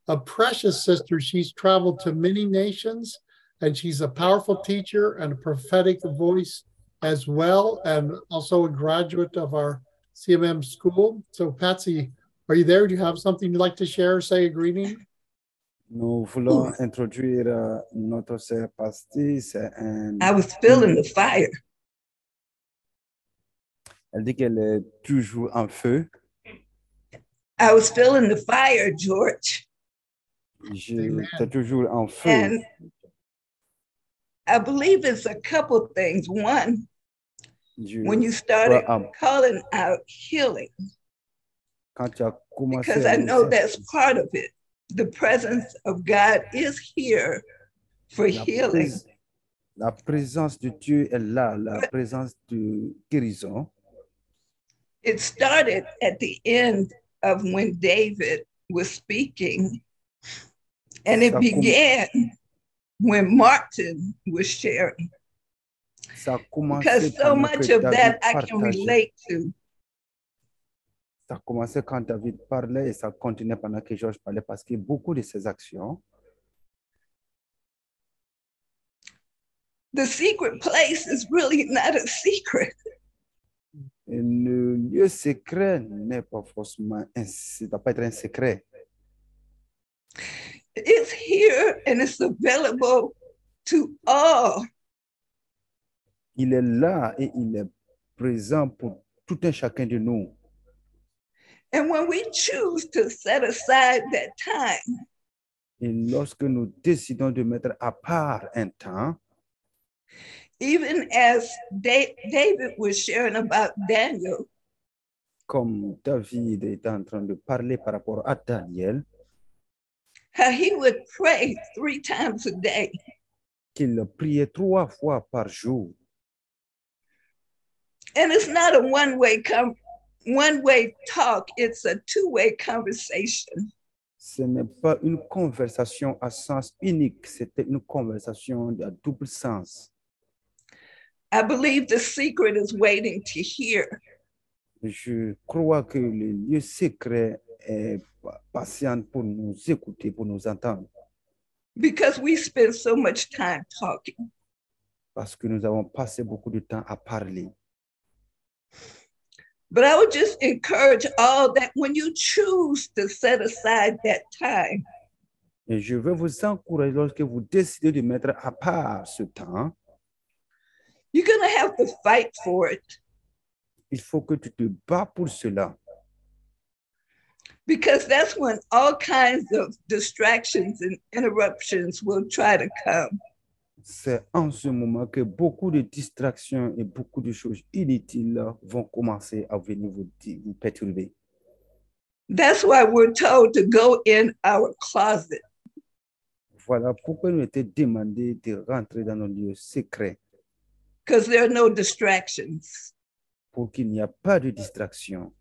S5: a precious sister. She's traveled to many nations and she's a powerful teacher and a prophetic voice as well, and also a graduate of our CMM school. So, Patsy, are you there? Do you have something you'd like to share or say a greeting?
S2: Nous voulons introduire euh, notre sœur Pasti. C'est un-
S11: I was feeling the fire.
S2: Elle dit qu'elle est toujours en feu.
S11: I was feeling the fire, George.
S2: Je- T'es toujours en feu.
S11: And I believe it's a couple things. One,
S2: Je
S11: when you
S2: crois
S11: started
S2: en-
S11: calling out healing,
S2: quand tu as commencé
S11: because
S2: à
S11: I know
S2: laisser-
S11: that's part of it. The presence of God is here for
S2: La
S11: healing.
S2: prés- La présence de Dieu est là, la présence de guérison.
S11: It started at the end of when David was speaking, and it
S2: Ça com-
S11: began when Martin was sharing.
S2: Ça a commencé
S11: because so
S2: pendant que
S11: much of
S2: David
S11: that I can
S2: partageait.
S11: relate to.
S2: Ça a commencé quand David parlait et ça continuait pendant que Georges parlait parce que beaucoup de ses actions,
S11: The secret place is really not a secret.
S2: et le lieu secret n'est pas forcément un, ça doit pas être un secret.
S11: It's here and it's available to all.
S2: Il est là et il est présent pour tout un chacun de nous.
S11: And when we choose to set aside that time,
S2: Et lorsque nous décidons de mettre à part un temps,
S11: even as Da- David was sharing about Daniel,
S2: comme David est en train de parler par rapport à Daniel,
S11: how he would pray three times a day.
S2: qu'il priait trois fois par jour.
S11: And it's not a one way com- one way talk, it's a two way conversation.
S2: Ce n'est pas une conversation à sens unique, c'était une conversation à double sens.
S11: I believe the secret is waiting to hear.
S2: Je crois que le lieu secret est pa- patient pour nous écouter, pour nous entendre,
S11: because we spend so much time talking.
S2: parce que nous avons passé beaucoup de temps à parler.
S11: But I would just encourage all that when you choose to set aside that time,
S2: Et je veux vous encourager lorsque vous décidez de mettre à part ce temps,
S11: you're going to have to fight for it
S2: il faut que tu te bats pour cela,
S11: because that's when all kinds of distractions and interruptions will try to come.
S2: C'est en ce moment que beaucoup de distractions et beaucoup de choses inutiles vont commencer à venir vous, di- vous perturber.
S11: That's why we're told to go in our closet.
S2: Voilà pourquoi nous était demandé de rentrer dans nos lieux secrets
S11: because there are no distractions,
S2: pour qu'il n'y a pas de distraction,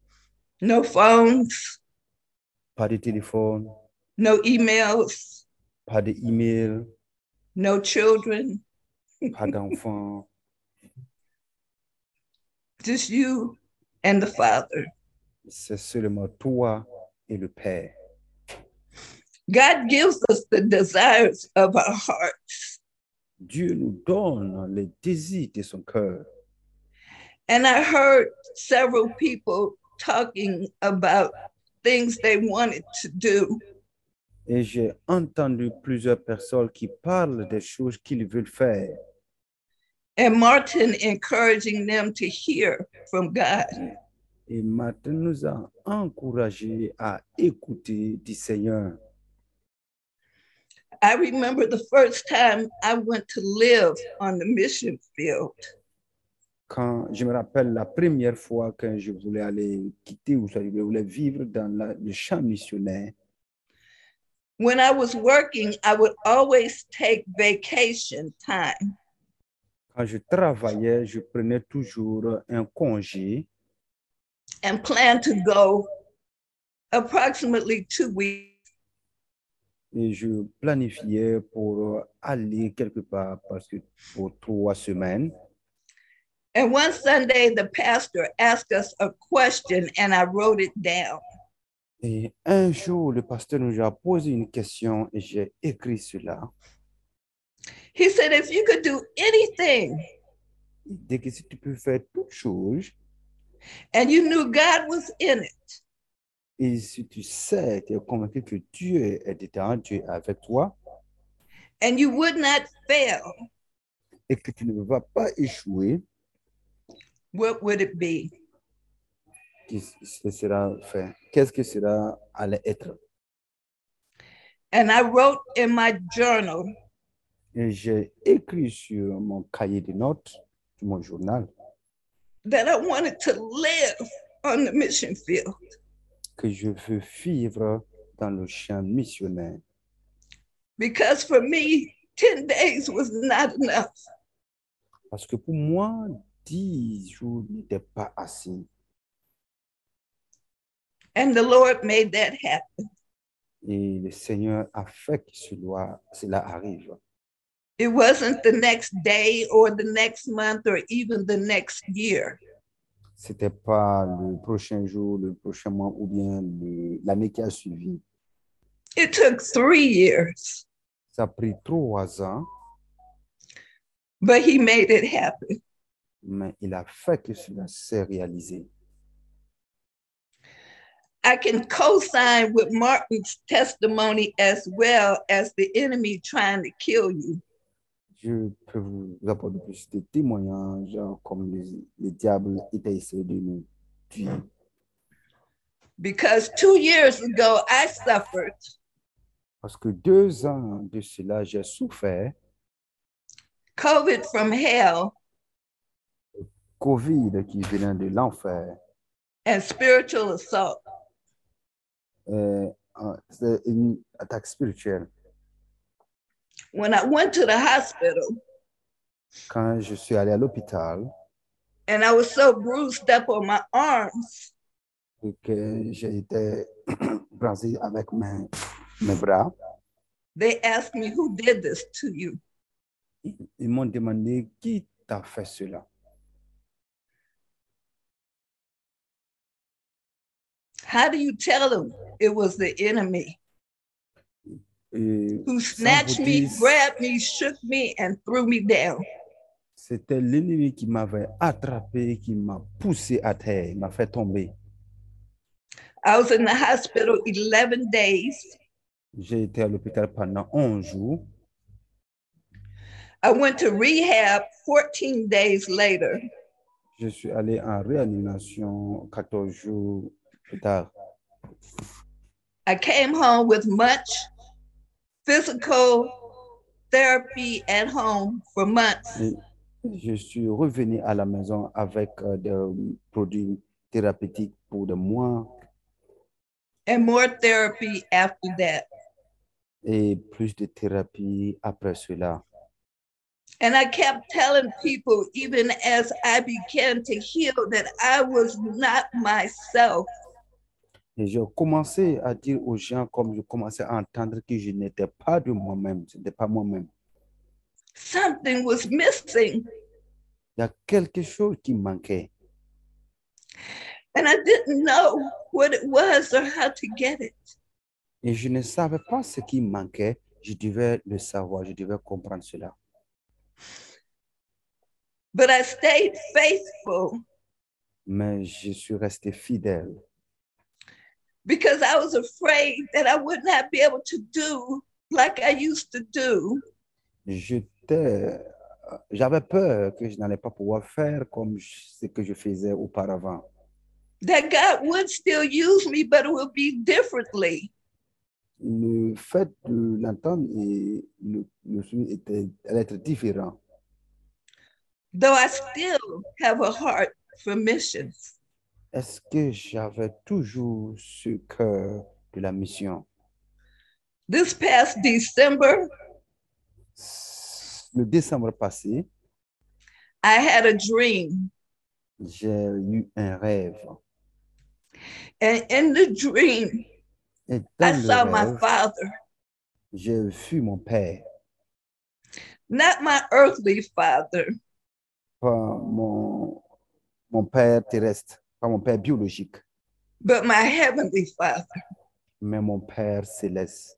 S11: no phones,
S2: pas de téléphone,
S11: no emails,
S2: pas d'email,
S11: no children,
S2: pas d'enfants,
S11: just you and the Father.
S2: c'est seulement toi et le Père.
S11: God gives us the desires of our hearts,
S2: Dieu nous donne les désirs de son cœur.
S11: and I heard several people talking about things they wanted to do,
S2: Et j'ai entendu plusieurs personnes qui parlent des choses qu'ils veulent faire.
S11: and Martin encouraging them to hear from God.
S2: Et Martin nous a encouragés à écouter du Seigneur.
S11: I remember the first time I went to live on the mission field.
S2: Quand je me rappelle la première fois que je voulais aller quitter ou soit je voulais vivre dans la- le champ missionnaire,
S11: when I was working, I would always take vacation time.
S2: quand je travaillais, je prenais toujours un congé
S11: and plan to go approximately two weeks.
S2: et je planifiais pour aller quelque part parce que pour trois semaines.
S11: And one Sunday, the pastor asked us a question, and I wrote it down.
S2: Et un jour, le pasteur nous a posé une question et j'ai écrit cela.
S11: He said, If you could do anything
S2: Il dit que si tu peux faire toute chose
S11: and you knew God was in it,
S2: et si tu sais, tu es convaincu que Dieu est dedans, Dieu est avec toi
S11: and you would not fail,
S2: et que tu ne vas pas échouer,
S11: what would it be?
S2: qu'est-ce que sera fait? Qu'est-ce que sera allait être?
S11: And I wrote in my journal,
S2: Et j'ai écrit sur mon cahier de notes, sur mon journal,
S11: that I wanted to live on the mission field.
S2: que je veux vivre dans le champ missionnaire.
S11: Because for me, 10 days was not enough.
S2: Parce que pour moi, dix jours n'étaient pas assez.
S11: And the Lord made that happen.
S2: Et le Seigneur a fait que cela, cela arrive.
S11: It wasn't the next day or the next month or even the next year.
S2: Ce n'était pas le prochain jour, le prochain mois ou bien le- l'année qui a suivi.
S11: It took three years,
S2: Ça a pris trois ans,
S11: but He made it happen.
S2: mais il a fait que cela s'est réalisé.
S11: I can co sign with Martin's testimony as well as the enemy trying to kill you.
S2: Je peux vous apporter plus de témoignages, genre comme le, le diable était essayé de nous tuer.
S11: Because two years ago, I suffered
S2: Parce que deux ans de cela, j'ai souffert,
S11: COVID from hell
S2: Covid qui venait de l'enfer,
S11: and spiritual assault.
S2: euh, euh, c'est une attaque spirituelle.
S11: When I went to the hospital
S2: Quand je suis allé à l'hôpital,
S11: And I was so bruised up on my arms.
S2: et que j'ai été brasé avec mes, mes bras.
S11: They asked me, Who did this to you?
S2: Ils m'ont demandé qui t'a fait cela.
S11: How do you tell them it was the enemy
S2: Et
S11: who
S2: sans
S11: snatched
S2: vous
S11: me,
S2: dire,
S11: grabbed me, shook me, and threw me down?
S2: C'était l'ennemi qui m'avait attrapé, et qui m'a poussé à terre, il m'a fait tomber.
S11: I was in the hospital 11 days.
S2: J'ai été à l'hôpital pendant 11 jours.
S11: I went to rehab 14 days later.
S2: Je suis allé en réanimation 14 jours plus tard.
S11: I came home with much physical therapy at home for months.
S2: Et je suis revenu à la maison avec euh, des produits thérapeutiques pour des mois
S11: and more therapy after that.
S2: et plus de thérapie après cela.
S11: And I kept telling people, even as I began to heal, that I was not myself.
S2: Et j'ai commencé à dire aux gens, comme je commençais à entendre que je n'étais pas de moi-même, ce n'était pas moi-même.
S11: Something was missing,
S2: Il y a quelque chose qui manquait
S11: and I didn't know what it was or how to get it.
S2: et je ne savais pas ce qui manquait. Je devais le savoir, je devais comprendre cela.
S11: But I stayed faithful
S2: Mais je suis resté fidèle
S11: because I was afraid that I would not be able to do like I used to do.
S2: J'étais, j'avais peur que je n'allais pas pouvoir faire comme je- ce que je faisais auparavant,
S11: That God would still use me, but it would be differently.
S2: le fait de l'entendre et le, le souvenir était, allait être différent.
S11: Though I still have a heart for missions.
S2: Est-ce que j'avais toujours ce cœur de la mission?
S11: This past December,
S2: Le décembre passé,
S11: I had a dream,
S2: j'ai eu un rêve.
S11: and in the dream,
S2: Et
S11: I
S2: dans le
S11: saw my
S2: rêve,
S11: father,
S2: j'ai vu mon père,
S11: not my earthly father,
S2: pas mon, mon père terrestre, pas mon père biologique,
S11: but my heavenly father.
S2: mais mon père céleste.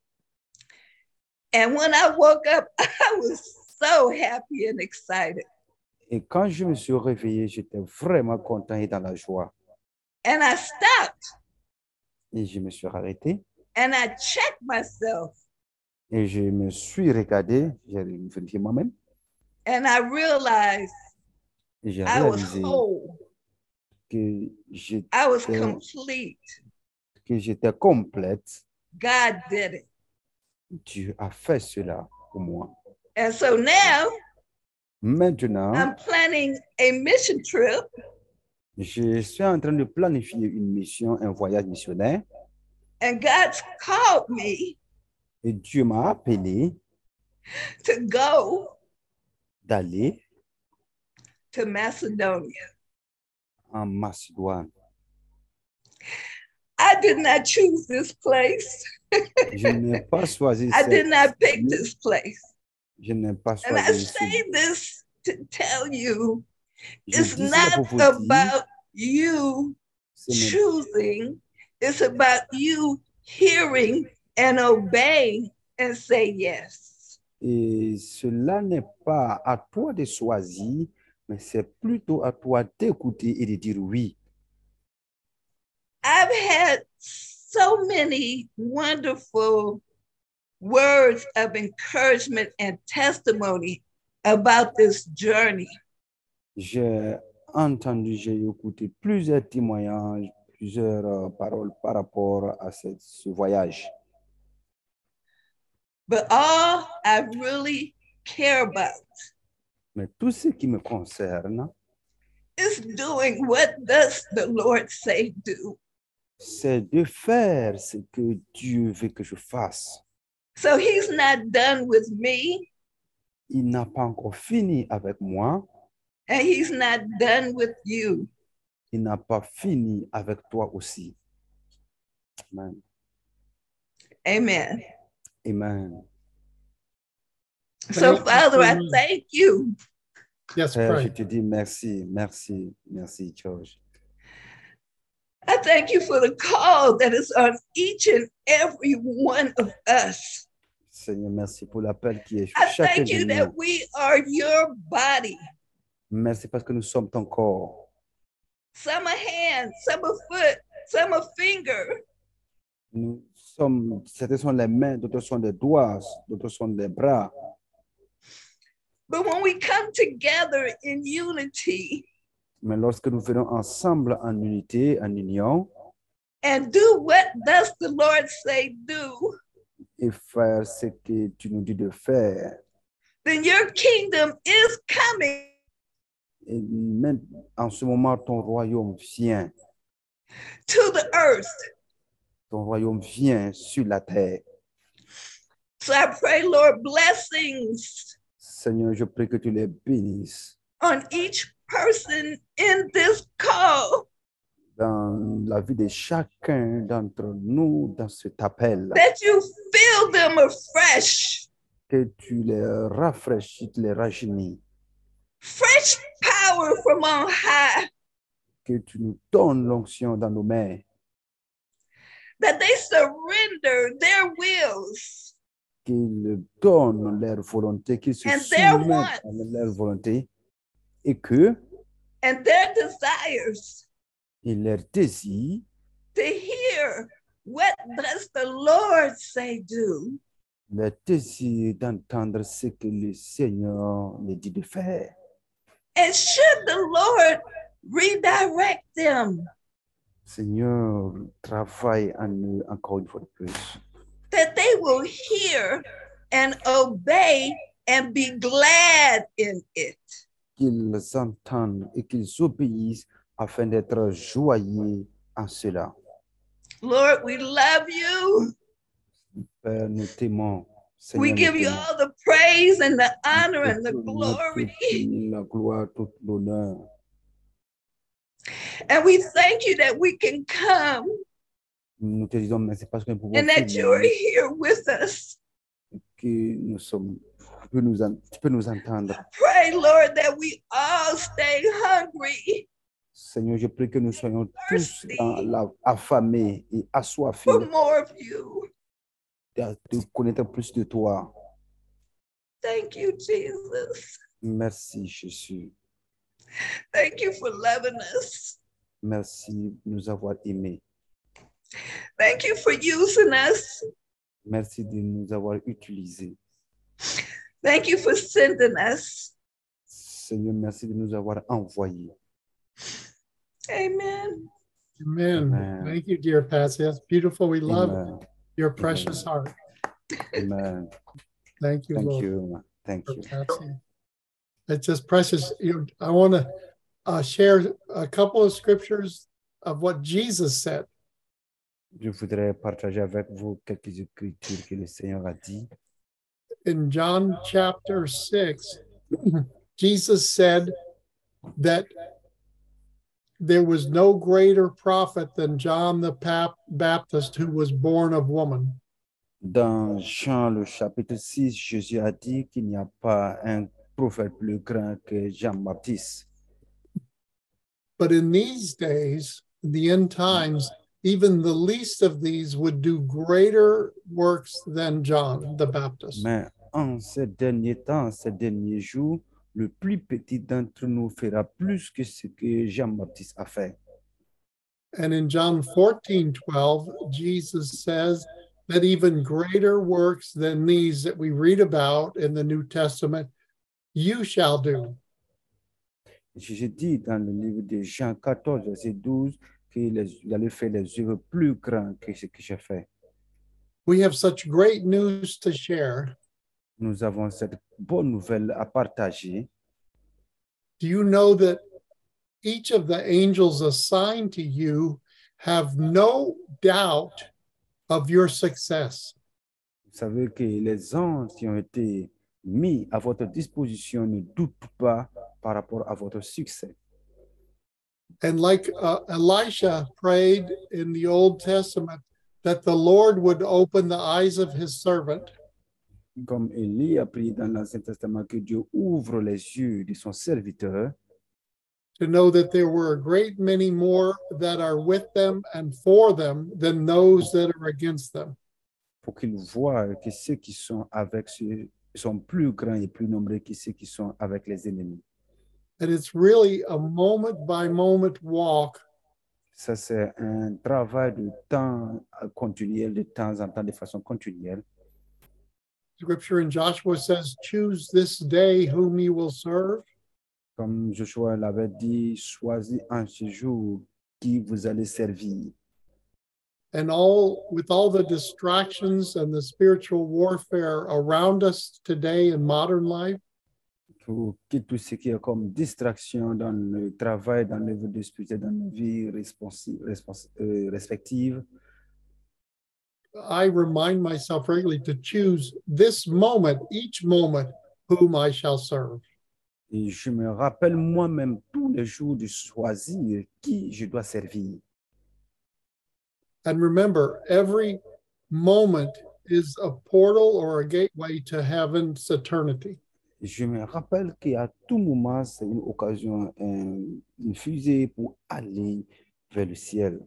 S11: And when I woke up, I was so happy and excited.
S2: Et quand je me suis réveillé, j'étais vraiment content et dans la joie.
S11: And I stopped
S2: Et je me suis arrêté
S11: and I checked myself
S2: et je me suis regardé, j'ai vérifié moi-même
S11: and I realized
S2: et j'ai
S11: I was
S2: réalisé
S11: whole,
S2: que j'étais,
S11: I was
S2: que
S11: complete.
S2: j'étais complète.
S11: God did it.
S2: Dieu a fait cela pour moi.
S11: And so now
S2: Maintenant,
S11: I'm planning a mission trip
S2: je suis en train de planifier une mission, un voyage missionnaire
S11: and God's called me
S2: et Dieu m'a appelé
S11: to go
S2: d'aller
S11: to Macedonia.
S2: en Macédoine.
S11: I did not choose this place.
S2: Je n'ai pas choisi
S11: I did
S2: cette-
S11: not pick this place.
S2: Je n'ai pas
S11: And I
S2: choisi ce
S11: say this to tell you
S2: Je
S11: it's
S2: dis cela
S11: not
S2: pour vous dire,
S11: about you
S2: ce n'est-
S11: choosing, it's about you hearing and obeying and say yes.
S2: et cela n'est pas à toi de choisir, mais c'est plutôt à toi d'écouter et de dire oui.
S11: I've had so many wonderful words of encouragement and testimony about this journey.
S2: J'ai entendu, j'ai écouté plusieurs témoignages, plusieurs euh, paroles par rapport à cette- ce voyage.
S11: But all I really care about
S2: Mais tout ce qui me concerne,
S11: is doing what does the Lord say do.
S2: c'est de faire ce que Dieu veut que je fasse.
S11: So he's not done with me
S2: Il n'a pas encore fini avec moi
S11: And he's not done with you.
S2: Il n'a pas fini avec toi aussi. Amen.
S11: Amen.
S2: Amen.
S11: So,
S5: Thank you,
S11: Father, I
S5: Lord.
S11: thank you
S5: Yes,
S2: Père, je
S5: pray.
S2: te dis merci, merci, merci, George.
S11: I thank you for the call that is on each and every one of us.
S2: Seigneur, merci pour l'appel qui est sur
S11: I
S2: chacun
S11: thank you
S2: de
S11: that
S2: nous.
S11: we are your body,
S2: Merci parce que nous sommes ton corps.
S11: some a hand, some a foot, some a finger,
S2: Nous sommes, certains sont les mains, d'autres sont les doigts, d'autres sont les bras.
S11: But when we come together in unity
S2: Mais lorsque nous venons ensemble en unité, en union,
S11: and do what does the Lord say do,
S2: et faire ce que tu nous dis de faire,
S11: then your kingdom is coming.
S2: et même en ce moment, ton royaume vient.
S11: to the earth.
S2: Ton royaume vient sur la terre.
S11: So I pray, Lord, blessings
S2: Seigneur, je prie que tu les bénisses
S11: on each person in this call
S2: dans la vie de chacun d'entre nous dans cet appel.
S11: that you fill them afresh,
S2: Que tu les rafraîchis, tu les rajeunis.
S11: fresh power from on high,
S2: Que tu nous donnes l'onction dans nos mains.
S11: that they surrender their wills
S2: Qu'ils donnent leur volonté, qu'ils se
S11: And their
S2: soumettent à leur volonté. Et que
S11: and their desires
S2: il leur désir
S11: to hear what does the Lord say do.
S2: le désir d'entendre ce que le Seigneur nous dit de faire.
S11: And should the Lord redirect them,
S2: Seigneur, travaille en nous encore une fois de plus.
S11: that they will hear and obey and be glad in it.
S2: qu'ils entendent et qu'ils obéissent afin d'être joyeux en cela.
S11: Lord, we love you.
S2: Père, nous t'aimons. Seigneur,
S11: We
S2: nous
S11: give you
S2: t'aimons.
S11: all the praise and the honor
S2: Nous
S11: and the
S2: te donnons
S11: glory.
S2: toute La gloire, toute l'honneur.
S11: And we thank you that we can come
S2: Nous te disons merci parce que nous pouvons
S11: and that you
S2: venir,
S11: are here with us.
S2: que nous sommes, tu peux nous, en- tu peux nous entendre.
S11: Pray, Lord, that we all stay hungry
S2: Seigneur, je prie que nous soyons tous dans la- affamés et assoiffés
S11: for more of you.
S2: de de connaître plus de toi.
S11: Thank you, Jesus.
S2: Merci, Jésus.
S11: Thank you for loving us.
S2: Merci de nous avoir aimés.
S11: Thank you for using us.
S2: Merci de nous avoir utilisés.
S11: Thank you for sending us.
S2: Seigneur, merci de nous avoir envoyés.
S11: Amen.
S5: Amen.
S2: Amen.
S5: Thank you, dear Patsy. That's beautiful. We love
S2: Amen.
S5: your precious heart.
S2: Amen.
S5: Thank you,
S2: Thank
S5: Lord.
S2: you. Thank
S5: for
S2: you.
S5: Patsy. It's just precious. You know, I want to uh, share a couple of scriptures of what Jesus said.
S2: Je voudrais partager avec vous quelques écritures que le Seigneur a dit.
S5: in John chapter 6, Jesus said that there was no greater prophet than John the Pap- Baptist who was born of woman.
S2: Dans Jean le chapitre 6, Jésus a dit qu'il n'y a pas un prophète plus grand que Jean-Baptiste.
S5: But in these days, in the end times, even the least of these would do greater works than John the Baptist.
S2: Mais en ces derniers temps, en ces derniers jours, le plus petit d'entre nous fera plus que ce que Jean-Baptiste a fait.
S5: And in John 14 12, Jesus says that even greater works than these that we read about in the New Testament, you shall do.
S2: Jésus dit dans le livre de Jean 14, verset 12, qu'il est- il allait faire les œuvres plus grandes que ce que j'ai fait.
S5: We have such great news to share.
S2: Nous avons cette bonne nouvelle à partager.
S5: Do you know that each of the angels assigned to you have no doubt of your success?
S2: Vous savez que les anges qui ont été mis à votre disposition ne doute pas par rapport à votre succès.
S5: And like uh, Elisha prayed in the Old Testament, that the Lord would open the eyes of his servant.
S2: Comme Élie a prié dans l'Ancien Testament que Dieu ouvre les yeux de son serviteur
S5: to know that there were a great many more that are with them and for them than those that are against them.
S2: pour qu'il voie que ceux qui sont avec ceux sont plus grands et plus nombreux que ceux qui sont avec les ennemis.
S5: And it's really a moment by moment walk
S2: Ça, c'est un travail de temps euh, continuel, de temps en temps, de façon continuelle.
S5: scripture in Joshua says, Choose this day whom you will serve.
S2: Comme Joshua l'avait dit, choisis en ce jour qui vous allez servir.
S5: And all with all the distractions and the spiritual warfare around us today in modern life,
S2: Tout, que tout ce qui est comme distraction dans le travail, dans le vie spirituelle, dans nos vies responsi- responsi- euh, respectives,
S5: I remind myself regularly to choose this moment, each moment, whom I shall serve.
S2: et je me rappelle moi-même tous les jours de choisir qui je dois servir.
S5: And remember, every moment is a portal or a gateway to heaven's eternity.
S2: Je me rappelle qu'à tout moment, c'est une occasion, un- une fusée pour aller vers le ciel.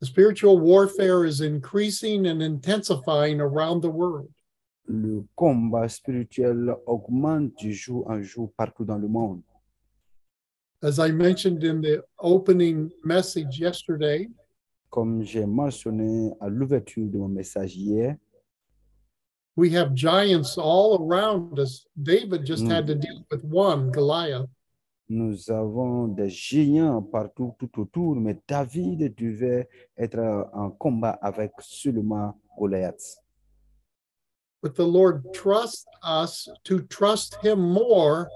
S5: The spiritual warfare is increasing and intensifying around the world.
S2: Le combat spirituel augmente de jour en jour partout dans le monde.
S5: As I mentioned in the opening message yesterday,
S2: Comme j'ai mentionné à l'ouverture de mon message hier,
S5: we have giants all around us. David
S2: Hmm.
S5: just had to deal with one, Goliath.
S2: nous avons des géants partout, tout autour, mais David devait être en combat avec seulement Goliath.
S5: But the Lord trusts us to trust him more,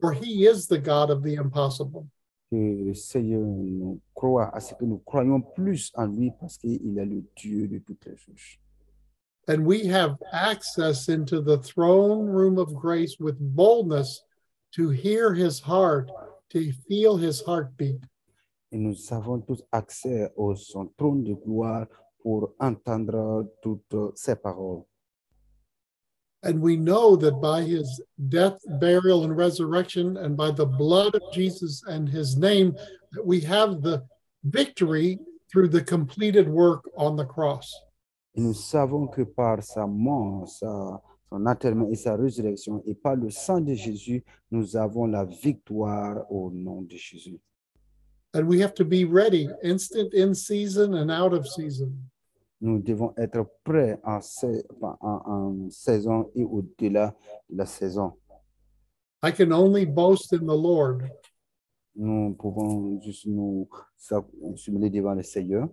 S5: for he is the God of the impossible.
S2: Que le Seigneur nous croit à ce que nous croyons plus en lui parce qu'il est le Dieu de toutes les choses.
S5: And we have access into the throne room of grace with boldness to hear his heart, to feel his heartbeat.
S2: Et nous avons tous accès au son trône de gloire pour entendre toutes ses paroles.
S5: And we know that by his death, burial, and resurrection, and by the blood of Jesus and his name, that we have the victory through the completed work on the cross.
S2: Et nous savons que par sa mort, sa- son enterrement et sa résurrection, et par le sang de Jésus, nous avons la victoire au nom de Jésus.
S5: And we have to be ready, instant in season and out of season.
S2: Nous devons être prêts en, sai- en- en saison et au-delà de la saison.
S5: I can only boast in the Lord
S2: Nous pouvons juste nous assimiler devant le Seigneur.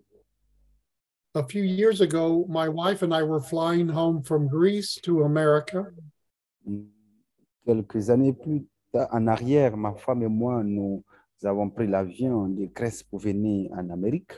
S5: a few years ago, my wife and I were flying home from Greece to America,
S2: Quelques années plus tard, en arrière, ma femme et moi, nous avons pris l'avion de Grèce pour venir en Amérique.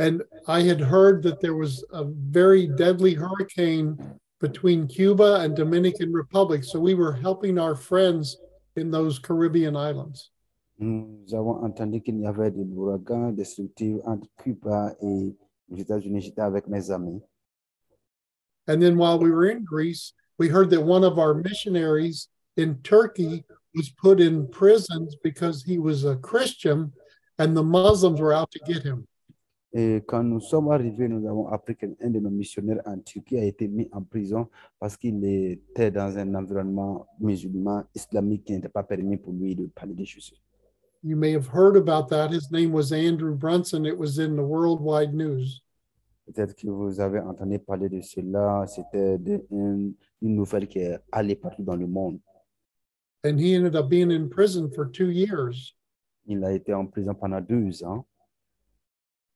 S5: and I had heard that there was a very deadly hurricane between Cuba and Dominican Republic. So we were helping our friends in those Caribbean islands.
S2: Nous avons entendu qu'il y avait des ouragans destructifs entre Cuba et les États-Unis. J'étais avec mes amis.
S5: And then while we were in Greece, we heard that one of our missionaries in Turkey was put in prisons because he was a Christian and the Muslims were out to get him.
S2: Et quand nous sommes arrivés, nous avons appris qu'un de nos missionnaires en Turquie a été mis en prison parce qu'il était dans un environnement musulman islamique qui n'était pas permis pour lui de parler de Jésus.
S5: You may have heard about that. His name was Andrew Brunson. It was in the worldwide news.
S2: Peut-être que vous avez entendu parler de cela. C'était de- un- une nouvelle qui est allée partout dans le monde.
S5: And he ended up being in prison for two years.
S2: Il a été en prison pendant deux ans.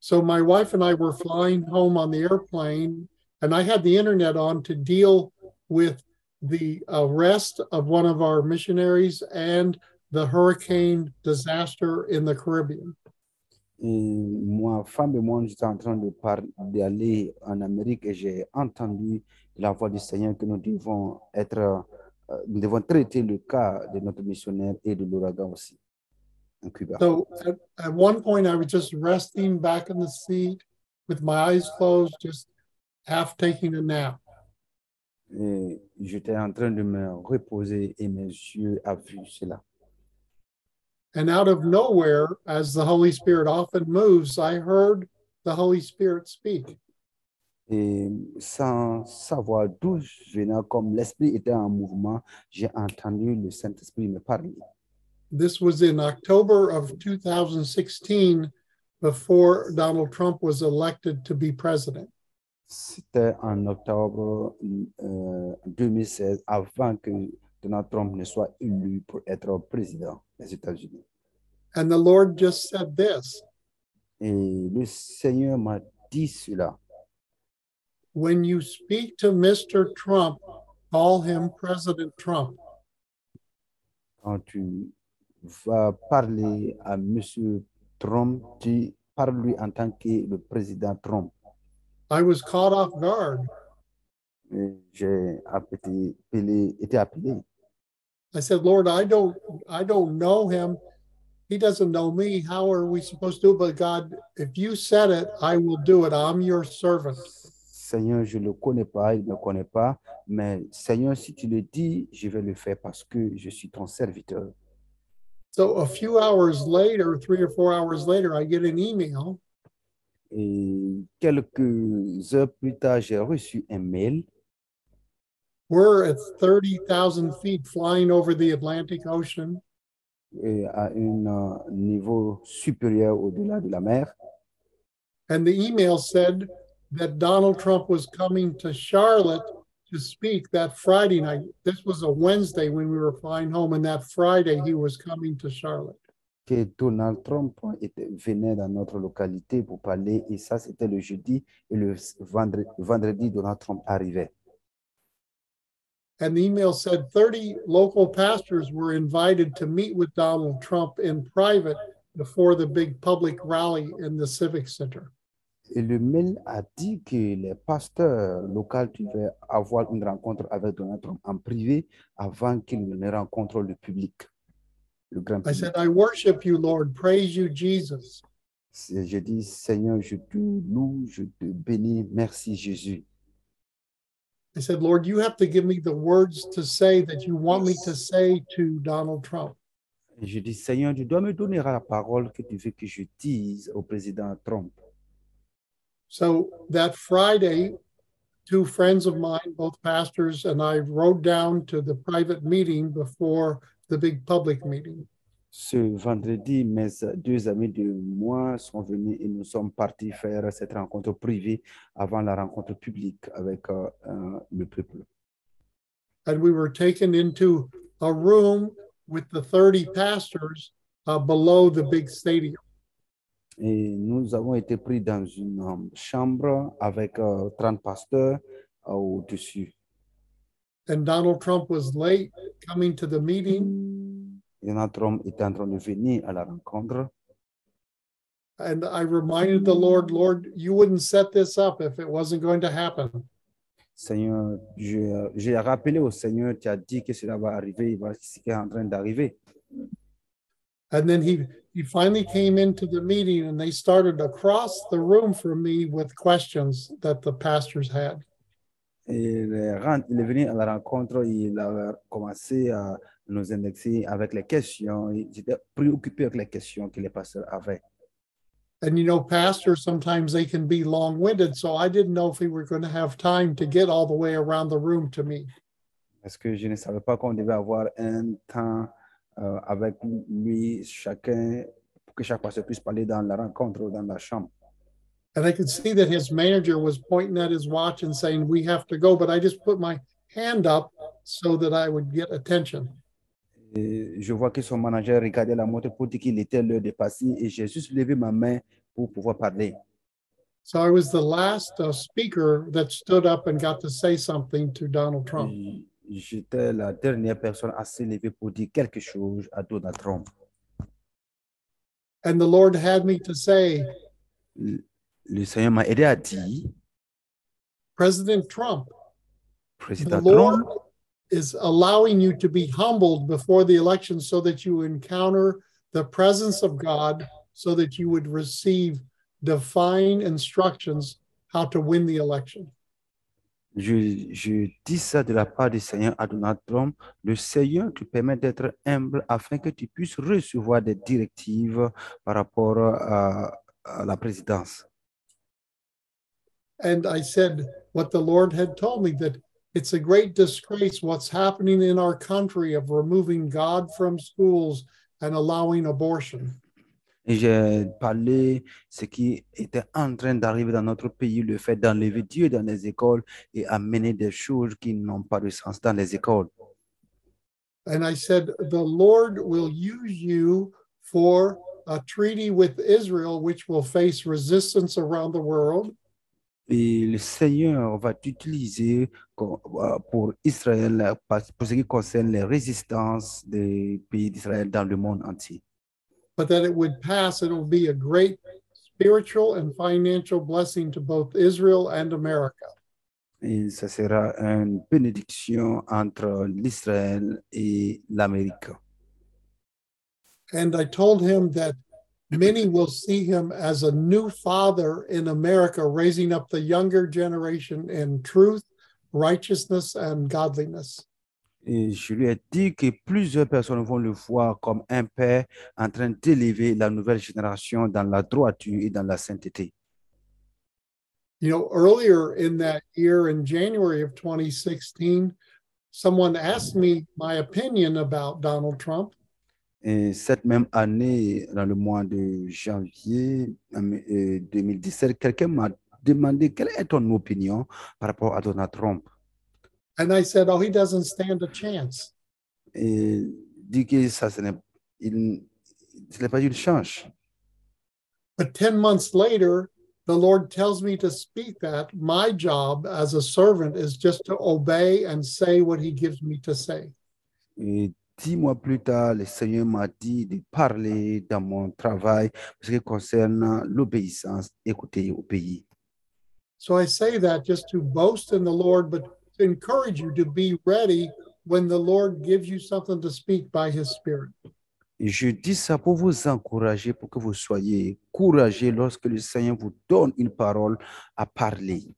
S5: So my wife and I were flying home on the airplane, and I had the internet on to deal with the arrest of one of our missionaries and the hurricane disaster in the Caribbean.
S2: Et ma femme et moi, j'étais en train de par- d'aller en Amérique et j'ai entendu la voix du Seigneur que nous devons être, euh, nous devons traiter le cas de notre missionnaire et de l'ouragan aussi en Cuba.
S5: So at, at one point, I was just resting back in the seat with my eyes closed, just half taking a nap.
S2: Et j'étais en train de me reposer et mes yeux a vu cela.
S5: And out of nowhere, as the Holy Spirit often moves, I heard the Holy Spirit speak.
S2: Et sans savoir d'où je venais, comme l'esprit était en mouvement, j'ai entendu le Saint-Esprit me parler.
S5: This was in October of 2016, before Donald Trump was elected to be president.
S2: C'était en octobre euh, 2016, avant que Donald Trump ne soit élu pour être président des États-Unis.
S5: And the Lord just said this
S2: Et le Seigneur m'a dit cela.
S5: when you speak to Mr. Trump, call him President Trump.
S2: Quand tu vas parler à M. Trump, tu parles lui en tant que le président Trump.
S5: I was caught off guard.
S2: Et J'ai appelé- appelé- été appelé.
S5: I said, Lord, I don't I don't know him. He doesn't know me. How are we supposed to do it? But God, if you said it, I will do it. I'm your servant.
S2: Seigneur, je ne le connais pas, il ne me connaît pas, mais Seigneur, si tu le dis, je vais le faire parce que je suis ton serviteur.
S5: So a few hours later, three or four hours later, I get an email
S2: Et quelques heures plus tard, j'ai reçu un mail.
S5: We're at 30,000 feet flying over the Atlantic Ocean.
S2: et à un euh, niveau supérieur au-delà de la mer.
S5: And the email said that Donald Trump was coming to Charlotte to speak that Friday night. This was a Wednesday when we were flying home, and that Friday he was coming to Charlotte.
S2: Que Donald Trump était- venait dans notre localité pour parler, et ça, c'était le jeudi, et le s- vendre- vendredi, Donald Trump arrivait.
S5: And the email said 30 local pastors were invited to meet with Donald Trump in private before the big public rally in the Civic Center.
S2: Et le mail a dit que les pasteurs locaux devaient avoir une rencontre avec Donald Trump en privé avant qu'il ne rencontre le public, le
S5: I
S2: grand public.
S5: said, I worship you, Lord. Praise you, Jesus.
S2: C'est- J'ai dit, Seigneur, je te loue, je te bénis, merci Jésus.
S5: I said, Lord, you have to give me the words to say that you want me to say to Donald Trump.
S2: Et je dis, Seigneur, tu dois me donner la parole que tu veux que je dise au président Trump.
S5: So that Friday, two friends of mine, both pastors, and I rode down to the private meeting before the big public meeting.
S2: Ce vendredi, mes deux amis de moi sont venus et nous sommes partis faire cette rencontre privée avant la rencontre publique avec euh, euh, le peuple.
S5: And we were taken into a room with the 30 pastors uh, below the big stadium.
S2: Et nous avons été pris dans une euh, chambre avec euh, 30 pasteurs euh, au-dessus.
S5: And Donald Trump was late coming to the meeting.
S2: Donald Trump était en train de venir à la rencontre.
S5: And I reminded the Lord, Lord, you wouldn't set this up if it wasn't going to happen.
S2: Seigneur, je- j'ai rappelé au Seigneur, tu as dit que cela va arriver, et voilà ce qui est en train d'arriver.
S5: And then he he finally came into the meeting and they started across the room from me with questions that the pastors had.
S2: Et il est ren- il est venu à la rencontre, il a commencé à nous indexer avec les questions. Il était préoccupé avec les questions que les pasteurs avaient.
S5: And you know, pastors sometimes they can be long-winded, so I didn't know if we were going to have time to get all the way around the room to me.
S2: Parce que je ne savais pas qu'on devait avoir un temps euh, avec lui, chacun, pour que chaque pasteur puisse parler dans la rencontre ou dans la chambre.
S5: And I could see that his manager was pointing at his watch and saying, "We have to go," but I just put my hand up so that I would get attention.
S2: Et je vois que son manager regardait la montre pour dire qu'il était l'heure de passer et j'ai juste levé ma main pour pouvoir parler.
S5: So I was the last uh, speaker that stood up and got to say something to Donald Trump.
S2: Et J'étais la dernière personne à se lever pour dire quelque chose à Donald Trump.
S5: And the Lord had me to say,
S2: Le Seigneur m'a aidé à dire,
S5: President Trump, the
S2: Président
S5: Lord
S2: Trump,
S5: is allowing you to be humbled before the election so that you encounter the presence of God, so that you would receive divine instructions how to win the election.
S2: je, je dis ça de la part du Seigneur à Donald Trump, le Seigneur te permet d'être humble afin que tu puisses recevoir des directives par rapport à, à la présidence.
S5: And I said what the Lord had told me that it's a great disgrace what's happening in our country of removing God from schools and allowing abortion.
S2: Et j'ai parlé ce qui était en train d'arriver dans notre pays, le fait d'enlever Dieu dans les écoles et amener des choses qui n'ont pas de sens dans les écoles.
S5: And I said, The Lord will use you for a treaty with Israel, which will face resistance around the world.
S2: Et le Seigneur va t'utiliser co- euh, pour Israël, pas- pour ce qui concerne les résistances des pays d'Israël dans le monde entier.
S5: but that it would pass and it would be a great spiritual and financial blessing to both Israel and America.
S2: Et ce sera une bénédiction entre l'Israël et l'Amérique.
S5: And I told him that many will see him as a new father in America, raising up the younger generation in truth, righteousness, and godliness.
S2: Et je lui ai dit que plusieurs personnes vont le voir comme un père en train d'élever la nouvelle génération dans la droiture et dans la sainteté.
S5: You know, earlier in that year, in January of 2016, someone asked me my opinion about Donald Trump.
S2: Et cette même année, dans le mois de janvier euh, 2017, quelqu'un m'a demandé quelle est ton opinion par rapport à Donald Trump.
S5: And I said, Oh, he doesn't stand a chance.
S2: Et dit que ça, ce n'est il- ce n'est pas une chance.
S5: But 10 months later, the Lord tells me to speak that my job as a servant is just to obey and say what he gives me to say.
S2: Et dix mois plus tard, le Seigneur m'a dit de parler dans mon travail en ce qui concerne l'obéissance, écouter au pays.
S5: So I say that just to boast in the Lord, but to encourage you to be ready when the Lord gives you something to speak by his spirit.
S2: Et je dis ça pour vous encourager, pour que vous soyez courageux lorsque le Seigneur vous donne une parole à parler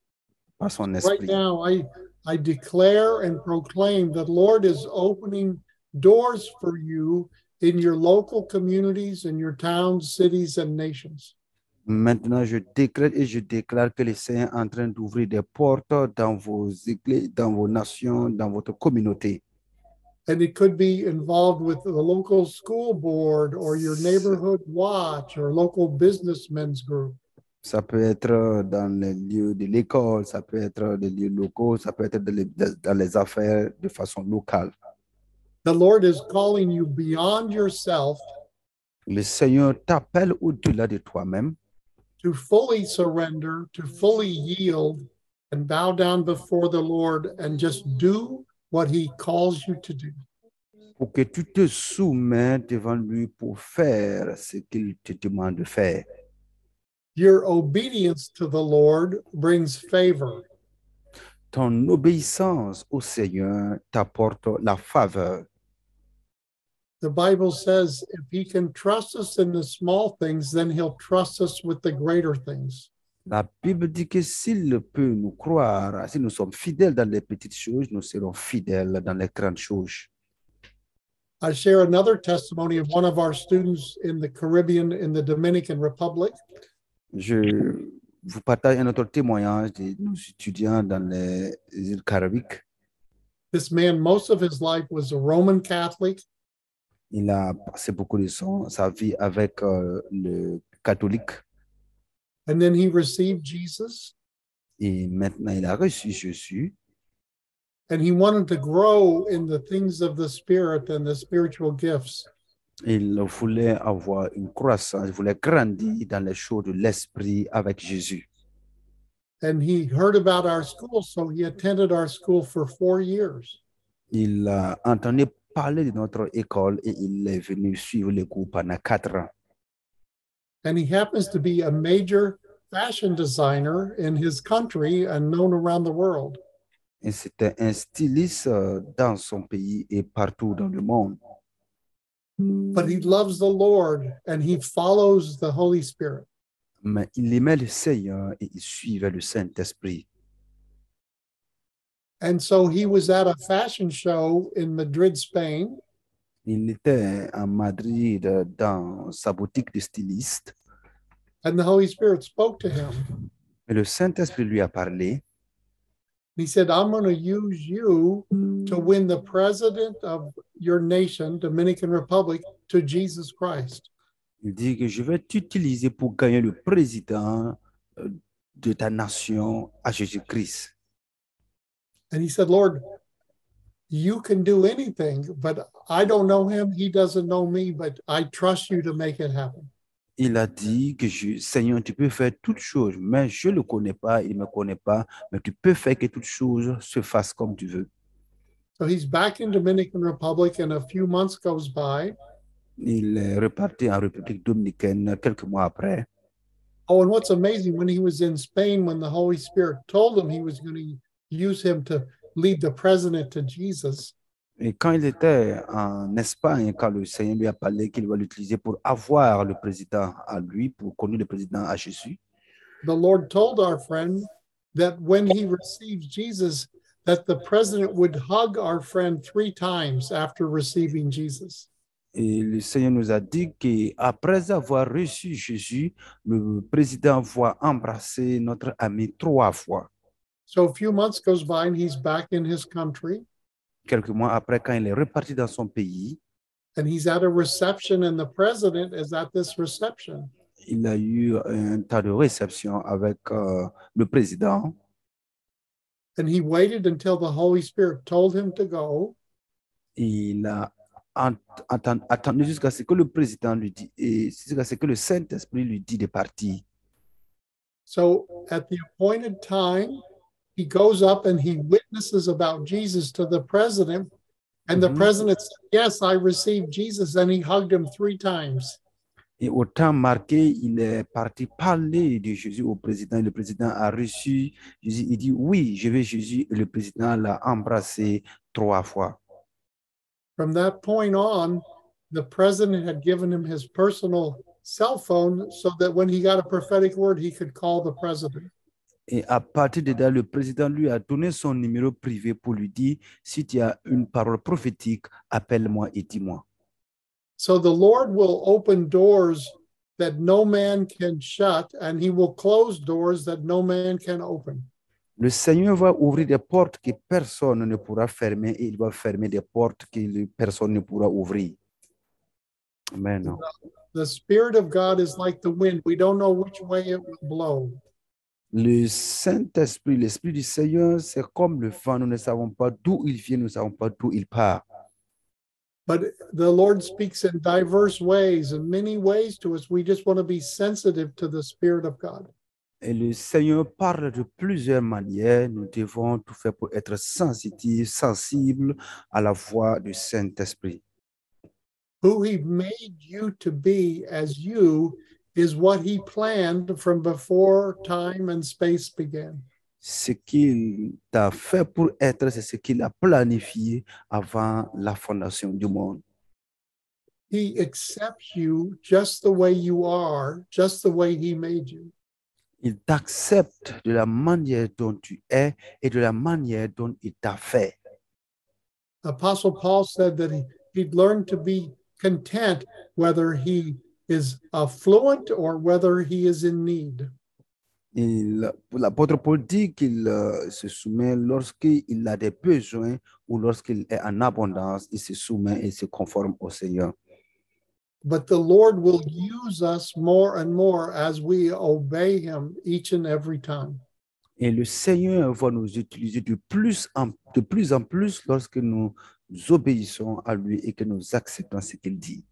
S2: par son
S5: Right
S2: esprit.
S5: now, I, I declare and proclaim that Lord is opening doors for you in your local communities, in your towns, cities, and nations.
S2: Maintenant, je décrète et je déclare que le Seigneur est en train d'ouvrir des portes dans vos églises, dans vos nations, dans votre communauté.
S5: And it could be involved with the local school board or your neighborhood watch or local businessmen's group.
S2: Ça peut être euh, dans les lieux de l'école, ça peut être euh, des lieux locaux, ça peut être dans les, dans les affaires de façon locale.
S5: The Lord is calling you beyond yourself
S2: Le Seigneur t'appelle au-delà de toi-même
S5: to fully surrender, to fully yield, and bow down before the Lord and just do what he calls you to do.
S2: pour que tu te soumets devant lui pour faire ce qu'il te demande de faire.
S5: Your obedience to the Lord brings favor.
S2: Ton obéissance au Seigneur t'apporte la faveur.
S5: The Bible says if he can trust us in the small things, then he'll trust us with the greater things.
S2: La Bible dit que s'il peut nous croire, si nous sommes fidèles dans les petites choses, nous serons fidèles dans les grandes choses.
S5: I share another testimony of one of our students in the Caribbean, in the Dominican Republic.
S2: Je vous partage un autre témoignage de nos étudiants dans les îles Caraïbes.
S5: This man, most of his life, was a Roman Catholic,
S2: Il a passé beaucoup de son, sa vie avec euh, le catholique
S5: and then he received Jesus,
S2: et maintenant il a reçu Jésus.
S5: and he wanted to grow in the things of the Spirit and the spiritual gifts.
S2: Il voulait avoir une croissance, il voulait grandir dans les choses de l'esprit avec Jésus.
S5: And he heard about our school, so he attended our school for four years.
S2: Il a entendu parler de notre école et il est venu suivre les cours pendant quatre ans.
S5: and he happens to be a major fashion designer in his country and known around the world.
S2: Et c'était un styliste euh, dans son pays et partout dans le monde.
S5: But he loves the Lord and he follows the Holy Spirit.
S2: Mais il aimait le Seigneur et il suivait le Saint-Esprit.
S5: And so he was at a fashion show in Madrid, Spain,
S2: Il était à Madrid euh, dans sa boutique de styliste.
S5: and the Holy Spirit spoke to him.
S2: Et le Saint-Esprit lui a parlé.
S5: He said, I'm going to use you to win the president of your nation, Dominican Republic, to Jesus Christ.
S2: Il dit que je vais t'utiliser pour gagner le président euh, de ta nation à Jésus-Christ.
S5: And he said, Lord, you can do anything, but I don't know him. He doesn't know me, but I trust you to make it happen.
S2: Il a dit que je, Seigneur, tu peux faire toutes choses, mais je ne le connais pas, il ne me connaît pas, mais tu peux faire que toutes choses se fassent comme tu veux.
S5: So he's back in Dominican Republic, and a few months goes by.
S2: Il est reparti en République dominicaine quelques mois après.
S5: Oh, and what's amazing when he was in Spain, when the Holy Spirit told him he was going to use him to lead the president to Jesus,
S2: Et quand il était en Espagne, quand le Seigneur lui a parlé qu'il va l'utiliser pour avoir le président à lui, pour connaître le président à Jésus,
S5: the Lord told our friend that when he receives Jesus, that the president would hug our friend three times after receiving Jesus.
S2: et le Seigneur nous a dit qu'après avoir reçu Jésus, le président va embrasser notre ami trois fois.
S5: So a few months goes by and he's back in his country
S2: Quelques mois après, quand il est reparti dans son pays,
S5: and he's at a reception and the president is at this reception.
S2: il a eu un tas de réceptions avec euh, le président.
S5: And he waited until the Holy Spirit told him to go.
S2: Il a ent- atten- attendu jusqu'à ce que le président lui dise, et jusqu'à ce que le Saint-Esprit lui dise de partir.
S5: So at the appointed time, he goes up and he witnesses about Jesus to the president. And the
S2: Mhm.
S5: president said, Yes, I received Jesus. And he hugged him three times.
S2: Et au temps marqué, il est parti parler de Jésus au président. Le président a reçu Jésus. Il dit Oui, je vais Jésus. Et le président l'a embrassé trois fois.
S5: From that point on, the president had given him his personal cell phone so that when he got a prophetic word, he could call the president.
S2: Et à partir de là, le président lui a donné son numéro privé pour lui dire Si tu as une parole prophétique, appelle-moi et dis-moi.
S5: So the Lord will open doors that no man can shut, and he will close doors that no man can open.
S2: Le Seigneur va ouvrir des portes que personne ne pourra fermer et il va fermer des portes que le- personne ne pourra ouvrir. Amen.
S5: The Spirit of God is like the wind. We don't know which way it will blow.
S2: Le Saint-Esprit, l'Esprit du Seigneur, c'est comme le vent. Nous ne savons pas d'où il vient, nous ne savons pas d'où il part.
S5: But the Lord speaks in diverse ways and many ways to us. We just want to be sensitive to the Spirit of God.
S2: Et le Seigneur parle de plusieurs manières. Nous devons tout faire pour être sensitifs, sensibles à la voix du Saint-Esprit.
S5: Who He made you to be as you is what He planned from before time and space began.
S2: Ce qu'il t'a fait pour être, c'est ce qu'il a planifié avant la fondation du monde.
S5: He accepts you just the way you are, just the way He made you.
S2: Il t'accepte de la manière dont tu es et de la manière dont il t'a fait.
S5: Apostle Paul said that he, he'd learned to be content whether he is affluent or whether he is in need.
S2: Il- L'apôtre Paul dit qu'il euh, se soumet lorsqu'il a des besoins ou lorsqu'il est en abondance, il se soumet et se conforme au Seigneur.
S5: But the Lord will use us more and more as we obey him each and every time.
S2: Et le Seigneur va nous utiliser de plus en, de plus, en plus lorsque nous obéissons à lui et que nous acceptons ce qu'il dit.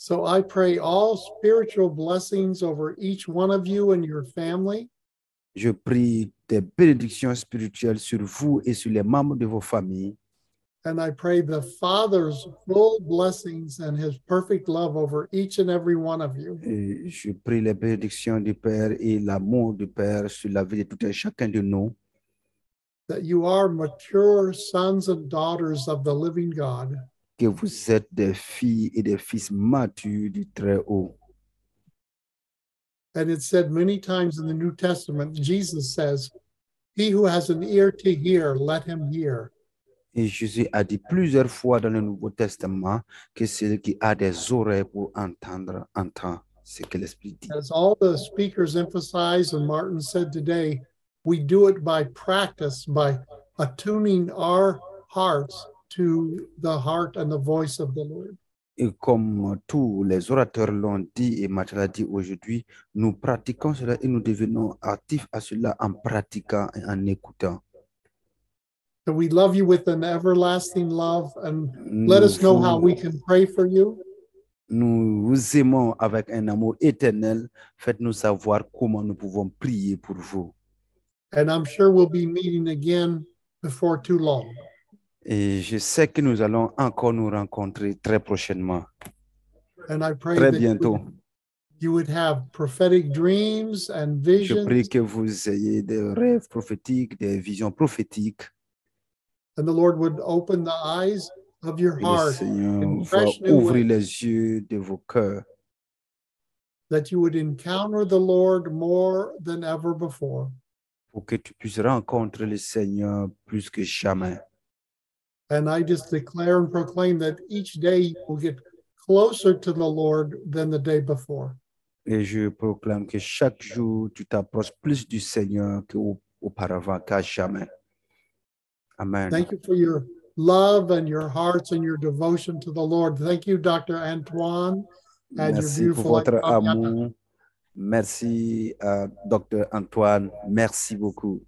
S5: So I pray all spiritual blessings over each one of you and your family.
S2: Je prie des bénédictions spirituelles sur vous et sur les membres de vos familles.
S5: And I pray the Father's full blessings and his perfect love over each and every one of you.
S2: Et je prie les bénédictions du Père et l'amour du Père sur la vie de tout un chacun de nous.
S5: That you are mature sons and daughters of the living God.
S2: que vous êtes des filles et des fils matures du Très-Haut.
S5: And it's said many times in the New Testament, Jesus says, He who has an ear to hear, let him hear.
S2: Et Jésus a dit plusieurs fois dans le Nouveau Testament que celui qui a des oreilles pour entendre, entend ce que l'Esprit dit.
S5: As all the speakers emphasize, and Martin said today, we do it by practice, by attuning our hearts to the heart and the voice of the Lord.
S2: Et comme tous les orateurs l'ont dit et Matthieu l'a dit aujourd'hui, nous pratiquons cela et nous devenons actifs à cela en pratiquant et en écoutant.
S5: So we love you with an everlasting love and let us know how we
S2: Mm-hmm.
S5: can pray for you.
S2: Nous vous aimons avec un amour éternel. Faites-nous savoir comment nous pouvons prier pour vous.
S5: And I'm sure we'll be meeting again before too long.
S2: Et je sais que nous allons encore nous rencontrer très prochainement,
S5: And I pray
S2: très
S5: that you
S2: bientôt.
S5: would- you would have prophetic dreams and
S2: Je prie
S5: visions,
S2: que vous ayez des rêves prophétiques, des visions prophétiques.
S5: and the Lord would open the eyes of your
S2: Et le
S5: heart
S2: Seigneur
S5: in
S2: va
S5: fresh new
S2: ouvrir
S5: ways,
S2: les yeux de vos cœurs
S5: that you would encounter the Lord more than ever before.
S2: pour que tu puisses rencontrer le Seigneur plus que jamais.
S5: And I just declare and proclaim that each day you will get closer to the Lord than the day before.
S2: Et je proclame que chaque jour, tu t'approches plus du Seigneur qu'auparavant, qu'à jamais. Amen.
S5: Thank you for your love and your hearts and your devotion to the Lord. Thank you, Dr. Antoine, and your
S2: Merci pour
S5: beautiful wife,
S2: votre
S5: Fabiana.
S2: amour. Merci, euh, Dr. Antoine. Merci beaucoup.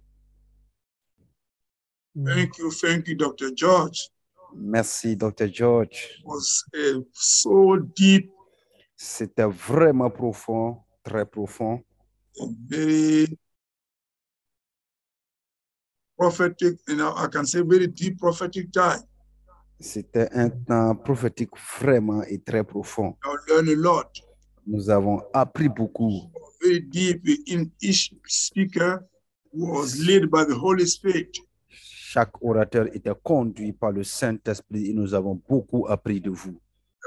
S5: Mm.
S3: Thank you, thank you, Dr. George.
S2: Merci, Dr. George.
S3: It was uh, so deep
S2: C'était vraiment profond, très profond
S3: and very prophetic, you know, I can say very deep prophetic time.
S2: C'était un temps prophétique vraiment et très profond.
S3: I learned a lot,
S2: Nous avons appris beaucoup.
S3: very deep in each speaker who was led by the Holy Spirit.
S2: Chaque orateur était conduit par le Saint-Esprit et nous avons beaucoup appris de vous.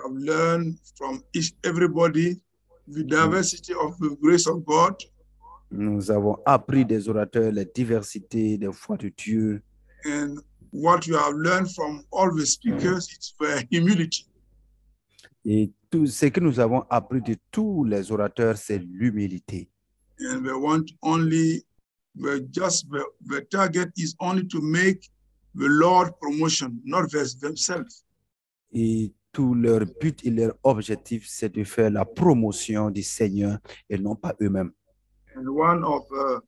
S3: I've learned from each everybody the
S5: Mm.
S3: diversity of the grace of God
S2: Nous avons appris des orateurs, la diversité des voix de Dieu.
S3: and what you have learned from all the speakers is their humility.
S2: Et tout ce que nous avons appris de tous les orateurs, c'est l'humilité.
S3: And they want only, they just, the, the target is only to make the Lord promotion, not their- themselves.
S2: Et tout leur but et leur objectif, c'est de faire la promotion du Seigneur et non pas eux-mêmes.
S3: And one of uh,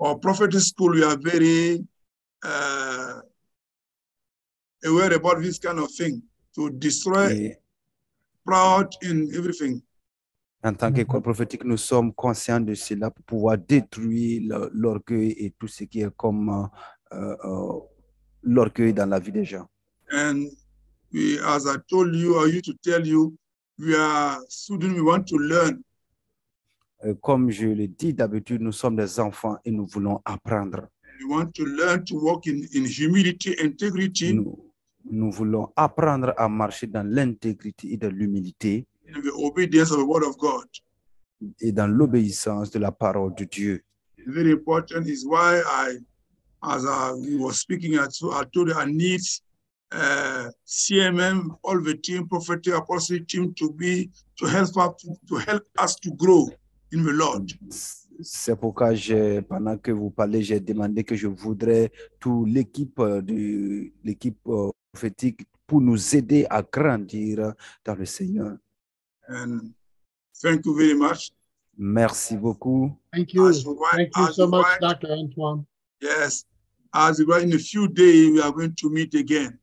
S3: our prophetic school, we are very uh, aware about this kind of thing to destroy
S2: Et
S3: proud in everything.
S2: en tant qu'école prophétique, nous sommes conscients de cela pour pouvoir détruire le- l'orgueil et tout ce qui est comme euh, euh, euh, l'orgueil dans la vie des gens.
S3: And we, as I told you, or you to tell you, we are students, we want to learn.
S2: Euh, Comme je le dis d'habitude, nous sommes des enfants et nous voulons apprendre.
S3: We want to learn to walk in, in humility, integrity,
S2: Nous, nous voulons apprendre à marcher dans l'intégrité et dans l'humilité
S3: in the obedience of the word of God.
S2: et dans l'obéissance de la parole de Dieu.
S3: It's very important, is why I, as I we was speaking, I, so I told you I need uh, CMM, all the team, prophetic apostle team to be, to help up, to help us to grow in the Lord.
S2: C'est pourquoi, j'ai- pendant que vous parlez, j'ai demandé que je voudrais toute l'équipe euh, de l'équipe euh, prophétique pour nous aider à grandir dans le Seigneur.
S3: And thank you very much.
S2: Merci beaucoup.
S5: Thank you.
S3: As you write-
S5: Thank you
S3: as
S5: so
S3: you
S5: much,
S3: write-
S5: Dr. Antoine.
S3: Yes. As we are in a few days, we are going to meet again.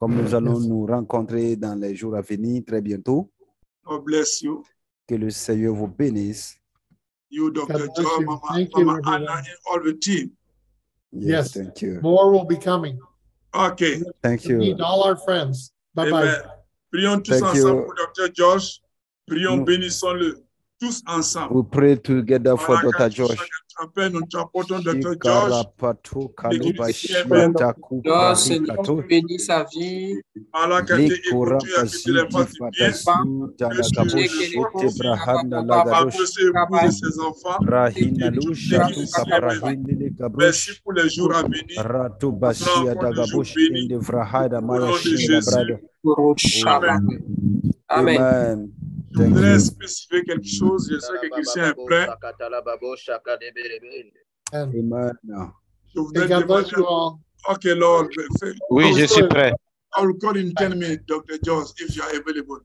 S2: Comme nous allons
S5: Merci.
S2: nous rencontrer dans les jours à venir, très bientôt,
S3: God bless you.
S2: que le Seigneur vous bénisse.
S3: You,
S5: God
S3: Dr.
S5: bless
S3: Joy,
S5: you.
S3: Mama,
S5: Thank you,
S3: Mama Anna,
S5: everyone.
S3: and all the team.
S2: Yes,
S5: Yes.
S2: thank you.
S5: More will be coming.
S3: OK.
S2: Thank
S5: We
S2: you.
S5: need all our friends.
S3: Eh
S5: Bye-bye.
S3: ben, prions tous
S2: Thank
S3: ensemble
S2: you. Mm.
S3: pour Dr. George. Prions,
S2: Nous-
S3: bénissons-le tous ensemble.
S2: We pray together for
S3: Voilà, quand
S2: Dr.
S3: nous sommes
S2: Josh.
S3: en paix, nous te rapportons Dr. George.
S2: Shikarapatu
S3: L'église
S2: kalubashia
S3: CFM.
S2: takupa
S12: George, Seigneur,
S2: rikato.
S12: bénis sa vie.
S3: Voilà, quand tu écoutes, tu as que tu
S2: Likorabashi
S3: les fasses du bien.
S2: tifatasu
S3: Que
S2: talagabo
S3: ce soit
S2: shete
S3: aussi
S2: brahanda
S3: par tous
S2: lagadosh.
S3: ses époux et ses enfants
S2: Brahina
S3: et toute
S2: lushatu
S3: l'église CFM.
S2: kaprahindele
S3: Merci
S2: gabrosh.
S3: pour les jours à venir.
S2: Ratu
S3: Nous serons
S2: bashia
S3: encore des jours
S2: dagabosh in
S3: bénis.
S2: the vrahada
S3: Au
S2: maya
S3: nom de
S2: shila
S3: Jésus.
S2: brado.
S3: Amen.
S12: Amen.
S2: Amen.
S3: Je
S2: Thank
S3: voudrais
S2: you.
S3: spécifier quelque chose. Je sais que Christian est prêt.
S5: And
S2: Amen.
S3: Je
S5: okay,
S3: voudrais
S5: God bless
S3: demander.
S5: you all.
S3: OK, Lord, fais-
S5: Oh,
S12: Oui, je suis
S5: sorry.
S12: prêt.
S3: I will call in 10 minutes, Dr. Jones, if you are available.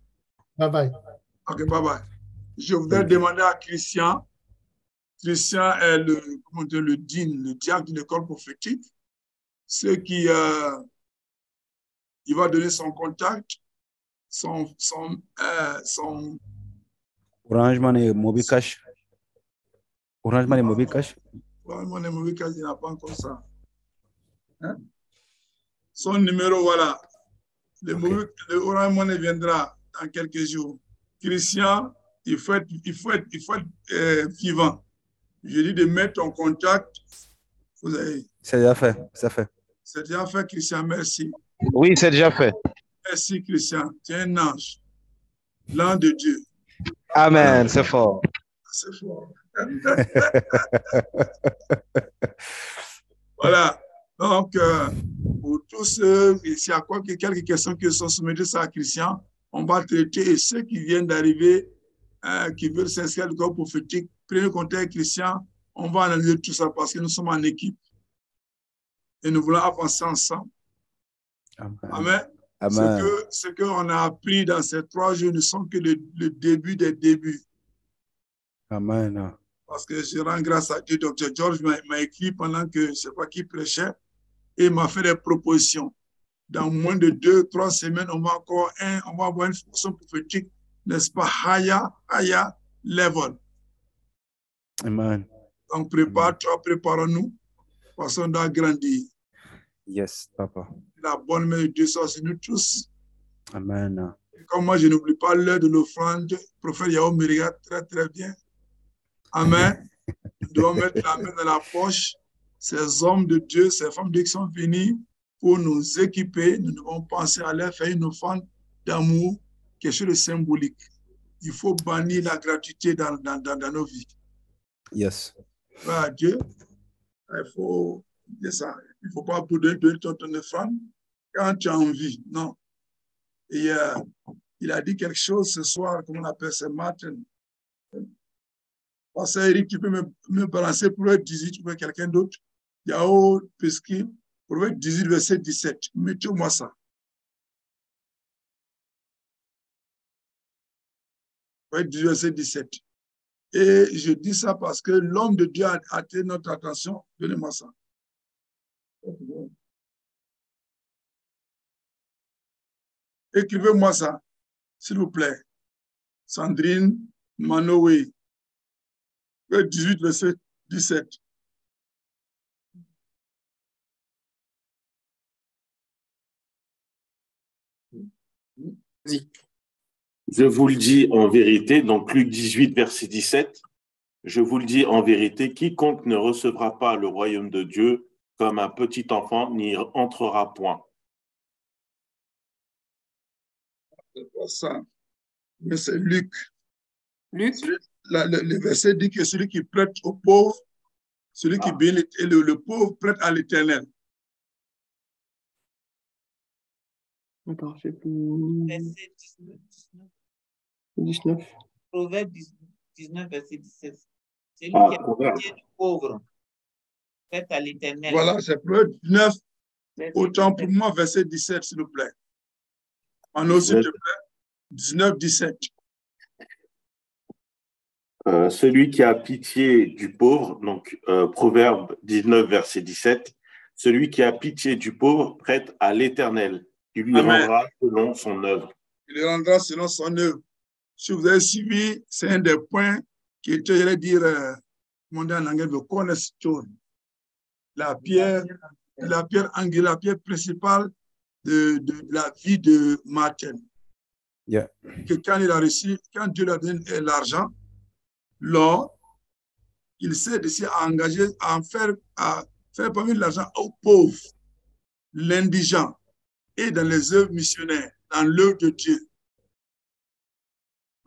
S5: Bye-bye.
S3: OK, bye bye. Je voudrais
S2: Thank you.
S3: demander à Christian. Christian est le, comment dire, le dean, le diacre de l'école prophétique. Ce qui, euh, il va donner son contact, son, son, euh, son,
S2: Orange Money Mobi Cash. Orange Money Mobi Cash.
S3: Ouais, mon ami, oui, quand il n'a pas encore ça. Hein? Son numéro, voilà. Le,
S2: Ok.
S3: mauvais- le Orange Money viendra dans quelques jours. Christian, il faut être, il faut être, il faut être euh, vivant. Je dis de mettre ton contact. Vous avez,
S2: C'est déjà fait. C'est fait.
S3: c'est déjà fait, Christian. Merci.
S12: Oui, c'est déjà fait.
S3: Merci, Christian. Tu es un ange, l'ange de Dieu.
S12: Amen, c'est fort.
S3: C'est fort. Voilà. Donc, euh, pour tous ceux, et s'il y a quoi que quelques questions qui sont soumises à Christian, on va traiter. Et ceux qui viennent d'arriver, euh, qui veulent s'inscrire au corps prophétique, prenez contact avec Christian. On va analyser tout ça parce que nous sommes en équipe et nous voulons avancer ensemble.
S2: Amen.
S3: Amen. Ce
S2: Amen.
S3: que ce qu'on a appris dans ces trois jours ne sont que le, le début des débuts.
S2: Amen.
S3: Parce que je rends grâce à Dieu. Dr. George m'a m'a écrit pendant que je ne sais pas qui prêchait et il m'a fait des propositions. dans moins de deux, trois semaines, on va encore un, on va avoir une fonction prophétique, n'est-ce pas? Higher, higher level.
S2: Amen.
S3: Donc, prépare-toi, préparons-nous, parce qu'on doit grandir.
S2: Yes, Papa.
S3: La bonne main de Dieu soit sur nous tous.
S2: Amen.
S3: Et comme moi, je n'oublie pas l'heure de l'offrande. Le prophète Yahweh me regarde très, très bien. Amen. Nous devons mettre la main dans la poche. Ces hommes de Dieu, ces femmes de Dieu qui sont venus pour nous équiper, nous devons penser à leur faire une offrande d'amour, quelque chose de symbolique. Il faut bannir la gratuité dans, dans, dans, dans nos vies.
S2: Yes.
S3: Gloire à Dieu, il faut dire ça. Il ne faut pas pour donner donner ton, ton offrande quand tu as envie. Non. Et, euh, il a dit quelque chose ce soir, comme on appelle ce matin. Pasteur Eric, tu peux me, me balancer Proverbe 18 pour quelqu'un d'autre. Yahoo, Pesky, Proverbe 18, verset 17. Mettez-moi ça. Proverbe 18, verset 17. Et je dis ça parce que l'homme de Dieu a attiré notre attention. Donnez-moi ça. Écrivez-moi ça, s'il vous plaît. Sandrine Manoé, Proverbe 18, verset 17.
S13: Je vous le dis en vérité, donc Luc 18, verset 17, je vous le dis en vérité, quiconque ne recevra pas le royaume de Dieu comme un petit enfant n'y entrera point.
S3: C'est pas ça. Mais c'est Luc.
S12: Luc,
S3: Celui- la- le, le verset dit que celui qui prête aux pauvres, celui qui bénit le, le- le pauvre prête à l'éternel.
S12: Attends, je sais plus.
S14: verset 19.
S12: 19.
S14: Proverbe 19, verset 17. Celui
S13: Ah,
S14: qui a
S13: proverbe.
S14: pitié du pauvre, prête à l'éternel.
S3: Voilà, c'est Proverbe 9,
S14: Verset
S3: autant pour
S14: 17.
S3: moi, verset 17, s'il vous plaît. Mano, s'il te plaît, 19, 17.
S13: Euh, celui qui a pitié du pauvre, donc euh, Proverbe 19, verset 17, celui qui a pitié du pauvre prête à l'Éternel, qui lui
S3: Amen.
S13: rendra selon son œuvre.
S3: Il le rendra selon son œuvre. Si vous avez suivi, c'est un des points qui était, j'allais dire, euh, comment on dit en anglais, the cornerstone, la pierre la pierre angulaire, la pierre principale de, de la vie de Martin.
S8: Yeah.
S3: Que quand il a reçu, quand Dieu lui a donné euh, l'argent, l'or, il s'est décidé à engager, à en faire, à faire parvenir l'argent aux pauvres, l'indigent, et dans les œuvres missionnaires, dans l'œuvre de Dieu.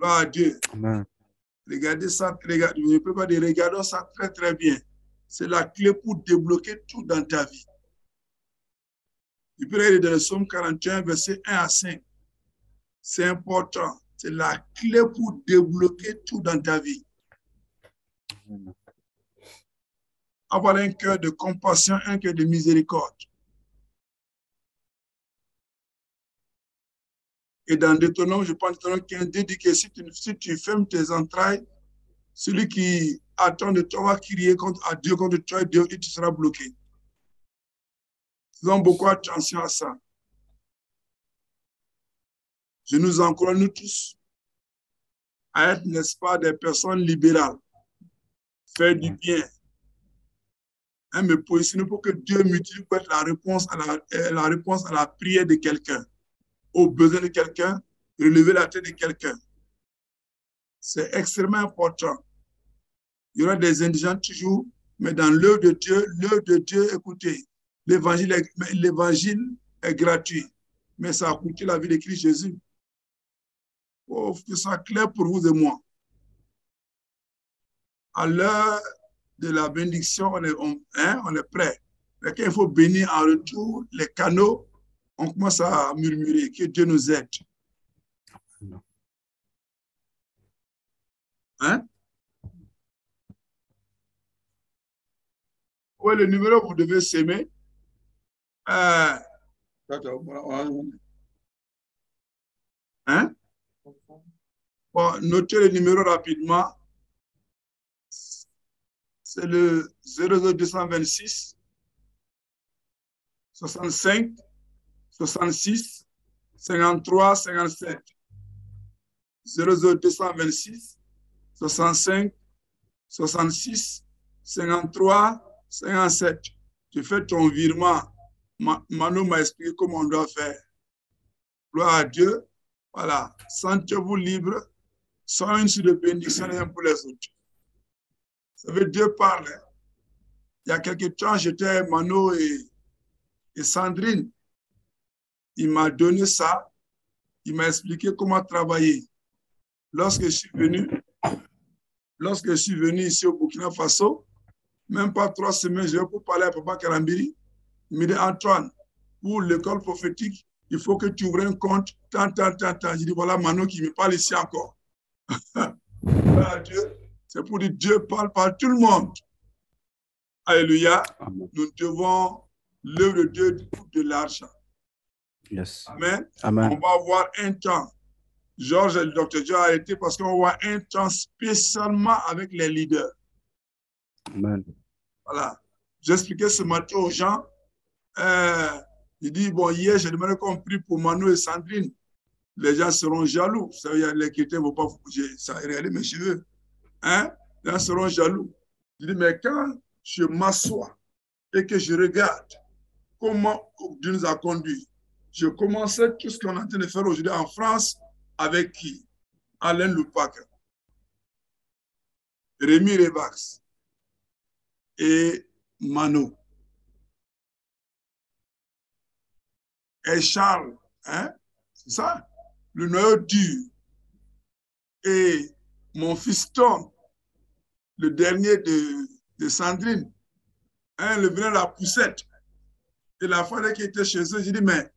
S3: Gloire à Dieu.
S8: Amen.
S3: Regardez ça, regardez, je ne peux pas dire, regardons ça très très bien. C'est la clé pour débloquer tout dans ta vie. Il peut aller dans le psaume 41, verset 1 à 5. C'est important. C'est la clé pour débloquer tout dans ta vie. Avoir un cœur de compassion, un cœur de miséricorde. Et dans Deutéronome, je pense Deutéronome 15, Dieu dit que si tu, si tu fermes tes entrailles, celui qui attend de toi va crier contre, à Dieu contre toi Dieu, et tu seras bloqué. Faisons beaucoup attention à ça. Je nous encourage, nous tous, à être, n'est-ce pas, des personnes libérales, faire du bien. Hein, me positionner pour que Dieu m'utilise pour être la réponse à la, euh, la réponse à la prière de quelqu'un, aux besoins de quelqu'un, relever la tête de quelqu'un. C'est extrêmement important. Il y aura des indigents toujours, mais dans l'œuvre de Dieu, l'œuvre de Dieu, écoutez, l'évangile est, mais l'évangile est gratuit, mais ça a coûté la vie de Christ Jésus. Oh, que ça soit clair pour vous et moi. À l'heure de la bénédiction, on est, on, hein, on est prêt. Mais quand il faut bénir en retour les canaux, on commence à murmurer que Dieu nous aide. Hein? Oui, le numéro que vous devez s'aimer. Euh, attends, voilà, voilà. Hein? Bon, notez le numéro rapidement. C'est le 00226 65 66 53 57. 00226 65 66 53 57. Tu fais ton virement. Ma- Manu m'a expliqué comment on doit faire. Gloire à Dieu. Voilà. Sentez-vous libre. Sans une suite de bénédiction les uns pour les autres. Ça veut dire Dieu parle. Il y a quelque temps, j'étais Mano et, et Sandrine. Il m'a donné ça. Il m'a expliqué comment travailler. Lorsque je suis venu, lorsque je suis venu ici au Burkina Faso, même pas trois semaines, je vais pour parler à Papa Karambiri. Il me dit, Antoine, pour l'école prophétique, il faut que tu ouvres un compte, tant, tant, tant, tant. Je dis, voilà Manon qui me parle ici encore. Voilà, Dieu, c'est pour dire, Dieu parle par tout le monde. Alléluia. Nous devons l'œuvre de Dieu pour de l'argent.
S8: Yes.
S3: Amen.
S8: Amen.
S3: On va avoir un temps. Georges, le docteur Dieu a arrêté parce qu'on va avoir un temps spécialement avec les leaders.
S8: Amen.
S3: Voilà. J'expliquais ce matin aux gens. Euh, je dis, bon, hier, j'ai demandé qu'on prie pour Manu et Sandrine. Les gens seront jaloux. Ça veut dire, les chrétiens ne vont pas j'ai- ça, regardez mes cheveux. Hein? Les gens seront jaloux. Je dis, mais quand je m'assois et que je regarde comment Dieu nous a conduits, je commençais tout ce qu'on est en train de faire aujourd'hui en France avec qui? Alain Lupac, Rémi Revax, et Mano. Et Charles, hein? c'est ça? Le noyau dur. Et mon fils Tom, le dernier de, de Sandrine, hein, le venait la poussette. Et la femme qui était chez eux, j'ai dit, mais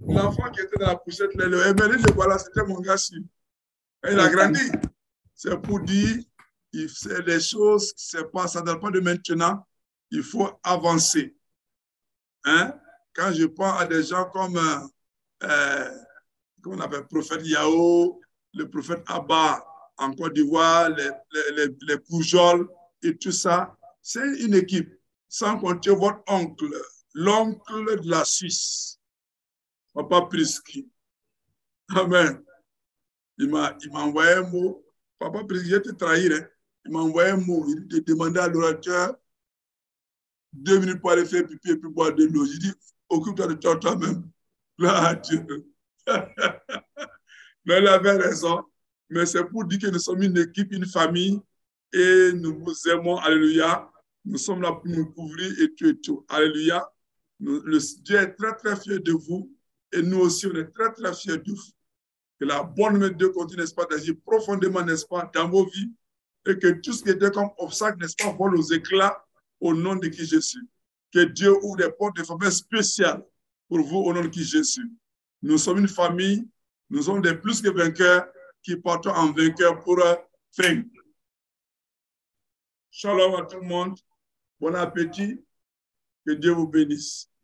S3: l'enfant qui était dans la poussette, là, le MLN, le voilà, c'était mon gars sûr. Et il a grandi. C'est pour dire il- c'est les choses, c'est pas, ça ne date pas de maintenant. Il faut avancer. Hein? Quand je pense à des gens comme, euh, euh, comment on appelle, prophète Yao, le prophète Abba en Côte d'Ivoire, les, les, les, les Poujols et tout ça, c'est une équipe. Sans compter votre oncle, l'oncle de la Suisse, Papa Prisky. Amen. Il m'a il m'a envoyé un mot. Papa Prisky, je vais te trahir. hein. Il m'a envoyé un mot. Il a demandé à l'orateur deux minutes pour aller faire pipi et puis boire de l'eau. Je dis, occupe-toi de toi toi-même. Gloire à Dieu. Mais elle avait raison. Mais c'est pour dire que nous sommes une équipe, une famille, et nous vous aimons. Alléluia. Nous sommes là pour nous couvrir et tout et tout. Alléluia. Nous- le, Dieu est très, très fier de vous. Et nous aussi, on est très, très fiers de vous. Que la bonne main de Dieu continue, n'est-ce pas, d'agir profondément, n'est-ce pas, dans vos vies. Et que tout ce qui était comme obstacle, n'est-ce pas, vole aux éclats au nom de qui Jésus. Que Dieu ouvre des portes de faveur spéciales pour vous au nom de qui Jésus. Nous sommes une famille, nous sommes des plus que vainqueurs qui partons en vainqueur pour euh, vaincre. Shalom à tout le monde. Bon appétit. Que Dieu vous bénisse.